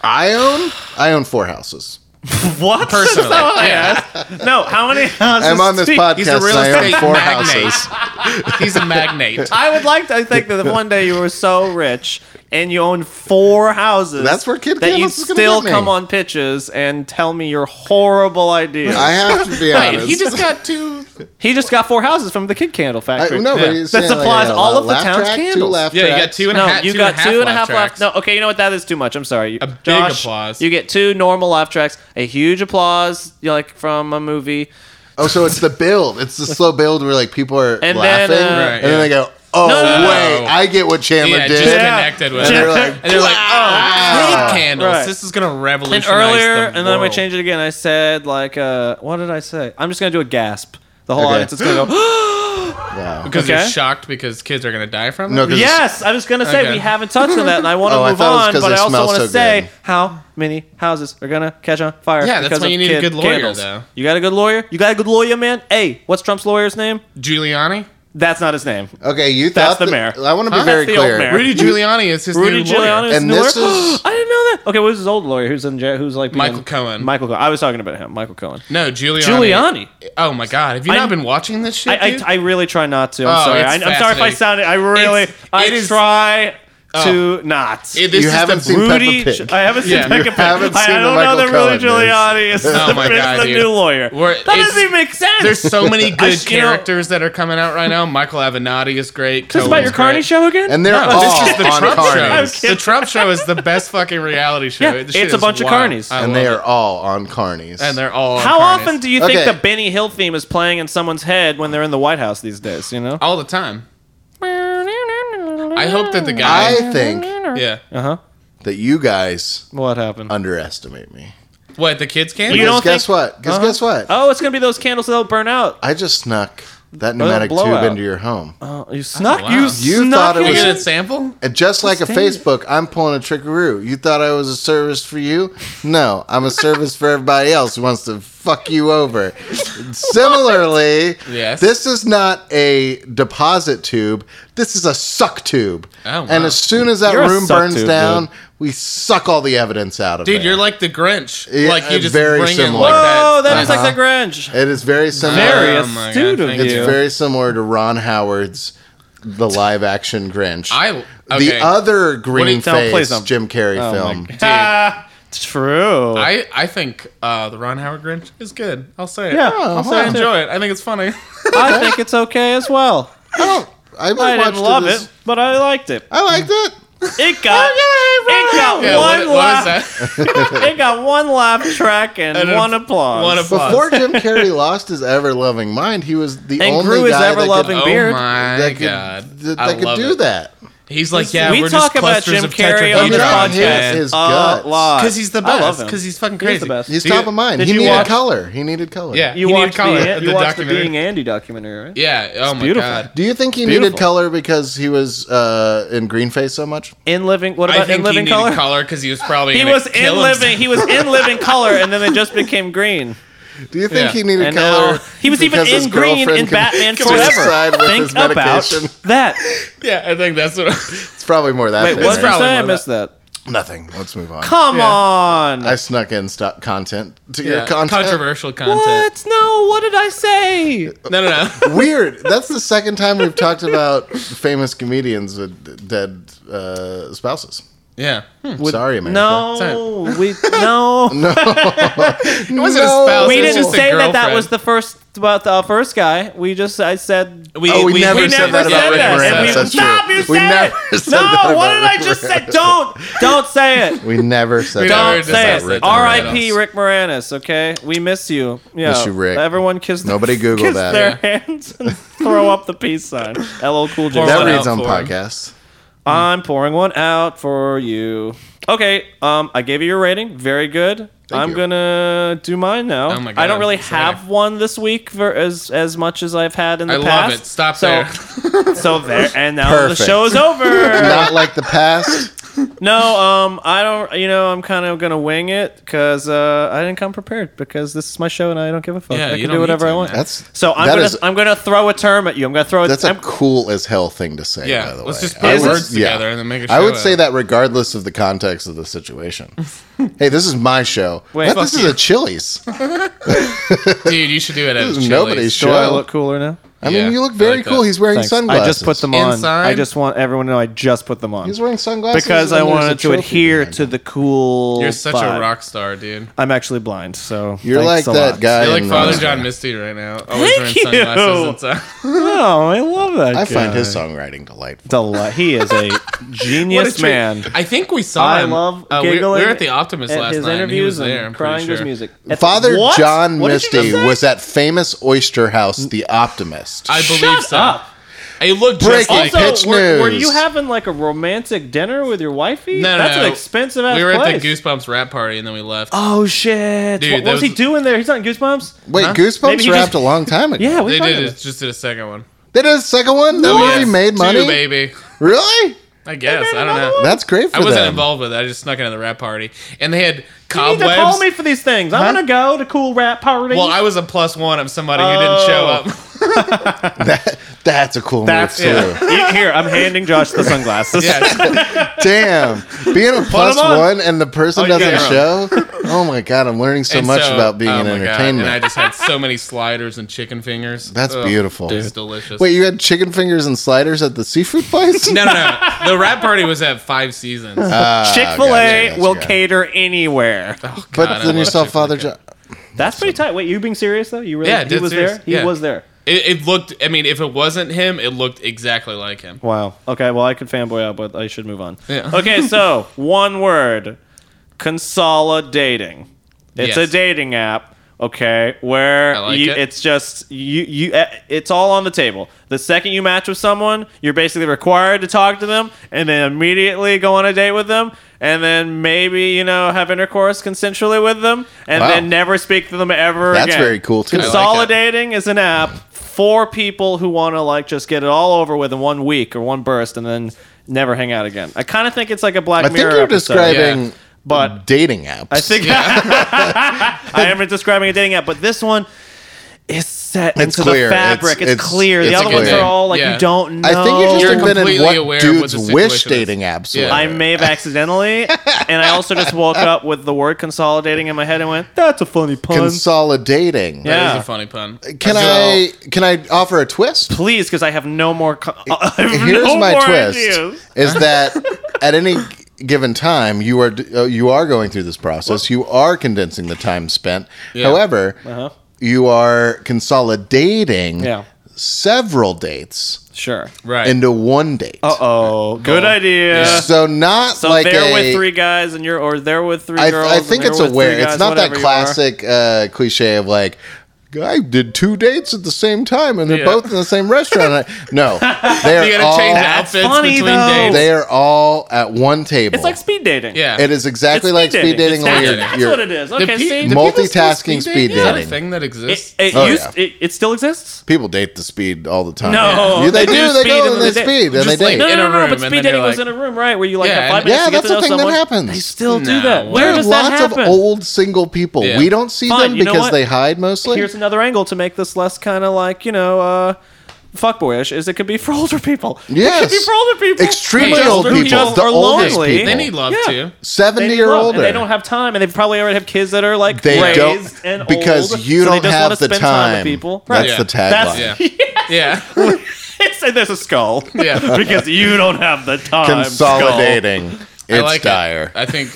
Speaker 2: I own I own four houses.
Speaker 1: what? Oh,
Speaker 3: Personally.
Speaker 1: That's not what I asked. No, how many houses?
Speaker 2: I'm on this
Speaker 1: do you-
Speaker 2: podcast
Speaker 3: He's a
Speaker 2: and
Speaker 3: real
Speaker 2: I
Speaker 3: estate
Speaker 2: own four
Speaker 3: magnate.
Speaker 2: houses.
Speaker 3: He's a magnate.
Speaker 1: I would like to think that if one day you were so rich and you owned four houses,
Speaker 2: That's where Kid
Speaker 1: that you'd
Speaker 2: Candles is gonna
Speaker 1: still
Speaker 2: get me.
Speaker 1: come on pitches and tell me your horrible ideas.
Speaker 2: I have to be honest.
Speaker 3: he just got two.
Speaker 1: he just got four houses from the Kid Candle
Speaker 2: I,
Speaker 1: Factory.
Speaker 2: no, but he's
Speaker 1: That
Speaker 2: saying like
Speaker 1: supplies
Speaker 2: a
Speaker 1: all of the
Speaker 2: laugh
Speaker 1: town's
Speaker 2: track, Two
Speaker 1: candles.
Speaker 2: laugh
Speaker 3: Yeah, you got
Speaker 2: tracks.
Speaker 3: two and a
Speaker 1: No,
Speaker 3: half.
Speaker 1: you got two and a half
Speaker 3: laugh
Speaker 1: left. No,
Speaker 3: tracks.
Speaker 1: okay, you know what? That is too much. I'm sorry. A
Speaker 3: big
Speaker 1: Josh,
Speaker 3: applause.
Speaker 1: You get two normal laugh tracks, a huge applause, you know, like from a movie.
Speaker 2: Oh, so it's the build. It's the slow build where like people are
Speaker 1: And then,
Speaker 2: laughing,
Speaker 1: uh,
Speaker 2: and
Speaker 1: Right,
Speaker 2: then
Speaker 3: yeah.
Speaker 2: they go, "Oh
Speaker 1: No, no,
Speaker 3: no.
Speaker 2: wait, I get what Chandler
Speaker 3: Yeah,
Speaker 2: did."
Speaker 3: just connected with.
Speaker 2: And
Speaker 3: it.
Speaker 2: they're like,
Speaker 3: And they're like, oh,
Speaker 2: Wow.
Speaker 3: kid candles.
Speaker 1: Right.
Speaker 3: This is gonna
Speaker 1: And
Speaker 3: revolutionize
Speaker 1: earlier,
Speaker 3: the
Speaker 1: and then I'm gonna
Speaker 3: world.
Speaker 1: change it again. I said like, uh, what did I say? I'm just gonna do a gasp. The whole
Speaker 2: Okay.
Speaker 1: audience is gonna go.
Speaker 2: Wow.
Speaker 3: because they're
Speaker 1: Okay.
Speaker 3: shocked because kids are gonna die from it.
Speaker 2: No, 'cause
Speaker 1: yes, I was gonna say
Speaker 3: Okay.
Speaker 1: we haven't touched on that, and I want to
Speaker 2: Oh, I
Speaker 1: move
Speaker 2: thought it was
Speaker 1: on,
Speaker 2: 'cause
Speaker 1: but
Speaker 2: they
Speaker 1: I also
Speaker 2: smell
Speaker 1: want to
Speaker 2: so
Speaker 1: say
Speaker 2: good.
Speaker 1: how many houses are gonna catch on fire.
Speaker 3: Yeah, that's
Speaker 1: because
Speaker 3: why
Speaker 1: of
Speaker 3: you need a
Speaker 1: kid
Speaker 3: good lawyer,
Speaker 1: candles.
Speaker 3: though.
Speaker 1: You got a good lawyer? You got a good lawyer, man? Hey, what's Trump's lawyer's name?
Speaker 3: Giuliani.
Speaker 1: That's not his name.
Speaker 2: Okay, you thought
Speaker 1: That's the
Speaker 2: that-
Speaker 1: mayor.
Speaker 2: I want to be
Speaker 1: Huh?
Speaker 2: very
Speaker 1: That's the old
Speaker 2: clear.
Speaker 1: mayor.
Speaker 3: Rudy Giuliani is his
Speaker 1: Rudy
Speaker 3: new lawyer.
Speaker 1: Giuliani is
Speaker 2: And
Speaker 1: newer.
Speaker 2: this is-
Speaker 1: I didn't know that. Okay, what was his old lawyer who's in jail? Who's like being-
Speaker 3: Michael Cohen.
Speaker 1: Michael Cohen. I was talking about him. Michael Cohen.
Speaker 3: No, Giuliani.
Speaker 1: Giuliani.
Speaker 3: Oh my God, have you
Speaker 1: I-
Speaker 3: not been watching this shit?
Speaker 1: I,
Speaker 3: dude?
Speaker 1: I, I really try not to. I'm
Speaker 3: Oh,
Speaker 1: sorry.
Speaker 3: it's
Speaker 1: I, I'm sorry if I
Speaker 3: fascinating.
Speaker 1: sounded. I really.
Speaker 3: It's-
Speaker 1: I
Speaker 3: it is- Oh.
Speaker 1: try to not.
Speaker 3: It- this
Speaker 2: You
Speaker 3: is the
Speaker 2: haven't seen
Speaker 1: Rudy,
Speaker 2: Peppa Pig.
Speaker 1: I haven't seen
Speaker 3: Yeah.
Speaker 1: Peppa
Speaker 3: You
Speaker 1: Pig.
Speaker 2: haven't
Speaker 1: I,
Speaker 2: seen
Speaker 1: I
Speaker 2: the
Speaker 1: don't know
Speaker 2: Michael
Speaker 1: that Rudy
Speaker 2: Cohen
Speaker 1: Giuliani is,
Speaker 3: Oh
Speaker 1: the,
Speaker 3: my
Speaker 1: is
Speaker 3: God,
Speaker 1: the
Speaker 3: dude.
Speaker 1: new lawyer.
Speaker 3: We're-
Speaker 1: that
Speaker 3: it's-
Speaker 1: doesn't even make sense.
Speaker 3: There's so many
Speaker 1: I
Speaker 3: good
Speaker 1: just- you know-
Speaker 3: characters that are coming out right now. Michael Avenatti is great.
Speaker 1: this is about your Carney show again?
Speaker 2: And they're
Speaker 3: No,
Speaker 2: all
Speaker 3: this is the
Speaker 2: Oh, on
Speaker 3: Trump
Speaker 2: carnies.
Speaker 1: I'm
Speaker 3: show.
Speaker 1: kidding.
Speaker 3: The Trump show is the best fucking reality show.
Speaker 1: Yeah,
Speaker 3: The shit
Speaker 1: it's a
Speaker 3: is
Speaker 1: bunch of
Speaker 3: wild.
Speaker 1: carnies.
Speaker 3: I
Speaker 2: and
Speaker 3: love
Speaker 2: they are
Speaker 3: it.
Speaker 2: all on carnies.
Speaker 3: and they're all
Speaker 1: How
Speaker 3: carnies.
Speaker 1: often do you
Speaker 2: Okay.
Speaker 1: think the Benny Hill theme is playing in someone's head when they're in the White House these days? You know.
Speaker 3: all the time? I hope that the guy.
Speaker 2: I think
Speaker 3: yeah.
Speaker 1: Uh huh.
Speaker 2: that you guys
Speaker 1: What happened?
Speaker 2: underestimate me.
Speaker 3: What the kids can?
Speaker 1: You
Speaker 2: Because
Speaker 1: don't
Speaker 2: guess
Speaker 1: think-
Speaker 2: what? Because
Speaker 1: Uh-huh.
Speaker 2: guess what?
Speaker 1: Oh, it's gonna be those candles that'll burn out.
Speaker 2: I just snuck that pneumatic tube
Speaker 1: blowout.
Speaker 2: into your home.
Speaker 1: Oh, you snuck.
Speaker 3: wow.
Speaker 1: You,
Speaker 3: You
Speaker 1: snuck
Speaker 2: thought it
Speaker 1: it
Speaker 3: you
Speaker 2: was-
Speaker 3: get
Speaker 1: in?
Speaker 3: a sample?
Speaker 2: And just like a Facebook, I'm pulling a trickaroo. You thought I was a service for you? No, I'm a service for everybody else who wants to fuck you over. Similarly,
Speaker 3: Yes.
Speaker 2: this is not a deposit tube. This is a suck tube.
Speaker 3: Oh, wow.
Speaker 2: And as soon as that
Speaker 1: You're a
Speaker 2: room
Speaker 1: suck
Speaker 2: burns
Speaker 1: tube,
Speaker 2: down,
Speaker 1: dude.
Speaker 2: we suck all the evidence out of
Speaker 3: Dude,
Speaker 2: there.
Speaker 3: you're like the Grinch.
Speaker 2: Yeah,
Speaker 3: like you just
Speaker 2: very
Speaker 3: bring
Speaker 2: similar.
Speaker 3: in like
Speaker 1: Oh,
Speaker 3: that.
Speaker 1: that is like the Grinch.
Speaker 2: It is very similar.
Speaker 1: Very
Speaker 3: Uh-huh. Oh my
Speaker 1: astute
Speaker 3: God,
Speaker 1: of
Speaker 3: thank
Speaker 1: you.
Speaker 2: It's very similar to Ron Howard's The Live Action Grinch.
Speaker 3: I okay.
Speaker 2: The other green
Speaker 1: don't-
Speaker 2: face
Speaker 1: please don't-
Speaker 2: Jim Carrey
Speaker 1: Oh my
Speaker 2: film.
Speaker 3: Dude,
Speaker 1: True.
Speaker 3: I I think uh, the Ron Howard Grinch is good. I'll say it.
Speaker 1: yeah,
Speaker 2: Oh,
Speaker 1: I'll
Speaker 3: I
Speaker 1: say it.
Speaker 3: enjoy it. I think it's funny.
Speaker 1: I think it's okay as well.
Speaker 2: I don't. I,
Speaker 1: I
Speaker 2: watched
Speaker 1: didn't love
Speaker 2: as-
Speaker 1: it, but I liked it.
Speaker 2: I liked it.
Speaker 1: It got it got
Speaker 3: Yeah,
Speaker 1: one
Speaker 3: what, what is
Speaker 1: laugh.
Speaker 3: that?
Speaker 1: It got one laugh track and,
Speaker 3: And a-
Speaker 1: one applause.
Speaker 3: One applause.
Speaker 2: Before Jim Carrey lost his ever-loving mind, he was the
Speaker 1: And
Speaker 2: only
Speaker 1: grew his
Speaker 2: guy that
Speaker 1: ever-loving
Speaker 2: could,
Speaker 3: oh
Speaker 1: beard.
Speaker 3: my
Speaker 2: that could,
Speaker 3: god,
Speaker 2: that,
Speaker 3: I
Speaker 2: that could
Speaker 3: love
Speaker 2: do
Speaker 3: it.
Speaker 2: that.
Speaker 3: He's like, yeah,
Speaker 1: we
Speaker 3: we're
Speaker 1: talk
Speaker 3: just
Speaker 1: about
Speaker 3: clusters
Speaker 1: Jim
Speaker 3: of
Speaker 1: Carrey on
Speaker 2: I mean,
Speaker 1: this
Speaker 2: I
Speaker 1: podcast.
Speaker 2: hate
Speaker 3: tetrahedrons.
Speaker 2: his guts.
Speaker 3: Because he's the
Speaker 1: I love
Speaker 3: best.
Speaker 1: him.
Speaker 3: Because he's fucking
Speaker 1: He's
Speaker 3: crazy.
Speaker 1: the best.
Speaker 2: He's
Speaker 3: Dude,
Speaker 2: top of mind.
Speaker 1: did
Speaker 2: He
Speaker 1: you
Speaker 2: needed
Speaker 1: watch-
Speaker 2: color. He needed color.
Speaker 3: Yeah,
Speaker 1: You
Speaker 3: he needed
Speaker 1: watched the,
Speaker 3: color.
Speaker 1: you watched the
Speaker 3: documentary.
Speaker 1: Being Andy documentary, right?
Speaker 3: Yeah. Oh my
Speaker 1: beautiful.
Speaker 3: god.
Speaker 2: Do you think he
Speaker 1: Beautiful.
Speaker 2: needed color because he was uh, in Greenface so much?
Speaker 1: In living. What
Speaker 3: I
Speaker 1: about in
Speaker 3: think he
Speaker 1: living
Speaker 3: needed
Speaker 1: color?
Speaker 3: color because he was probably
Speaker 1: He
Speaker 3: gonna
Speaker 1: was in
Speaker 3: kill himself.
Speaker 1: living. He was in living color, and then they just became green.
Speaker 2: Do you think
Speaker 3: Yeah.
Speaker 2: he needed
Speaker 1: And
Speaker 2: color?
Speaker 1: now he was even
Speaker 2: because his
Speaker 1: in green in
Speaker 2: girlfriend
Speaker 1: Batman
Speaker 2: committed suicide
Speaker 1: Forever.
Speaker 2: with
Speaker 1: Think
Speaker 2: his
Speaker 1: about
Speaker 2: medication?
Speaker 1: that.
Speaker 3: Yeah, I think that's what.
Speaker 2: It's probably more that.
Speaker 1: Wait,
Speaker 2: thing,
Speaker 1: what did you
Speaker 2: right?
Speaker 3: probably
Speaker 1: say? I
Speaker 3: more
Speaker 1: missed that.
Speaker 2: Nothing. Let's move on.
Speaker 1: Come
Speaker 3: Yeah.
Speaker 1: on.
Speaker 2: I snuck in stock content to
Speaker 3: yeah,
Speaker 2: your content.
Speaker 3: controversial content.
Speaker 1: what? No. What did I say?
Speaker 3: No, no, no.
Speaker 2: Weird. That's the second time we've talked about famous comedians with dead uh, spouses.
Speaker 3: yeah, Hmm.
Speaker 2: Sorry, America.
Speaker 1: No. We no.
Speaker 3: it wasn't a spouse.
Speaker 1: we
Speaker 3: it was
Speaker 1: didn't
Speaker 3: just a
Speaker 1: say that that
Speaker 3: girlfriend.
Speaker 1: was the first about the uh, first guy. We just I said
Speaker 3: We,
Speaker 2: Oh, we, never
Speaker 1: we
Speaker 2: said that
Speaker 1: never
Speaker 2: about
Speaker 1: said
Speaker 2: Rick
Speaker 1: that.
Speaker 2: Moranis.
Speaker 1: And we-
Speaker 2: That's
Speaker 1: Stop,
Speaker 2: true.
Speaker 1: you
Speaker 2: we
Speaker 1: said
Speaker 2: never
Speaker 1: it.
Speaker 2: said
Speaker 1: no.
Speaker 2: that about
Speaker 1: What did I
Speaker 2: Rick
Speaker 1: just say?
Speaker 2: Moranis.
Speaker 1: Don't don't say it.
Speaker 2: We never said
Speaker 3: We
Speaker 2: that.
Speaker 3: never
Speaker 1: Don't say
Speaker 3: discussed
Speaker 1: it.
Speaker 3: Rick
Speaker 1: R.I.P.
Speaker 3: Moranis.
Speaker 1: Rick Moranis. Okay, we miss you. Yeah,
Speaker 2: Miss you, Rick.
Speaker 1: Everyone kiss. their-
Speaker 2: Nobody Google
Speaker 1: kiss
Speaker 2: that.
Speaker 1: their hands and throw up the peace sign. LL Cool J.
Speaker 3: Pour
Speaker 2: That
Speaker 3: one
Speaker 2: reads on
Speaker 3: out for him.
Speaker 2: podcasts.
Speaker 1: I'm pouring one out for you. Okay, um, I gave you your rating. Very good. I'm
Speaker 2: you.
Speaker 1: gonna do mine now.
Speaker 3: Oh my
Speaker 1: I don't
Speaker 3: God,
Speaker 1: really
Speaker 3: it's
Speaker 1: have
Speaker 3: right.
Speaker 1: one this week for as as much as I've had in the
Speaker 3: I
Speaker 1: past.
Speaker 3: love it. Stop
Speaker 1: so,
Speaker 3: there.
Speaker 1: So there, and now the
Speaker 2: Perfect.
Speaker 1: show's over.
Speaker 2: Not like the past.
Speaker 1: no, um, I don't. You know, I'm kind of gonna wing it because uh, I didn't come prepared because this is my show and I don't give a fuck.
Speaker 3: Yeah,
Speaker 1: I
Speaker 3: you
Speaker 1: can
Speaker 3: don't
Speaker 1: do
Speaker 3: need
Speaker 1: whatever
Speaker 3: to,
Speaker 1: I want.
Speaker 3: man.
Speaker 2: That's
Speaker 1: so I'm
Speaker 2: that
Speaker 1: gonna
Speaker 2: is-
Speaker 1: I'm gonna throw a term at you. I'm gonna throw a.
Speaker 2: That's a
Speaker 1: I'm-
Speaker 2: cool as hell thing to say.
Speaker 3: Yeah,
Speaker 2: by the
Speaker 3: let's
Speaker 2: way.
Speaker 3: just put
Speaker 2: I would-
Speaker 3: words together and then make a
Speaker 2: I
Speaker 3: show
Speaker 2: would say
Speaker 3: out.
Speaker 2: that regardless of the context of the situation. hey, this is my show.
Speaker 1: Wait,
Speaker 2: What?
Speaker 1: fuck
Speaker 2: this is
Speaker 1: you.
Speaker 2: a Chili's.
Speaker 3: dude, you should do it at
Speaker 2: This
Speaker 3: a
Speaker 2: is nobody's
Speaker 3: Chili's.
Speaker 1: do I
Speaker 2: show.
Speaker 1: look cooler now?
Speaker 2: I
Speaker 3: Yeah,
Speaker 2: mean, you look
Speaker 3: I
Speaker 2: very
Speaker 3: like
Speaker 2: cool.
Speaker 3: that.
Speaker 2: He's wearing
Speaker 1: Thanks.
Speaker 2: sunglasses.
Speaker 1: I just put them on.
Speaker 3: Inside?
Speaker 1: I just want everyone to know I just put them on.
Speaker 2: He's wearing sunglasses
Speaker 1: because
Speaker 2: and
Speaker 1: I
Speaker 2: there's a
Speaker 1: wanted to
Speaker 2: trophy
Speaker 1: adhere
Speaker 2: behind
Speaker 1: to
Speaker 2: him.
Speaker 1: the cool.
Speaker 3: You're such
Speaker 1: vibe.
Speaker 3: a rock star, dude.
Speaker 1: I'm actually blind, so
Speaker 2: You're
Speaker 1: thanks
Speaker 2: like
Speaker 1: a
Speaker 2: that
Speaker 1: lot.
Speaker 2: guy.
Speaker 3: You're like
Speaker 2: in,
Speaker 3: Father
Speaker 2: uh,
Speaker 3: John Misty right now. Always
Speaker 1: Thank
Speaker 3: wearing
Speaker 1: you.
Speaker 3: sunglasses inside.
Speaker 1: Oh, I love that.
Speaker 2: I
Speaker 1: guy.
Speaker 2: find his songwriting delightful.
Speaker 1: Deli- he is a
Speaker 3: What a
Speaker 1: genius
Speaker 3: treat.
Speaker 1: man.
Speaker 3: I think we saw
Speaker 1: I
Speaker 3: him.
Speaker 1: love
Speaker 3: uh, we-
Speaker 1: giggling.
Speaker 3: We were at the Optimist
Speaker 1: at
Speaker 3: last
Speaker 1: his
Speaker 3: night. and
Speaker 1: interviews
Speaker 3: he was
Speaker 1: and
Speaker 3: there. I'm pretty
Speaker 1: crying to his
Speaker 3: sure.
Speaker 1: music. At-
Speaker 2: Father
Speaker 1: What?
Speaker 2: John
Speaker 1: What did you
Speaker 2: Misty
Speaker 1: just say?
Speaker 2: was that famous oyster house, The Optimist.
Speaker 3: I believe
Speaker 1: Shut
Speaker 3: so.
Speaker 1: up.
Speaker 3: He looked just
Speaker 2: Breaking
Speaker 3: like
Speaker 1: Also,
Speaker 3: him.
Speaker 2: pitch
Speaker 1: were, were you
Speaker 2: news.
Speaker 1: having like a romantic dinner with your wifey?
Speaker 3: No, no,
Speaker 1: That's an
Speaker 3: no.
Speaker 1: expensive ass
Speaker 3: We were
Speaker 1: place.
Speaker 3: at the Goosebumps rap party and then we left.
Speaker 1: Oh shit!
Speaker 3: Dude,
Speaker 1: what
Speaker 3: that
Speaker 1: was, he
Speaker 3: was-
Speaker 1: doing there? He's not in Goosebumps.
Speaker 2: Wait,
Speaker 3: Huh?
Speaker 1: Maybe
Speaker 2: Goosebumps
Speaker 1: he
Speaker 2: wrapped
Speaker 1: just-
Speaker 2: a long time ago.
Speaker 1: Yeah, we
Speaker 3: they
Speaker 1: talking
Speaker 3: did
Speaker 1: about-
Speaker 3: it, just did a second one. Oh,
Speaker 2: They did a second one? That
Speaker 3: Yeah.
Speaker 2: movie made
Speaker 3: Two,
Speaker 2: money?
Speaker 3: baby.
Speaker 2: Really?
Speaker 3: I guess. I don't know.
Speaker 2: That's great for
Speaker 3: I wasn't
Speaker 2: them.
Speaker 3: involved with it. I just snuck into the rap party. And they had
Speaker 1: You need
Speaker 3: cobwebs.
Speaker 1: to call me for these things. I'm gonna go to cool rap party.
Speaker 3: Well, I was a plus one of somebody who didn't show up.
Speaker 1: Oh.
Speaker 2: That, that's a cool
Speaker 1: That's
Speaker 2: move, too.
Speaker 1: it. Here- Here, I'm handing Josh the sunglasses.
Speaker 3: yeah.
Speaker 2: Damn. Being a plus
Speaker 1: them on.
Speaker 2: one and the person
Speaker 3: you
Speaker 2: doesn't
Speaker 3: got
Speaker 2: show? Oh my God, I'm learning so
Speaker 3: And
Speaker 2: much
Speaker 3: so-
Speaker 2: about being
Speaker 3: oh
Speaker 2: in
Speaker 3: my God,
Speaker 2: entertainment.
Speaker 3: And I just had so many sliders and chicken fingers.
Speaker 2: That's
Speaker 3: Ugh,
Speaker 2: beautiful.
Speaker 3: It's delicious.
Speaker 2: Wait, you had chicken fingers and sliders at the seafood place?
Speaker 3: No, no, no. The rap party was at five seasons.
Speaker 2: Ah,
Speaker 3: Oh,
Speaker 1: Chick Fil
Speaker 2: gotcha,
Speaker 1: A
Speaker 2: gotcha,
Speaker 1: will
Speaker 2: gotcha.
Speaker 1: cater anywhere.
Speaker 2: But
Speaker 3: God, I
Speaker 2: then you
Speaker 3: love
Speaker 2: saw
Speaker 3: Chick-fil-A.
Speaker 2: Father John.
Speaker 1: That's pretty tight. Wait, you being serious though? You really?
Speaker 3: Yeah,
Speaker 1: he
Speaker 3: dead
Speaker 1: was
Speaker 3: serious.
Speaker 1: there. He
Speaker 3: Yeah.
Speaker 1: was there.
Speaker 3: It, it looked. I mean, if it wasn't him, it looked exactly like him.
Speaker 1: Wow. Okay. Well, I could fanboy out, but I should move on.
Speaker 3: Yeah.
Speaker 1: Okay. So one word: consolidating. It's
Speaker 3: Yes.
Speaker 1: a dating app. Okay, where
Speaker 3: I like
Speaker 1: you,
Speaker 3: it.
Speaker 1: it's just you you eh, it's all on the table. The second you match with someone, you're basically required to talk to them, and then immediately go on a date with them, and then maybe you know have intercourse consensually with them, and
Speaker 2: Wow.
Speaker 1: then never speak to them ever
Speaker 2: That's
Speaker 1: again.
Speaker 2: very cool, too. I like that.
Speaker 1: Consolidating is an app for people who want to like just get it all over with in one week or one burst and then never hang out again. I kind of think it's like a Black
Speaker 2: I
Speaker 1: Mirror
Speaker 2: think you're
Speaker 1: episode.
Speaker 2: describing
Speaker 1: But
Speaker 2: dating apps.
Speaker 1: I think I am describing a dating app, but this one is set
Speaker 2: It's
Speaker 1: into
Speaker 2: clear.
Speaker 1: the fabric. It's,
Speaker 2: It's- it's-
Speaker 1: clear. The
Speaker 2: it's
Speaker 1: other
Speaker 2: a
Speaker 1: ones
Speaker 2: good
Speaker 1: are all like
Speaker 3: game.
Speaker 1: you
Speaker 3: Yeah.
Speaker 1: don't know.
Speaker 2: I think you're
Speaker 3: You're
Speaker 2: just been in
Speaker 3: completely
Speaker 2: what
Speaker 3: aware of what
Speaker 2: dudes
Speaker 3: the
Speaker 2: wish
Speaker 3: situation is.
Speaker 2: dating apps.
Speaker 3: Yeah.
Speaker 2: were.
Speaker 1: I may have accidentally, and I also just woke up with the word consolidating in my head and went, "That's a funny pun."
Speaker 2: consolidating.
Speaker 1: Yeah.
Speaker 3: That is a funny pun.
Speaker 2: Can
Speaker 3: So-
Speaker 2: I can I offer a twist?
Speaker 1: Please, because I have no more. Co- I have
Speaker 2: Here's
Speaker 1: no
Speaker 2: my
Speaker 1: more
Speaker 2: twist:
Speaker 1: ideas.
Speaker 2: is that at any given time you are uh, you are going through this process, you are condensing the time spent. However, you are consolidating
Speaker 1: Uh-huh. Yeah.
Speaker 2: several dates
Speaker 1: Sure.
Speaker 3: Right.
Speaker 2: into one date.
Speaker 1: Uh oh. Good idea.
Speaker 2: So not
Speaker 1: So
Speaker 2: like
Speaker 1: they're
Speaker 2: a,
Speaker 1: with three guys, and you're, or they're with three
Speaker 2: I,
Speaker 1: girls.
Speaker 2: I
Speaker 1: and
Speaker 2: think
Speaker 1: they're
Speaker 2: it's
Speaker 1: with three
Speaker 2: aware.
Speaker 1: guys,
Speaker 2: It's not that
Speaker 1: whatever you are.
Speaker 2: classic uh, cliche of like, I did two dates at the same time and they're
Speaker 3: Yeah.
Speaker 2: both in the same restaurant. no,
Speaker 3: you
Speaker 2: they're
Speaker 3: gotta
Speaker 2: all
Speaker 3: change
Speaker 1: That's
Speaker 3: outfits
Speaker 1: funny,
Speaker 3: between
Speaker 1: though.
Speaker 3: dates.
Speaker 2: they are all at one table.
Speaker 1: It's like speed dating.
Speaker 3: yeah.
Speaker 2: It is exactly
Speaker 1: It's
Speaker 2: like speed dating.
Speaker 1: It's
Speaker 2: where
Speaker 1: that-
Speaker 2: you're-
Speaker 1: that's
Speaker 2: you're-
Speaker 1: what it is.
Speaker 3: The
Speaker 1: Okay,
Speaker 3: pe-
Speaker 1: see,
Speaker 3: the people still
Speaker 2: Multitasking speed
Speaker 3: Is that a
Speaker 2: dating.
Speaker 3: thing that exists?
Speaker 1: it, it,
Speaker 2: Oh,
Speaker 1: used,
Speaker 2: yeah.
Speaker 1: it, it still exists.
Speaker 2: People date the speed all the time.
Speaker 1: No.
Speaker 2: Yeah, they,
Speaker 3: They
Speaker 2: do.
Speaker 3: do
Speaker 2: They
Speaker 3: speed
Speaker 2: go
Speaker 3: and
Speaker 2: and they
Speaker 3: then they-
Speaker 2: speed and
Speaker 3: Oh, just
Speaker 2: they
Speaker 3: like
Speaker 2: date.
Speaker 1: No,
Speaker 3: in
Speaker 1: no,
Speaker 3: a
Speaker 1: no, no,
Speaker 3: room,
Speaker 1: but
Speaker 3: and
Speaker 1: speed
Speaker 3: then
Speaker 1: dating was
Speaker 3: you're like-
Speaker 1: in a room, right? Where you like
Speaker 3: Yeah,
Speaker 1: have five
Speaker 3: and-
Speaker 2: Yeah,
Speaker 1: minutes to get
Speaker 2: that's a
Speaker 1: to know
Speaker 2: thing that
Speaker 1: someone.
Speaker 2: happens.
Speaker 1: They still do
Speaker 3: No.
Speaker 1: that. Where
Speaker 2: there are
Speaker 1: does that
Speaker 2: lots of
Speaker 1: happen?
Speaker 2: old single people.
Speaker 3: Yeah.
Speaker 2: We don't see
Speaker 1: Fine,
Speaker 2: them
Speaker 1: you know
Speaker 2: because
Speaker 1: what?
Speaker 2: they hide mostly.
Speaker 1: Here's another angle to make this less kind of like you know. uh Fuckboyish is it could be for older people.
Speaker 2: Yes.
Speaker 1: it could be for older people.
Speaker 2: Extremely
Speaker 1: Who just-
Speaker 2: old
Speaker 1: who
Speaker 2: people.
Speaker 1: just
Speaker 2: The
Speaker 1: are
Speaker 2: oldest
Speaker 1: lonely.
Speaker 2: people.
Speaker 3: They need love
Speaker 1: Yeah.
Speaker 3: too.
Speaker 1: They
Speaker 2: Seventy
Speaker 1: need
Speaker 2: or
Speaker 1: love, and
Speaker 2: older.
Speaker 1: they don't have time, and they probably already have kids that are like
Speaker 2: They
Speaker 1: raised
Speaker 2: don't-
Speaker 1: and
Speaker 2: because
Speaker 1: old,
Speaker 2: you
Speaker 1: so
Speaker 2: don't
Speaker 1: they just
Speaker 2: have
Speaker 1: wanna
Speaker 2: the
Speaker 1: spend
Speaker 2: time.
Speaker 1: with people.
Speaker 2: That's
Speaker 1: Right.
Speaker 2: the tagline.
Speaker 1: That's,
Speaker 3: Yeah.
Speaker 1: and there's a skull.
Speaker 3: Yeah.
Speaker 1: because you don't have the time. skull.
Speaker 2: Consolidating.
Speaker 3: I
Speaker 2: It's
Speaker 3: like it.
Speaker 2: dire.
Speaker 3: I think.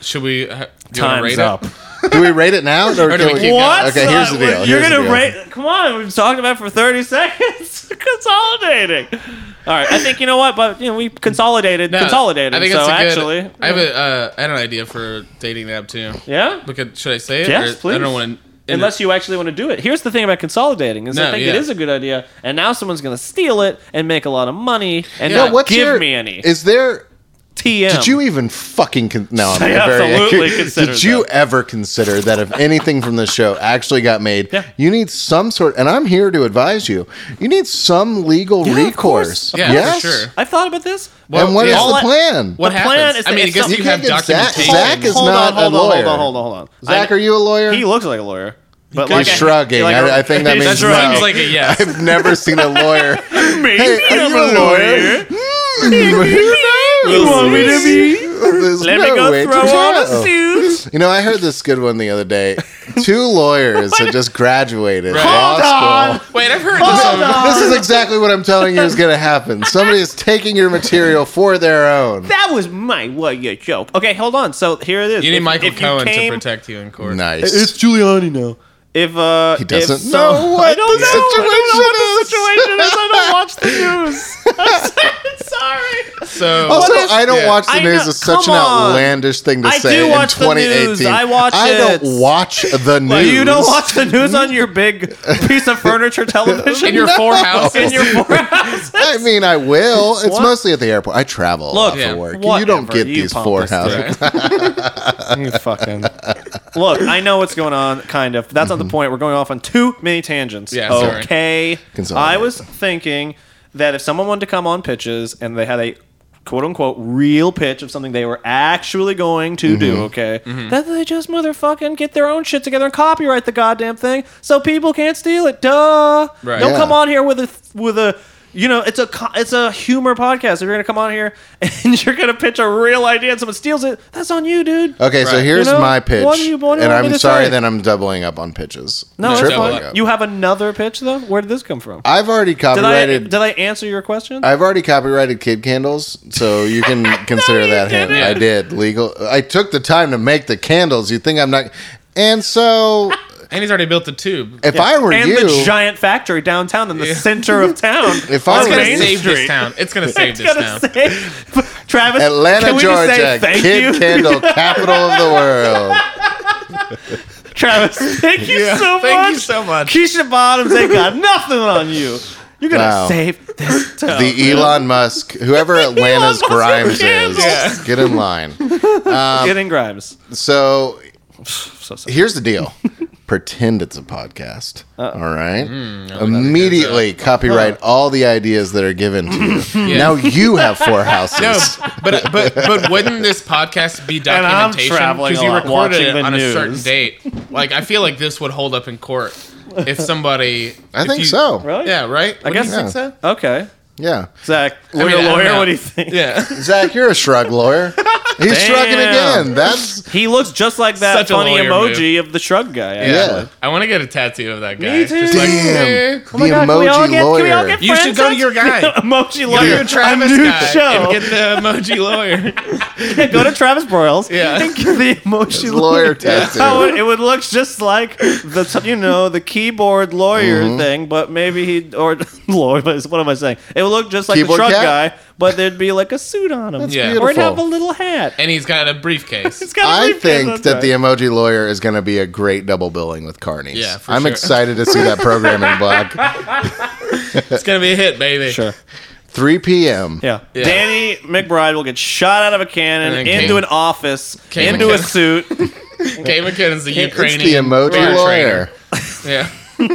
Speaker 3: Should we? uh, Do you wanna rate
Speaker 1: Time's up.
Speaker 3: it?
Speaker 2: Do we rate it now? Or,
Speaker 3: do we keep going?
Speaker 1: What?
Speaker 2: Okay, here's the
Speaker 1: Uh,
Speaker 2: deal.
Speaker 1: You're
Speaker 2: Here's the
Speaker 1: gonna
Speaker 2: deal.
Speaker 1: rate. Come on, we've talked about it for 30 seconds. consolidating. All right, I think you know what, but you know we consolidated.
Speaker 3: No,
Speaker 1: consolidated.
Speaker 3: I think
Speaker 1: so
Speaker 3: it's a good,
Speaker 1: actually,
Speaker 3: I have a. Uh, I had an idea for a dating app too.
Speaker 1: yeah.
Speaker 3: Look at, should I say it?
Speaker 1: Yes,
Speaker 3: I
Speaker 1: please.
Speaker 3: don't want.
Speaker 1: Unless you actually want to do it. Here's the thing about consolidating is I
Speaker 3: No,
Speaker 1: think it
Speaker 3: yeah.
Speaker 1: is a good idea, and now someone's gonna steal it and make a lot of money and
Speaker 3: Yeah,
Speaker 1: not
Speaker 2: What's
Speaker 1: give
Speaker 2: your-
Speaker 1: me any.
Speaker 2: Is there?
Speaker 1: TM.
Speaker 2: Did you even fucking? Con- no, I'm
Speaker 1: I
Speaker 2: very
Speaker 1: absolutely considered
Speaker 2: Did you ever consider that if anything from this show actually got made,
Speaker 1: Yeah.
Speaker 2: you need some sort? And I'm here to advise you. You need some legal
Speaker 1: Yeah, of
Speaker 2: recourse.
Speaker 1: course.
Speaker 3: Yeah, for
Speaker 2: yes.
Speaker 3: sure.
Speaker 1: I thought about this.
Speaker 2: and what is
Speaker 3: yeah.
Speaker 2: the
Speaker 1: I-
Speaker 2: plan?
Speaker 3: What
Speaker 1: The
Speaker 3: happens?
Speaker 1: plan is that
Speaker 3: I mean, I
Speaker 1: if
Speaker 3: guess
Speaker 1: some-
Speaker 3: you have
Speaker 2: You can't get Zach-
Speaker 3: documentation.
Speaker 2: Zach is-
Speaker 1: hold
Speaker 2: not
Speaker 1: on, hold
Speaker 2: a
Speaker 1: on,
Speaker 2: lawyer.
Speaker 1: Hold on, hold on, hold on.
Speaker 2: Zach,
Speaker 1: I-
Speaker 2: are you a lawyer?
Speaker 1: He looks like a lawyer, but
Speaker 2: He's shrugging.
Speaker 1: like a-
Speaker 2: I, I think that
Speaker 1: he's
Speaker 2: means
Speaker 1: shrugging.
Speaker 2: no.
Speaker 3: Sounds like a yes.
Speaker 2: I've never seen a lawyer. hey, are
Speaker 1: I'm
Speaker 2: you
Speaker 1: a
Speaker 2: a lawyer? Hmm,
Speaker 1: You want me to be?
Speaker 2: There's
Speaker 1: Let
Speaker 2: no
Speaker 1: me
Speaker 2: way
Speaker 1: go
Speaker 2: to
Speaker 1: throw on a
Speaker 2: tell.
Speaker 1: suit.
Speaker 2: You know, I heard this good one the other day. Two lawyers had just graduated
Speaker 3: Hold
Speaker 2: law school.
Speaker 3: Wait, I've
Speaker 2: Oh,
Speaker 3: heard this. on-
Speaker 2: This is exactly what I'm telling you is going to happen. Somebody is taking your material for their own.
Speaker 1: That was my what you joke. Okay, hold on. So here it is.
Speaker 3: You need
Speaker 1: If-
Speaker 3: Michael
Speaker 1: if you
Speaker 3: Cohen
Speaker 1: came-
Speaker 3: to protect you in court.
Speaker 2: Nice.
Speaker 1: Giuliani now. If uh, he
Speaker 2: doesn't
Speaker 1: if so,
Speaker 2: know what
Speaker 1: I don't
Speaker 2: the
Speaker 1: know. I
Speaker 2: situation
Speaker 1: don't know what the situation is. I don't watch the news. I'm sorry.
Speaker 3: So
Speaker 2: Also,
Speaker 1: What is-
Speaker 2: I don't
Speaker 3: yeah.
Speaker 2: watch the
Speaker 1: I
Speaker 2: news.
Speaker 1: know-
Speaker 2: is such an
Speaker 1: come on.
Speaker 2: outlandish thing to
Speaker 1: I
Speaker 2: say
Speaker 1: do
Speaker 2: in
Speaker 1: watch the
Speaker 2: 2018.
Speaker 1: news. I watch
Speaker 2: I don't
Speaker 1: it.
Speaker 2: watch the news.
Speaker 1: You don't watch the news on your big piece of furniture television
Speaker 3: in your four house.
Speaker 1: in your forehouse.
Speaker 2: I mean, I will. It's
Speaker 1: What?
Speaker 2: mostly at the airport. I travel a lot
Speaker 1: Look,
Speaker 2: for
Speaker 3: yeah,
Speaker 2: work. You don't
Speaker 1: whatever,
Speaker 2: get
Speaker 1: you
Speaker 2: these
Speaker 1: pompous
Speaker 2: four houses.
Speaker 3: Right.
Speaker 1: fucking. Look, I know what's going on, kind of. That's not the point. We're going off on too many tangents.
Speaker 3: Mm-hmm. Yeah, sorry.
Speaker 1: okay.
Speaker 2: Consolidate.
Speaker 1: I was thinking that if someone wanted to come on pitches and they had a quote unquote real pitch of something they were actually going to
Speaker 3: Mm-hmm.
Speaker 1: do, okay, that they just motherfucking get their own shit together and copyright the goddamn thing so people can't steal it. Duh.
Speaker 3: Right.
Speaker 1: Don't
Speaker 2: Yeah.
Speaker 1: come on here with a with a you know, it's a co- it's a humor podcast. If you're gonna come on here and you're gonna pitch a real idea and someone steals it, that's on you,
Speaker 3: Oh,
Speaker 1: dude.
Speaker 2: Okay, so
Speaker 3: Right.
Speaker 2: here's
Speaker 1: You know,
Speaker 2: my pitch,
Speaker 1: what do you- what do you
Speaker 2: and
Speaker 1: want me
Speaker 2: I'm
Speaker 1: to
Speaker 2: sorry
Speaker 1: say?
Speaker 2: that I'm doubling up on pitches.
Speaker 1: No, it's
Speaker 3: Triple
Speaker 1: fine.
Speaker 3: up.
Speaker 1: You have another pitch though. Where did this come from?
Speaker 2: I've already
Speaker 1: Did I
Speaker 2: copyrighted.
Speaker 1: did I answer your question?
Speaker 2: I've already copyrighted kid candles, so you can consider that hint. I did legal. I took the time to make the candles. You think I'm not? And so,
Speaker 3: and he's already built the tube.
Speaker 2: if I were
Speaker 1: and
Speaker 2: you,
Speaker 1: the giant factory downtown in the center of town.
Speaker 2: If I
Speaker 1: on
Speaker 2: was
Speaker 3: it's gonna
Speaker 1: Main
Speaker 3: save
Speaker 1: Street.
Speaker 3: this town. It's gonna save
Speaker 1: It's
Speaker 3: this
Speaker 1: gonna
Speaker 3: town.
Speaker 1: save Travis.
Speaker 2: Atlanta,
Speaker 1: can we
Speaker 2: Georgia,
Speaker 1: just say thank
Speaker 2: kid
Speaker 1: you,
Speaker 2: candle capital of the world.
Speaker 1: Travis? Thank you so
Speaker 3: Thank
Speaker 1: much.
Speaker 3: you so much.
Speaker 1: Keisha Bottoms ain't got nothing on you. You're gonna
Speaker 2: Wow.
Speaker 1: save this town.
Speaker 2: The Elon Musk, whoever Atlanta's
Speaker 1: Musk of
Speaker 2: Grimes is,
Speaker 1: candles.
Speaker 2: get in line.
Speaker 1: Getting Grimes.
Speaker 2: So
Speaker 1: So sorry.
Speaker 2: here's the deal. pretend it's a podcast. all right.
Speaker 1: Hmm,
Speaker 2: Immediately copyright all the ideas that are given to you. Now you have four houses.
Speaker 3: No, but but but wouldn't this podcast be
Speaker 1: I'm
Speaker 3: documentation
Speaker 1: traveling a
Speaker 3: you
Speaker 1: lot
Speaker 3: recorded
Speaker 1: watching
Speaker 3: it
Speaker 1: the
Speaker 3: on a certain
Speaker 1: news.
Speaker 3: date? Like I feel like this would hold up in court if somebody.
Speaker 2: I
Speaker 3: if
Speaker 2: think
Speaker 3: you-
Speaker 2: so.
Speaker 1: Really?
Speaker 3: Yeah. Right.
Speaker 1: I guess
Speaker 2: think
Speaker 1: so. Okay.
Speaker 2: Yeah.
Speaker 1: Zach, I
Speaker 3: mean,
Speaker 1: mean,
Speaker 3: I
Speaker 1: a
Speaker 3: don't
Speaker 1: lawyer.
Speaker 3: know.
Speaker 1: What do you think?
Speaker 3: Yeah.
Speaker 2: Zach, you're a shrug lawyer. He's shrugging
Speaker 1: Damn.
Speaker 2: again. That's
Speaker 1: He looks just like that
Speaker 3: Such a
Speaker 1: funny
Speaker 3: lawyer
Speaker 1: emoji of the shrug guy.
Speaker 2: yeah.
Speaker 3: I want to get a tattoo of that guy.
Speaker 1: Me too.
Speaker 3: Just like,
Speaker 2: Damn.
Speaker 3: eh.
Speaker 1: Oh my
Speaker 2: the
Speaker 1: God, can we all
Speaker 2: emoji
Speaker 1: get- can we all
Speaker 2: lawyer.
Speaker 1: get
Speaker 3: You should go to
Speaker 1: Francis?
Speaker 3: your guy.
Speaker 1: emoji
Speaker 3: Go to
Speaker 1: lawyer.
Speaker 3: your Travis
Speaker 1: a new
Speaker 3: guy
Speaker 1: show.
Speaker 3: and get the emoji lawyer.
Speaker 1: Go to Travis Broyles.
Speaker 3: Yeah.
Speaker 1: And get the emoji
Speaker 2: His lawyer tattoo.
Speaker 1: That would- it would look just like the t- you know the keyboard lawyer
Speaker 2: Mm-hmm.
Speaker 1: thing, but maybe he or lawyer. But what am I saying? It would look just like
Speaker 2: Keyboard
Speaker 1: the truck
Speaker 2: cat?
Speaker 1: guy, but there'd be like a suit on him,
Speaker 3: Yeah.
Speaker 1: or it'd have a
Speaker 2: beautiful.
Speaker 1: little hat.
Speaker 3: And he's got a briefcase.
Speaker 1: It's got a
Speaker 2: I
Speaker 1: briefcase
Speaker 2: think
Speaker 1: on
Speaker 2: that the
Speaker 1: top.
Speaker 2: emoji lawyer is going to be a great double billing with Carney's.
Speaker 3: Yeah, for
Speaker 2: I'm
Speaker 3: sure.
Speaker 2: excited to see that programming block.
Speaker 3: It's gonna be a hit, baby.
Speaker 1: sure
Speaker 2: 3 p.m.
Speaker 1: yeah.
Speaker 3: Yeah.
Speaker 1: Danny McBride will get shot out of a cannon
Speaker 3: And then
Speaker 1: into
Speaker 3: Kane-
Speaker 1: an office
Speaker 3: Kane
Speaker 1: into a
Speaker 3: McKinnon.
Speaker 1: suit.
Speaker 3: Kate McKinnon's the
Speaker 2: It's the
Speaker 3: Ukrainian
Speaker 2: emoji
Speaker 3: bear
Speaker 2: lawyer.
Speaker 3: trainer. Yeah.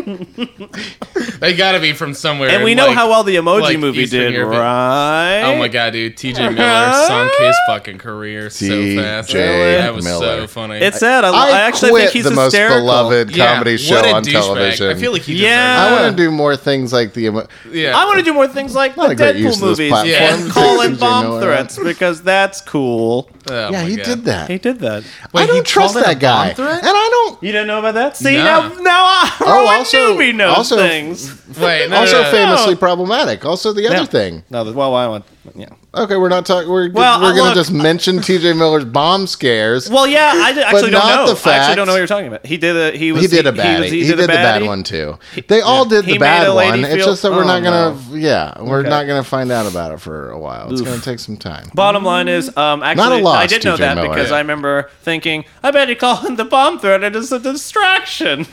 Speaker 3: they gotta be from somewhere.
Speaker 1: And we
Speaker 3: in,
Speaker 1: know
Speaker 3: like-
Speaker 1: how well the emoji
Speaker 3: like
Speaker 1: movie
Speaker 3: Eastern
Speaker 1: did,
Speaker 3: Europe.
Speaker 1: right?
Speaker 3: Oh my god, dude! T.J. Miller sunk his fucking career so
Speaker 2: T.J.
Speaker 3: fast. That was
Speaker 2: Miller.
Speaker 3: so funny.
Speaker 1: It's sad. I, I,
Speaker 2: I,
Speaker 1: actually
Speaker 2: quit
Speaker 1: think he's
Speaker 2: the
Speaker 1: hysterical.
Speaker 2: most beloved
Speaker 3: Yeah,
Speaker 2: comedy
Speaker 3: what
Speaker 2: show
Speaker 3: a
Speaker 2: on
Speaker 3: douchebag.
Speaker 2: television.
Speaker 3: I feel like Oh he.
Speaker 1: Yeah.
Speaker 3: Yeah.
Speaker 2: I want to do more things like the. Emo-
Speaker 3: Yeah.
Speaker 1: I want to do more things like
Speaker 2: Not
Speaker 1: the
Speaker 2: a great use
Speaker 1: Deadpool
Speaker 2: of this
Speaker 1: movies
Speaker 2: platform.
Speaker 1: and
Speaker 3: Yeah.
Speaker 1: call
Speaker 2: Did
Speaker 1: in
Speaker 2: you
Speaker 1: bomb
Speaker 2: know
Speaker 1: threats because that's cool.
Speaker 3: Oh
Speaker 2: yeah,
Speaker 3: my
Speaker 2: he
Speaker 3: God.
Speaker 2: did that.
Speaker 1: He did that.
Speaker 2: I don't trust that guy, and I don't.
Speaker 1: You didn't know about that? See
Speaker 3: Nah.
Speaker 1: now, now I oh,
Speaker 2: also-
Speaker 1: also, Newbie knows
Speaker 2: also-
Speaker 1: things.
Speaker 3: Wait, no,
Speaker 2: also
Speaker 3: no, no.
Speaker 2: famously problematic. Also the other
Speaker 1: Yeah.
Speaker 2: thing.
Speaker 1: No, the- well, I went. Yeah.
Speaker 2: Okay, we're not talking. We're
Speaker 1: Well,
Speaker 2: we're
Speaker 1: uh,
Speaker 2: gonna
Speaker 1: look-
Speaker 2: just mention T.J. Miller's bomb scares.
Speaker 1: Well, yeah, I d- actually don't
Speaker 2: not
Speaker 1: know.
Speaker 2: the
Speaker 1: I actually
Speaker 2: fact-
Speaker 1: don't know what you're talking about. He did a he was
Speaker 2: he did a
Speaker 1: was-
Speaker 2: baddie. He, did,
Speaker 1: a
Speaker 2: the bad
Speaker 1: baddie.
Speaker 2: one too. They all did
Speaker 1: He
Speaker 2: the
Speaker 1: made
Speaker 2: bad
Speaker 1: a lady
Speaker 2: one. It's
Speaker 1: feel-
Speaker 2: just that we're
Speaker 1: Oh,
Speaker 2: not gonna. Yeah, we're not gonna find out about it for a while. It's
Speaker 1: Oof.
Speaker 2: gonna take some time.
Speaker 1: Bottom line
Speaker 3: Mm-hmm.
Speaker 1: is, um, actually, I
Speaker 2: loss,
Speaker 1: did know
Speaker 2: TJ
Speaker 1: that
Speaker 2: Miller.
Speaker 1: because
Speaker 2: Yeah.
Speaker 1: I remember thinking, I bet he called in the bomb threat and it's a distraction.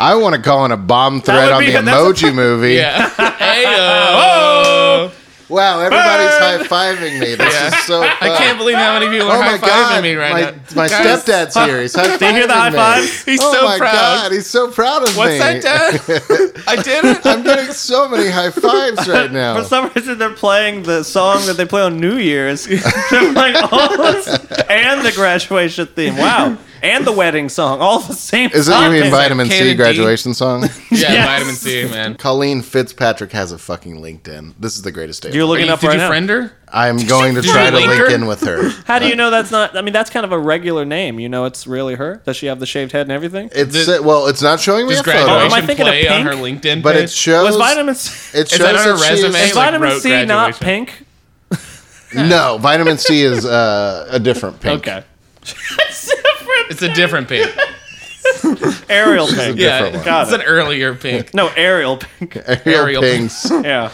Speaker 2: I want to call in a bomb threat
Speaker 1: would
Speaker 2: on
Speaker 1: be-
Speaker 2: the
Speaker 1: that's
Speaker 2: emoji movie.
Speaker 3: Yeah. hey, oh.
Speaker 2: Wow, everybody's high fiving me. This is so. Fun.
Speaker 3: I can't believe how many people are
Speaker 2: Oh my
Speaker 3: high
Speaker 2: god!
Speaker 3: fiving me right
Speaker 2: my
Speaker 3: now.
Speaker 2: my
Speaker 3: Guys,
Speaker 2: stepdad's here. He's high fiving
Speaker 1: Do you hear the high
Speaker 2: me.
Speaker 1: fives?
Speaker 3: He's
Speaker 2: oh
Speaker 3: so
Speaker 2: my
Speaker 3: proud.
Speaker 2: god! He's so proud of
Speaker 3: What's
Speaker 2: me.
Speaker 3: that, Dad? I did it.
Speaker 2: I'm getting so many high fives right now.
Speaker 1: For some reason, they're playing the song that they play on New Year's. they're playing all this and the graduation theme. Wow. And the wedding song, all at the same
Speaker 2: Is it
Speaker 1: time.
Speaker 2: you mean vitamin C
Speaker 3: Kennedy.
Speaker 2: graduation song?
Speaker 3: Yeah,
Speaker 1: Yes.
Speaker 3: vitamin C, man.
Speaker 2: Colleen Fitzpatrick has a fucking LinkedIn. This is the greatest day. of
Speaker 1: You're
Speaker 2: my
Speaker 1: looking
Speaker 3: Are you-
Speaker 1: up
Speaker 3: did
Speaker 1: right
Speaker 3: you
Speaker 1: now.
Speaker 3: friend her?
Speaker 2: I'm going to
Speaker 3: Did you
Speaker 2: try to
Speaker 3: link
Speaker 2: link
Speaker 3: her?
Speaker 2: in with her.
Speaker 1: How do you know that's not? I mean, that's kind of a regular name. You know, it's really her. Does she have the shaved head and everything?
Speaker 2: It's well, it's not showing me a
Speaker 3: Does
Speaker 1: Oh, am I
Speaker 2: photo,
Speaker 3: graduation
Speaker 1: thinking of
Speaker 3: play on her
Speaker 1: pink?
Speaker 3: LinkedIn
Speaker 2: but
Speaker 3: page?
Speaker 2: it shows.
Speaker 1: Was vitamin C,
Speaker 2: it shows
Speaker 3: that on her
Speaker 2: that she is-
Speaker 3: resume?
Speaker 1: is vitamin
Speaker 3: wrote
Speaker 1: C not
Speaker 3: graduation.
Speaker 1: pink?
Speaker 2: no, vitamin C is uh, a different pink.
Speaker 1: Okay. it's different.
Speaker 3: it's a different pink.
Speaker 1: Ariel pink.
Speaker 3: Yeah,
Speaker 2: Different one.
Speaker 1: Got
Speaker 3: it's an earlier pink.
Speaker 1: No, Ariel pink.
Speaker 2: Ariel
Speaker 3: Ariel
Speaker 2: pinks.
Speaker 1: Yeah.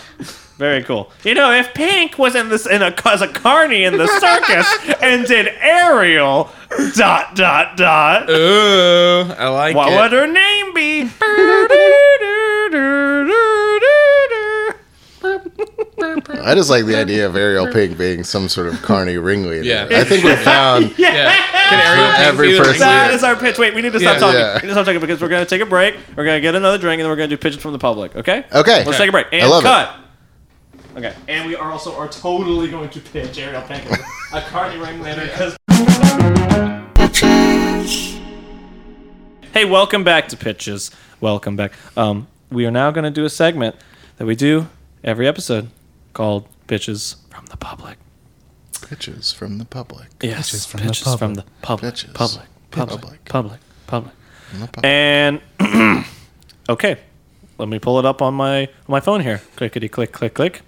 Speaker 1: Very cool. You know, if Pink was in this in a as a carny in the circus and did Ariel dot dot dot,
Speaker 3: Ooh, I like
Speaker 1: what
Speaker 3: it.
Speaker 1: would her name be?
Speaker 2: I just like the idea of Ariel Pink being some sort of carny ringleader.
Speaker 3: Yeah.
Speaker 2: I think we found
Speaker 3: Yeah. Can Ariel Pink
Speaker 2: every
Speaker 3: be the
Speaker 2: person-
Speaker 1: That
Speaker 3: ringleader?
Speaker 1: is our pitch. Wait, we need to
Speaker 3: Yeah.
Speaker 1: stop talking.
Speaker 2: Yeah.
Speaker 1: We need to stop talking because we're gonna take a break. We're gonna get another drink and then we're gonna do pitches from the public. Okay.
Speaker 2: Okay.
Speaker 1: Let's take a break.
Speaker 2: I
Speaker 1: And
Speaker 2: love it.
Speaker 1: cut. Okay. And we are also are totally going to pitch Ariel Pink as a carny ringleader because. Hey, welcome back to Pitches. Welcome back. Um, we are now going to do a segment that we do every episode called Pitches from the Public.
Speaker 2: pitches from the public.
Speaker 1: Yes, pitches from, the, public.
Speaker 2: Pitches.
Speaker 1: Public, public,
Speaker 2: Public.
Speaker 1: public, public,
Speaker 2: the public.
Speaker 1: And okay, let me pull it up on my my phone here. Clickety click click click.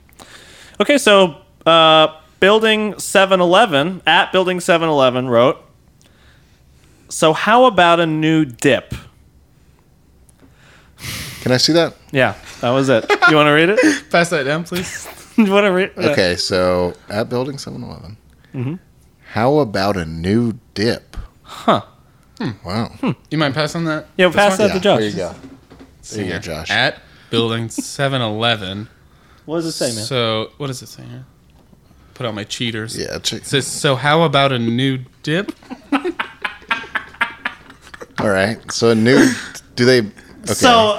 Speaker 1: Okay, so uh, building Seven Eleven at building Seven Eleven wrote. So how about a new dip?
Speaker 2: Can I see that?
Speaker 1: Yeah, that was it. You want to read it?
Speaker 3: Pass that down, please.
Speaker 1: you want to read? it?
Speaker 2: Okay, so at Building 711,
Speaker 1: Mm-hmm.
Speaker 2: how about a new dip? Hmm.
Speaker 1: Huh. Hmm,
Speaker 2: Wow.
Speaker 3: You mind passing that?
Speaker 1: Yeah, pass
Speaker 3: one?
Speaker 1: that to Josh.
Speaker 2: There you go. There you go, Josh.
Speaker 3: At building 7-Eleven.
Speaker 1: What does it say, man?
Speaker 3: So, what does it say here? Put out my cheaters.
Speaker 2: yeah, check.
Speaker 3: It says, so how about a new dip?
Speaker 2: All right. So a new. Do they? Okay.
Speaker 1: So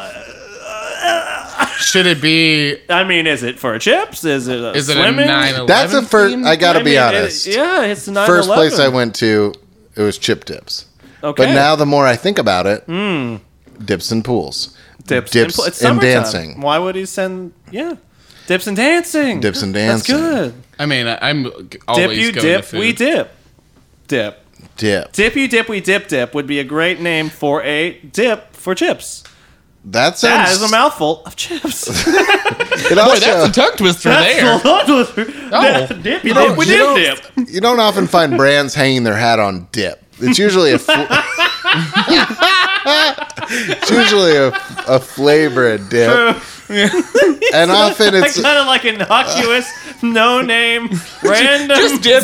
Speaker 3: Should it be?
Speaker 1: I mean, is it for chips? Is it a
Speaker 3: Is it
Speaker 1: swimming?
Speaker 3: a nine?
Speaker 2: that's the first. I gotta be
Speaker 1: I mean, it-
Speaker 2: honest.
Speaker 1: yeah, it's the nine.
Speaker 2: first place I went to, it was Chip Dips.
Speaker 1: Okay. Hmm.
Speaker 2: But now the more I think about it, dips and pools,
Speaker 1: dips,
Speaker 2: dips
Speaker 1: pl- it's
Speaker 2: and
Speaker 1: summertime.
Speaker 2: dancing.
Speaker 1: Why would he send? Yeah, dips and dancing.
Speaker 2: Dips and dancing.
Speaker 1: That's good.
Speaker 3: I mean, I- I'm
Speaker 1: Dip
Speaker 3: always
Speaker 1: you
Speaker 3: going to
Speaker 1: dip,
Speaker 3: food.
Speaker 1: we dip. Dip.
Speaker 2: dip.
Speaker 1: Dip you dip, we dip dip would be a great name for a dip for chips.
Speaker 2: That
Speaker 1: That
Speaker 2: sounds.
Speaker 1: is a mouthful of chips.
Speaker 2: it also,
Speaker 3: Boy, that's a tongue twister there. Oh.
Speaker 1: That's a lot of- dip you dip, we
Speaker 2: you
Speaker 1: dip
Speaker 2: don't-
Speaker 1: dip.
Speaker 2: you don't often find brands hanging their hat on dip. It's usually a. Fl- it's usually a, a flavor of dip. and often
Speaker 1: I
Speaker 2: it's
Speaker 1: kind of like innocuous, no name, random,
Speaker 3: just dip.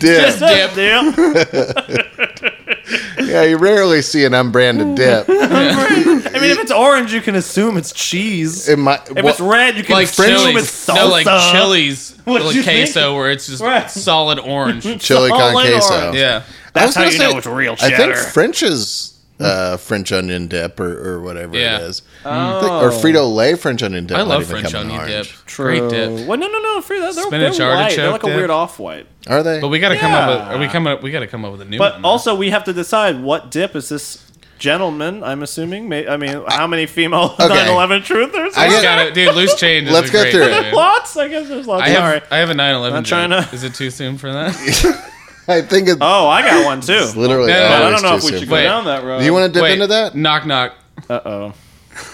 Speaker 2: Dip.
Speaker 1: just a dip.
Speaker 2: yeah. You rarely see an unbranded dip.
Speaker 1: I mean, if it's orange, you can assume it's cheese.
Speaker 2: It might.
Speaker 1: if it's
Speaker 2: well,
Speaker 1: red, you can
Speaker 3: Like
Speaker 1: assume
Speaker 3: chilies,
Speaker 1: it's salsa.
Speaker 3: no, like chilies,
Speaker 1: What'd
Speaker 3: like
Speaker 1: you
Speaker 3: queso,
Speaker 1: think?
Speaker 3: where it's just
Speaker 1: Right.
Speaker 3: solid orange.
Speaker 2: chili
Speaker 1: all
Speaker 2: con
Speaker 1: in
Speaker 2: queso.
Speaker 1: orange.
Speaker 3: yeah,
Speaker 2: That's
Speaker 1: how you know it's real
Speaker 2: I think
Speaker 1: cheddar.
Speaker 2: French's uh, French onion dip or, or whatever
Speaker 3: Yeah.
Speaker 2: it is, I think-
Speaker 1: Oh.
Speaker 2: or Frito Lay French onion dip.
Speaker 3: I
Speaker 2: might
Speaker 3: love
Speaker 2: even
Speaker 3: French
Speaker 2: come in
Speaker 3: onion dip.
Speaker 2: orange.
Speaker 3: Great dip.
Speaker 1: Well, no, no, no, free. They're, they're,
Speaker 3: Spinach
Speaker 1: they're white. They're
Speaker 3: artichoke
Speaker 1: like a
Speaker 3: dip.
Speaker 1: weird off-white.
Speaker 2: Are they?
Speaker 3: But we gotta come up
Speaker 1: Yeah.
Speaker 3: with. Are we coming up? We gotta come up with a new
Speaker 1: But
Speaker 3: one. now.
Speaker 1: also, we have to decide what dip is this gentleman. I'm assuming. May, I mean, how many female 9/11 truthers?
Speaker 2: I get-
Speaker 1: are
Speaker 3: Just
Speaker 1: there?
Speaker 3: gotta- dude, loose change. is
Speaker 2: Let's
Speaker 3: a
Speaker 2: go
Speaker 3: great
Speaker 2: through
Speaker 3: idea.
Speaker 2: it.
Speaker 1: lots. I guess there's lots.
Speaker 3: I
Speaker 1: Sorry.
Speaker 3: have, I have a 911.
Speaker 1: I'm trying
Speaker 3: joke.
Speaker 1: to-
Speaker 3: Is it too soon for that?
Speaker 2: I think it's
Speaker 1: Oh, I got one too.
Speaker 2: literally.
Speaker 3: No, no, no,
Speaker 1: I
Speaker 2: always
Speaker 1: don't
Speaker 2: too
Speaker 1: know if we
Speaker 2: soon.
Speaker 1: should go
Speaker 3: Wait.
Speaker 1: down that road.
Speaker 2: Do you want to dip into that?
Speaker 3: Knock knock.
Speaker 1: Uh oh.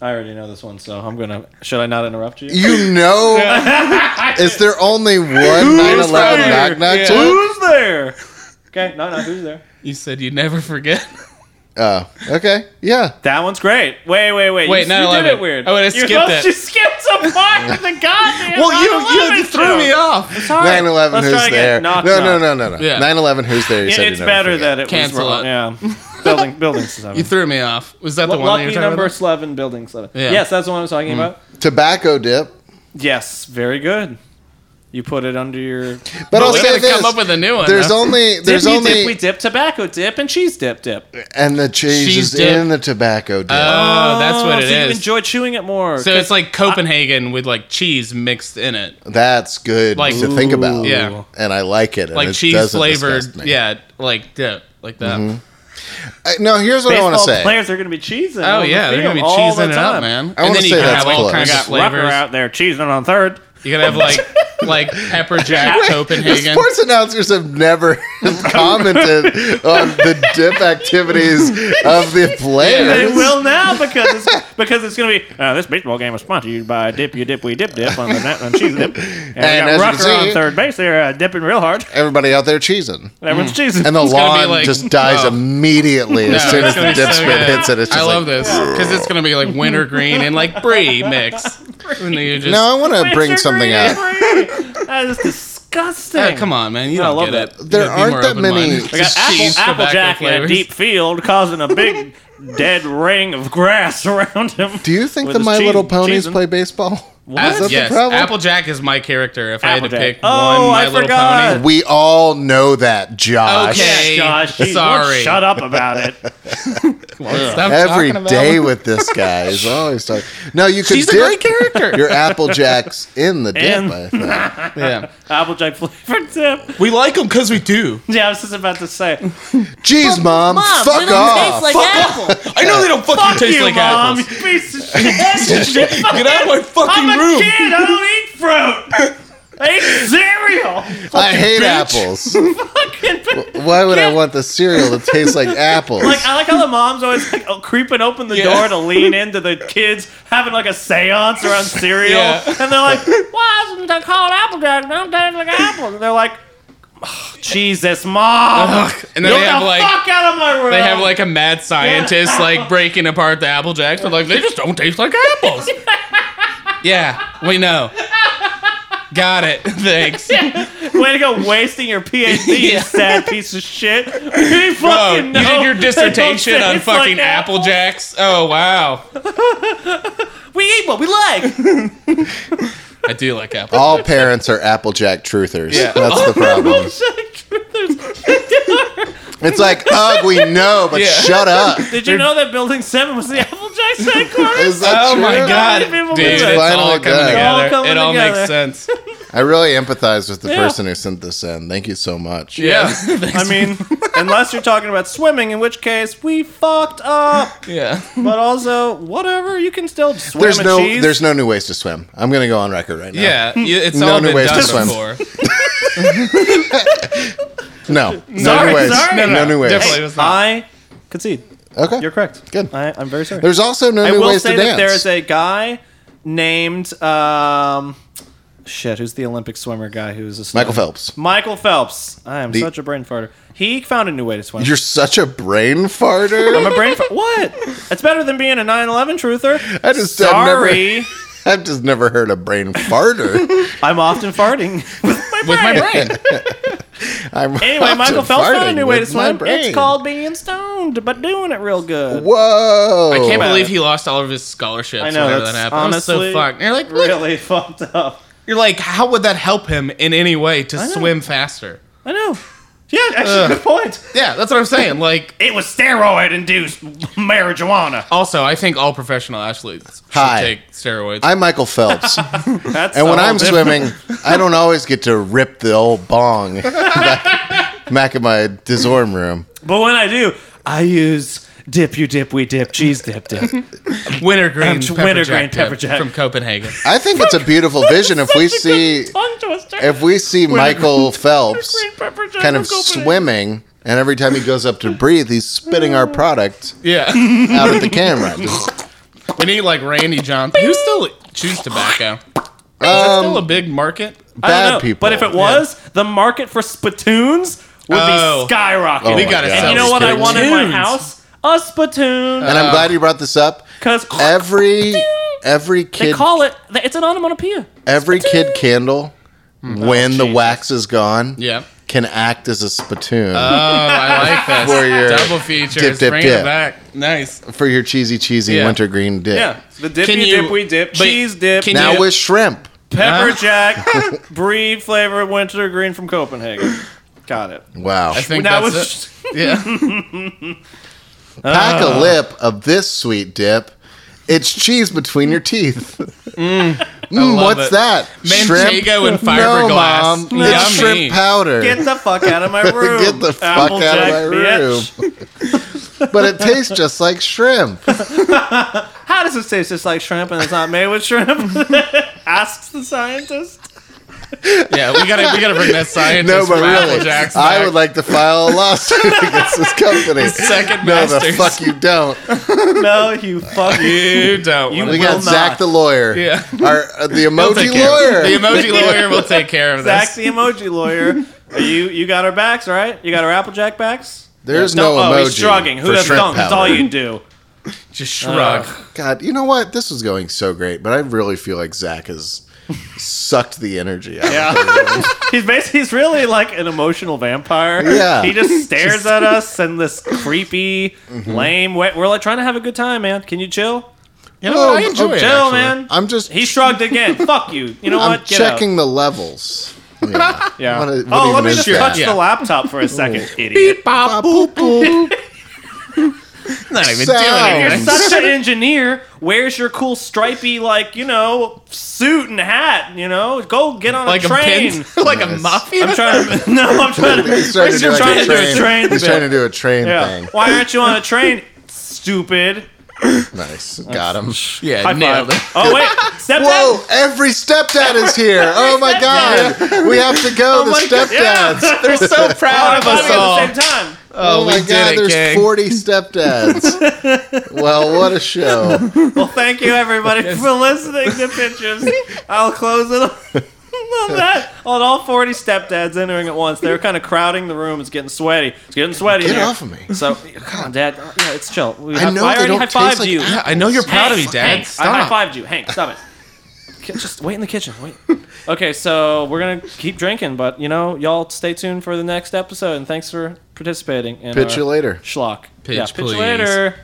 Speaker 1: I already know this one, so I'm gonna. Should I not interrupt you?
Speaker 2: You know, is there only one 911
Speaker 1: right?
Speaker 2: knock knock
Speaker 3: Yeah.
Speaker 2: joke?
Speaker 1: Who's there? Okay, no, no, who's there?
Speaker 3: You said you never forget.
Speaker 2: Oh, okay, yeah.
Speaker 1: That one's great. Wait, wait, wait.
Speaker 3: Wait,
Speaker 1: you, you did
Speaker 3: 9/11.
Speaker 1: it weird.
Speaker 3: I would've
Speaker 1: You're
Speaker 3: skipped
Speaker 1: supposed
Speaker 3: it.
Speaker 1: to skip some part of the goddamn.
Speaker 3: you,
Speaker 1: 9/11
Speaker 3: you threw
Speaker 1: joke.
Speaker 3: me off.
Speaker 1: Sorry.
Speaker 2: 911,
Speaker 1: Let's try
Speaker 2: who's
Speaker 1: again.
Speaker 2: there?
Speaker 1: Knock,
Speaker 2: no,
Speaker 1: knock.
Speaker 2: no, no, no, no.
Speaker 3: Yeah.
Speaker 2: 911, who's there? You
Speaker 1: It-
Speaker 2: said you
Speaker 1: it's
Speaker 2: never
Speaker 1: better
Speaker 2: forget.
Speaker 1: that it
Speaker 3: Cancel
Speaker 1: was wrong.
Speaker 3: it.
Speaker 1: Yeah. building building
Speaker 3: You
Speaker 1: seven.
Speaker 3: threw me off. Was that the one that you
Speaker 1: Lucky
Speaker 3: were talking
Speaker 1: number
Speaker 3: about?
Speaker 1: eleven. Building seven.
Speaker 3: Yeah. Mm.
Speaker 1: Yes, that's the one I was talking about.
Speaker 2: tobacco dip.
Speaker 1: Yes, very good. You put it under your.
Speaker 2: But, I'll
Speaker 3: we
Speaker 2: say
Speaker 3: gotta
Speaker 2: this:
Speaker 3: come up with a new one.
Speaker 2: there's
Speaker 3: huh?
Speaker 2: only there's
Speaker 1: Dippy
Speaker 2: only
Speaker 1: dip, we dip tobacco dip and cheese dip dip.
Speaker 2: and the cheese
Speaker 3: Cheese
Speaker 2: is
Speaker 3: dip.
Speaker 2: in the tobacco dip.
Speaker 3: oh, that's what it
Speaker 1: so
Speaker 3: is.
Speaker 1: You enjoy chewing it more.
Speaker 3: so it's like Copenhagen with like cheese mixed in it,
Speaker 2: That's good
Speaker 3: Like-
Speaker 2: to think about.
Speaker 3: Yeah.
Speaker 2: and I like it. and
Speaker 3: like
Speaker 2: it
Speaker 3: cheese
Speaker 2: doesn't
Speaker 3: flavored.
Speaker 2: disgust me.
Speaker 3: Yeah, like dip, like that.
Speaker 2: Mm-hmm. I- no, here's what I want
Speaker 1: baseball
Speaker 2: to say.
Speaker 1: players are going to be cheesing.
Speaker 3: Oh
Speaker 1: on the
Speaker 3: yeah, they're
Speaker 1: field
Speaker 3: gonna be
Speaker 1: all the
Speaker 3: cheesing it
Speaker 1: time.
Speaker 3: up, man.
Speaker 2: I wanna
Speaker 3: and then you
Speaker 2: say
Speaker 3: can
Speaker 2: that's
Speaker 3: have all
Speaker 2: close.
Speaker 3: kinds of
Speaker 2: Got
Speaker 1: Rucker
Speaker 3: flavors.
Speaker 1: out there cheesing on third.
Speaker 3: You can have like like pepper jack Copenhagen.
Speaker 2: Sports announcers have never commented on the dip activities of the
Speaker 1: They
Speaker 2: players.
Speaker 1: will now because it's, because it's going to be uh, this baseball game is sponsored by Dip You Dip We Dip Dip on the net on cheese dip, and,
Speaker 2: And
Speaker 1: we
Speaker 2: as you can
Speaker 1: got Rucker on
Speaker 2: see-
Speaker 1: third base. They're uh, dipping real hard.
Speaker 2: Everybody out there cheesing,
Speaker 1: Everyone's cheesing.
Speaker 2: Mm. and the
Speaker 3: gonna be
Speaker 2: lawn
Speaker 3: like-
Speaker 2: just dies
Speaker 3: no.
Speaker 2: immediately as
Speaker 3: No,
Speaker 2: soon as
Speaker 3: it's
Speaker 2: the
Speaker 3: gonna be
Speaker 2: dip
Speaker 3: so
Speaker 2: spit
Speaker 3: good.
Speaker 2: hits it. It's just
Speaker 3: I love
Speaker 2: like,
Speaker 3: this because it's gonna be like wintergreen and like brie mix. And you just,
Speaker 2: No, I want to bring something up.
Speaker 1: up. That is disgusting.
Speaker 3: Ah, come on, man. You
Speaker 1: No, I
Speaker 3: don't
Speaker 1: love
Speaker 3: get it.
Speaker 1: that.
Speaker 3: You
Speaker 2: There
Speaker 3: gotta be
Speaker 2: aren't
Speaker 3: more
Speaker 2: that
Speaker 3: open-minded.
Speaker 2: many-
Speaker 1: We got
Speaker 3: Just cheese,
Speaker 1: apple,
Speaker 3: tobacco
Speaker 1: Applejack in a
Speaker 3: flavors.
Speaker 1: deep field causing a big dead ring of grass around him.
Speaker 2: Do you think
Speaker 1: With
Speaker 2: the
Speaker 1: his
Speaker 2: My
Speaker 1: cheese-
Speaker 2: Little Ponies
Speaker 1: cheesing.
Speaker 2: play baseball?
Speaker 3: App-
Speaker 2: Is that the
Speaker 3: yes,
Speaker 2: problem?
Speaker 3: Applejack is my character. If I had to
Speaker 1: Applejack.
Speaker 3: pick one,
Speaker 1: Oh,
Speaker 3: My
Speaker 1: I
Speaker 3: Little
Speaker 1: forgot.
Speaker 3: Pony.
Speaker 2: We all know that, Josh.
Speaker 3: Okay.
Speaker 1: Yeah, Josh, geez,
Speaker 3: Sorry.
Speaker 1: won't shut up about it.
Speaker 3: Stop
Speaker 2: every
Speaker 3: talking about
Speaker 2: day
Speaker 3: him.
Speaker 2: with this guy. He's always talking. No, you could
Speaker 3: She's a
Speaker 2: dip
Speaker 3: great character.
Speaker 2: your apple jacks in the dip.
Speaker 1: And-
Speaker 2: I think.
Speaker 3: Yeah.
Speaker 1: Applejack flavored dip.
Speaker 3: We like him because we do.
Speaker 1: Yeah, I was just about to say.
Speaker 2: Jeez, mom, fuck off.
Speaker 3: I know they don't fucking taste
Speaker 1: you,
Speaker 3: like
Speaker 1: mom,
Speaker 3: apples.
Speaker 1: you piece of shit.
Speaker 3: Get out of my fucking
Speaker 1: I'm a
Speaker 3: room.
Speaker 1: kid. I don't eat fruit. I eat cereal.
Speaker 2: I hate apples.
Speaker 1: Fucking
Speaker 2: Why would I want the cereal to taste like apples?
Speaker 1: Like I like how the mom's always like oh, creeping open the door
Speaker 3: Yeah.
Speaker 1: to lean into the kids having like a seance around cereal,
Speaker 3: Yeah.
Speaker 1: and they're like, "Why isn't it called Applejack? Don't taste like apples." And they're like, "Oh, "Jesus, mom,
Speaker 3: And then
Speaker 1: get
Speaker 3: Uh-huh. they have
Speaker 1: the
Speaker 3: like
Speaker 1: fuck out of my room."
Speaker 3: they have like a mad scientist like breaking apart the apple jacks. They're like they just don't taste like apples. yeah, we know. Got it. Thanks.
Speaker 1: way to go, wasting your PhD, you
Speaker 3: Yeah.
Speaker 1: sad piece of shit. You
Speaker 3: Oh,
Speaker 1: fucking
Speaker 3: you
Speaker 1: know
Speaker 3: did your
Speaker 1: they don't
Speaker 3: dissertation on
Speaker 1: taste like
Speaker 3: fucking apple
Speaker 1: apples.
Speaker 3: jacks. Oh wow.
Speaker 1: We eat what we like.
Speaker 3: I do like apples.
Speaker 2: all
Speaker 3: Oh,
Speaker 2: parents are Applejack truthers.
Speaker 3: Yeah.
Speaker 2: That's the problem. It's like, ugh, we know, but shut up.
Speaker 1: Did you know that Building 7 was the Applejack headquarters?
Speaker 2: Is that
Speaker 3: Oh
Speaker 2: true?
Speaker 3: my god,
Speaker 1: many people
Speaker 3: dude!
Speaker 1: did
Speaker 3: It's
Speaker 1: that?
Speaker 3: all
Speaker 2: Finally
Speaker 3: coming
Speaker 2: done.
Speaker 1: It's all
Speaker 3: together.
Speaker 1: coming
Speaker 3: it all
Speaker 1: together.
Speaker 3: makes sense.
Speaker 2: I really empathize with the
Speaker 1: Yeah.
Speaker 2: person who sent this in. Thank you so much.
Speaker 3: Yeah,
Speaker 1: I mean, unless you're talking about swimming, in which case we fucked up.
Speaker 3: yeah.
Speaker 1: But also, whatever, you can still swim
Speaker 2: There's
Speaker 1: a
Speaker 2: no,
Speaker 1: cheese.
Speaker 2: there's no new ways to swim. I'm gonna go on record right now.
Speaker 3: Yeah, you- it's
Speaker 2: No
Speaker 3: all
Speaker 2: new
Speaker 3: been
Speaker 2: ways to
Speaker 3: done
Speaker 2: swim.
Speaker 3: before.
Speaker 2: No. No
Speaker 1: Sorry,
Speaker 2: new ways.
Speaker 1: sorry.
Speaker 2: No,
Speaker 3: No,
Speaker 2: new ways.
Speaker 3: definitely was not.
Speaker 1: I concede.
Speaker 2: Okay.
Speaker 1: You're correct.
Speaker 2: Good.
Speaker 1: I, I'm very sorry.
Speaker 2: There's also no
Speaker 1: I
Speaker 2: new
Speaker 1: will
Speaker 2: ways
Speaker 1: say
Speaker 2: to
Speaker 1: that
Speaker 2: dance.
Speaker 1: there is a guy named um, shit. Who's the Olympic swimmer guy? Who's a swimmer?
Speaker 2: Michael Phelps.
Speaker 1: Michael Phelps. I am
Speaker 2: The-
Speaker 1: such a brain farter. He found a new way to swim.
Speaker 2: You're such a brain farter.
Speaker 1: I'm a brain fart. What? It's better than being a 9/11 truther.
Speaker 2: I just I've never-
Speaker 1: Sorry,
Speaker 2: I've just never heard a brain farter.
Speaker 1: I'm often farting.
Speaker 3: With my brain.
Speaker 2: I'm
Speaker 1: Anyway,
Speaker 2: often
Speaker 1: Michael Phelps found a
Speaker 2: farting
Speaker 1: new way to
Speaker 2: with my
Speaker 1: swim.
Speaker 2: brain.
Speaker 1: It's called being stoned, but doing it real good.
Speaker 2: Whoa!
Speaker 3: I can't
Speaker 1: Wow.
Speaker 3: believe he lost all of his scholarships
Speaker 1: I know,
Speaker 3: whenever
Speaker 1: that's
Speaker 3: that happened. I'm
Speaker 1: honestly
Speaker 3: so fucked. And You're like, look,
Speaker 1: Really fucked up.
Speaker 3: you're like, how would that help him in any way to
Speaker 1: know.
Speaker 3: swim faster?
Speaker 1: I know. Yeah, actually, good point.
Speaker 3: Yeah, that's what I'm saying. Like,
Speaker 1: It was steroid induced marijuana.
Speaker 3: also, I think all professional athletes should
Speaker 2: Hi.
Speaker 3: take steroids.
Speaker 2: I'm Michael Phelps, and
Speaker 1: That's
Speaker 2: when
Speaker 1: all
Speaker 2: I'm
Speaker 1: different.
Speaker 2: swimming, I don't always get to rip the old bong back, back in my disorm room.
Speaker 1: But when I do, I use dip you dip we dip cheese dip dip.
Speaker 3: wintergreen,
Speaker 1: Ouch,
Speaker 3: pepper,
Speaker 1: wintergreen
Speaker 3: jack dip
Speaker 1: pepper jack.
Speaker 3: from Copenhagen.
Speaker 2: I think it's a beautiful vision if we see
Speaker 1: Tongue twister.
Speaker 2: if we see Michael Phelps
Speaker 1: Green pepper jack
Speaker 2: kind
Speaker 1: from
Speaker 2: of
Speaker 1: Copenhagen.
Speaker 2: swimming, and every time he goes up to breathe, he's spitting our product
Speaker 3: Yeah,
Speaker 2: out at the camera. Just,
Speaker 3: we need like Randy Johnson. Who still chews tobacco? Is that
Speaker 2: Um,
Speaker 3: still a big market?
Speaker 1: I don't know,
Speaker 2: bad people.
Speaker 1: But if it was, the market for spittoons would
Speaker 3: Oh.
Speaker 1: be skyrocketing.
Speaker 2: Oh
Speaker 3: we
Speaker 2: my
Speaker 3: gotta
Speaker 2: God.
Speaker 3: sell
Speaker 1: you know
Speaker 3: these
Speaker 1: what I
Speaker 3: kids.
Speaker 1: want in my
Speaker 3: Tunes.
Speaker 1: house? A spittoon.
Speaker 2: and I'm glad you brought this up.
Speaker 1: Because
Speaker 2: Every every
Speaker 1: they
Speaker 2: kid
Speaker 1: call it, it's an onomatopoeia.
Speaker 2: every kid candle when
Speaker 1: Oh,
Speaker 2: the
Speaker 3: Jesus.
Speaker 2: wax is gone
Speaker 3: Hmm. Yeah.
Speaker 2: can act as a spittoon
Speaker 3: Oh, I like this.
Speaker 2: For your
Speaker 3: Double features.
Speaker 2: dip, dip,
Speaker 3: Bring it
Speaker 2: dip.
Speaker 3: back. Nice.
Speaker 2: for your cheesy cheesy
Speaker 3: Yeah.
Speaker 2: wintergreen dip.
Speaker 1: Yeah. The dip
Speaker 3: Can
Speaker 1: you,
Speaker 3: you-
Speaker 1: dip we dip,
Speaker 3: but
Speaker 1: cheese dip,
Speaker 3: can
Speaker 2: Now
Speaker 3: Yeah.
Speaker 2: with shrimp.
Speaker 1: pepper
Speaker 3: Huh?
Speaker 1: jack, brie flavored wintergreen from Copenhagen. Got it.
Speaker 2: Wow.
Speaker 3: I think
Speaker 1: Now
Speaker 3: that's
Speaker 1: it's-
Speaker 3: it. Yeah.
Speaker 2: Pack
Speaker 3: Uh.
Speaker 2: a lip of this sweet dip. It's cheese between your teeth. Mm,
Speaker 3: love
Speaker 2: what's
Speaker 3: it.
Speaker 2: that?
Speaker 3: Manchego and
Speaker 2: No, mom.
Speaker 3: fiberglass.
Speaker 2: It's
Speaker 3: Yummy.
Speaker 2: shrimp powder.
Speaker 1: Get the fuck out of my room.
Speaker 2: Get the fuck out
Speaker 1: Applejack,
Speaker 2: of my room.
Speaker 1: bitch.
Speaker 2: but it tastes just like shrimp.
Speaker 1: How does this taste just like shrimp and it's not made with shrimp? Asks the scientist.
Speaker 3: Yeah, we gotta we gotta bring that scientist.
Speaker 2: No, but
Speaker 3: from
Speaker 2: really,
Speaker 3: Applejack's
Speaker 2: I
Speaker 3: back.
Speaker 2: would like to file a lawsuit against this company.
Speaker 3: second
Speaker 2: no, the
Speaker 3: masters.
Speaker 2: fuck you don't.
Speaker 1: No, you fuck.
Speaker 3: You don't.
Speaker 1: You
Speaker 3: wanna-
Speaker 2: We
Speaker 1: Will
Speaker 2: got Zach
Speaker 1: not.
Speaker 2: the lawyer.
Speaker 3: Yeah.
Speaker 2: Our, uh, the
Speaker 3: He'll
Speaker 2: emoji
Speaker 3: take care
Speaker 2: lawyer.
Speaker 3: of it. The emoji lawyer will take care of
Speaker 1: Zach
Speaker 3: this.
Speaker 1: the emoji lawyer. Are you you got our backs, right? You got our Applejack backs?
Speaker 2: There's
Speaker 1: Don't-
Speaker 2: no
Speaker 1: oh,
Speaker 2: emoji.
Speaker 1: he's shrugging. Who
Speaker 2: for
Speaker 1: does
Speaker 2: shrimp
Speaker 1: dunk? That's all
Speaker 2: powder.
Speaker 1: you do.
Speaker 3: Just shrug.
Speaker 2: God, you know what? This was going so great, but I really feel like Zach has sucked the energy out. Yeah.
Speaker 1: He's basically he's really like an emotional vampire.
Speaker 2: Yeah.
Speaker 1: He just stares at us in this creepy,
Speaker 2: Mm-hmm.
Speaker 1: lame way. We're like trying to have a good time, man. Can you chill?
Speaker 3: you know what? I
Speaker 2: Oh,
Speaker 3: enjoy
Speaker 2: oh,
Speaker 3: it.
Speaker 1: chill,
Speaker 3: actually.
Speaker 1: man.
Speaker 2: I'm just
Speaker 1: He shrugged again. Fuck you. You know
Speaker 2: I'm
Speaker 1: what? Get out.
Speaker 2: checking the levels. Yeah.
Speaker 1: Yeah.
Speaker 2: What is- what
Speaker 1: oh, let
Speaker 2: even
Speaker 1: me
Speaker 2: is
Speaker 1: just
Speaker 2: that?
Speaker 1: touch
Speaker 3: Yeah.
Speaker 1: the laptop for a second, idiot.
Speaker 3: Bop, boop, boop. Not even doing
Speaker 2: Sound.
Speaker 1: You're
Speaker 3: anything.
Speaker 1: such an engineer. Where's your cool stripy, like you know, suit and hat? You know, go get on
Speaker 3: Like
Speaker 1: a
Speaker 3: a
Speaker 1: train.
Speaker 3: pin, like a
Speaker 2: Nice.
Speaker 3: mafia.
Speaker 1: I'm trying to. No, I'm trying to.
Speaker 2: He's trying to do like
Speaker 1: trying
Speaker 2: a
Speaker 1: to do a
Speaker 2: train.
Speaker 1: train
Speaker 2: He's
Speaker 1: bit.
Speaker 2: trying to do a train
Speaker 1: Yeah.
Speaker 2: thing.
Speaker 1: Why aren't you on a train? Stupid.
Speaker 2: Nice. Got him.
Speaker 3: yeah,
Speaker 1: High
Speaker 3: nailed
Speaker 1: five.
Speaker 3: it.
Speaker 1: Oh wait, step down.
Speaker 2: Whoa, every stepdad is here. Oh my god. We have to go, the stepdads.
Speaker 3: They're so proud of us all.
Speaker 1: at the same time.
Speaker 2: Oh, my
Speaker 3: we
Speaker 2: god,
Speaker 3: did it,
Speaker 2: there's
Speaker 3: gang.
Speaker 2: 40 stepdads. well, what a show.
Speaker 1: Well, thank you everybody for listening to pictures. I'll close it on that. On all 40 stepdads entering at once. They were kind of crowding the room. It's getting sweaty. It's getting sweaty. in
Speaker 2: Get
Speaker 1: here.
Speaker 2: off of me.
Speaker 1: So, come on, Dad. Yeah, it's chill. We
Speaker 2: I
Speaker 1: have-
Speaker 2: know they
Speaker 1: already
Speaker 2: don't
Speaker 1: high
Speaker 2: taste
Speaker 1: fived
Speaker 2: like
Speaker 1: you.
Speaker 2: apples.
Speaker 3: I know you're proud of me, Dad.
Speaker 1: Hank, I
Speaker 3: Stop.
Speaker 1: high fived you. Hank, stop it. Ki- Just wait in the kitchen. Wait. Okay, so we're gonna keep drinking, but you know, y'all stay tuned for the next episode. And thanks for participating. In
Speaker 2: Pitch
Speaker 1: our
Speaker 2: you later.
Speaker 1: schlock.
Speaker 3: Pitch,
Speaker 1: yeah, pitch you
Speaker 3: please.
Speaker 1: later.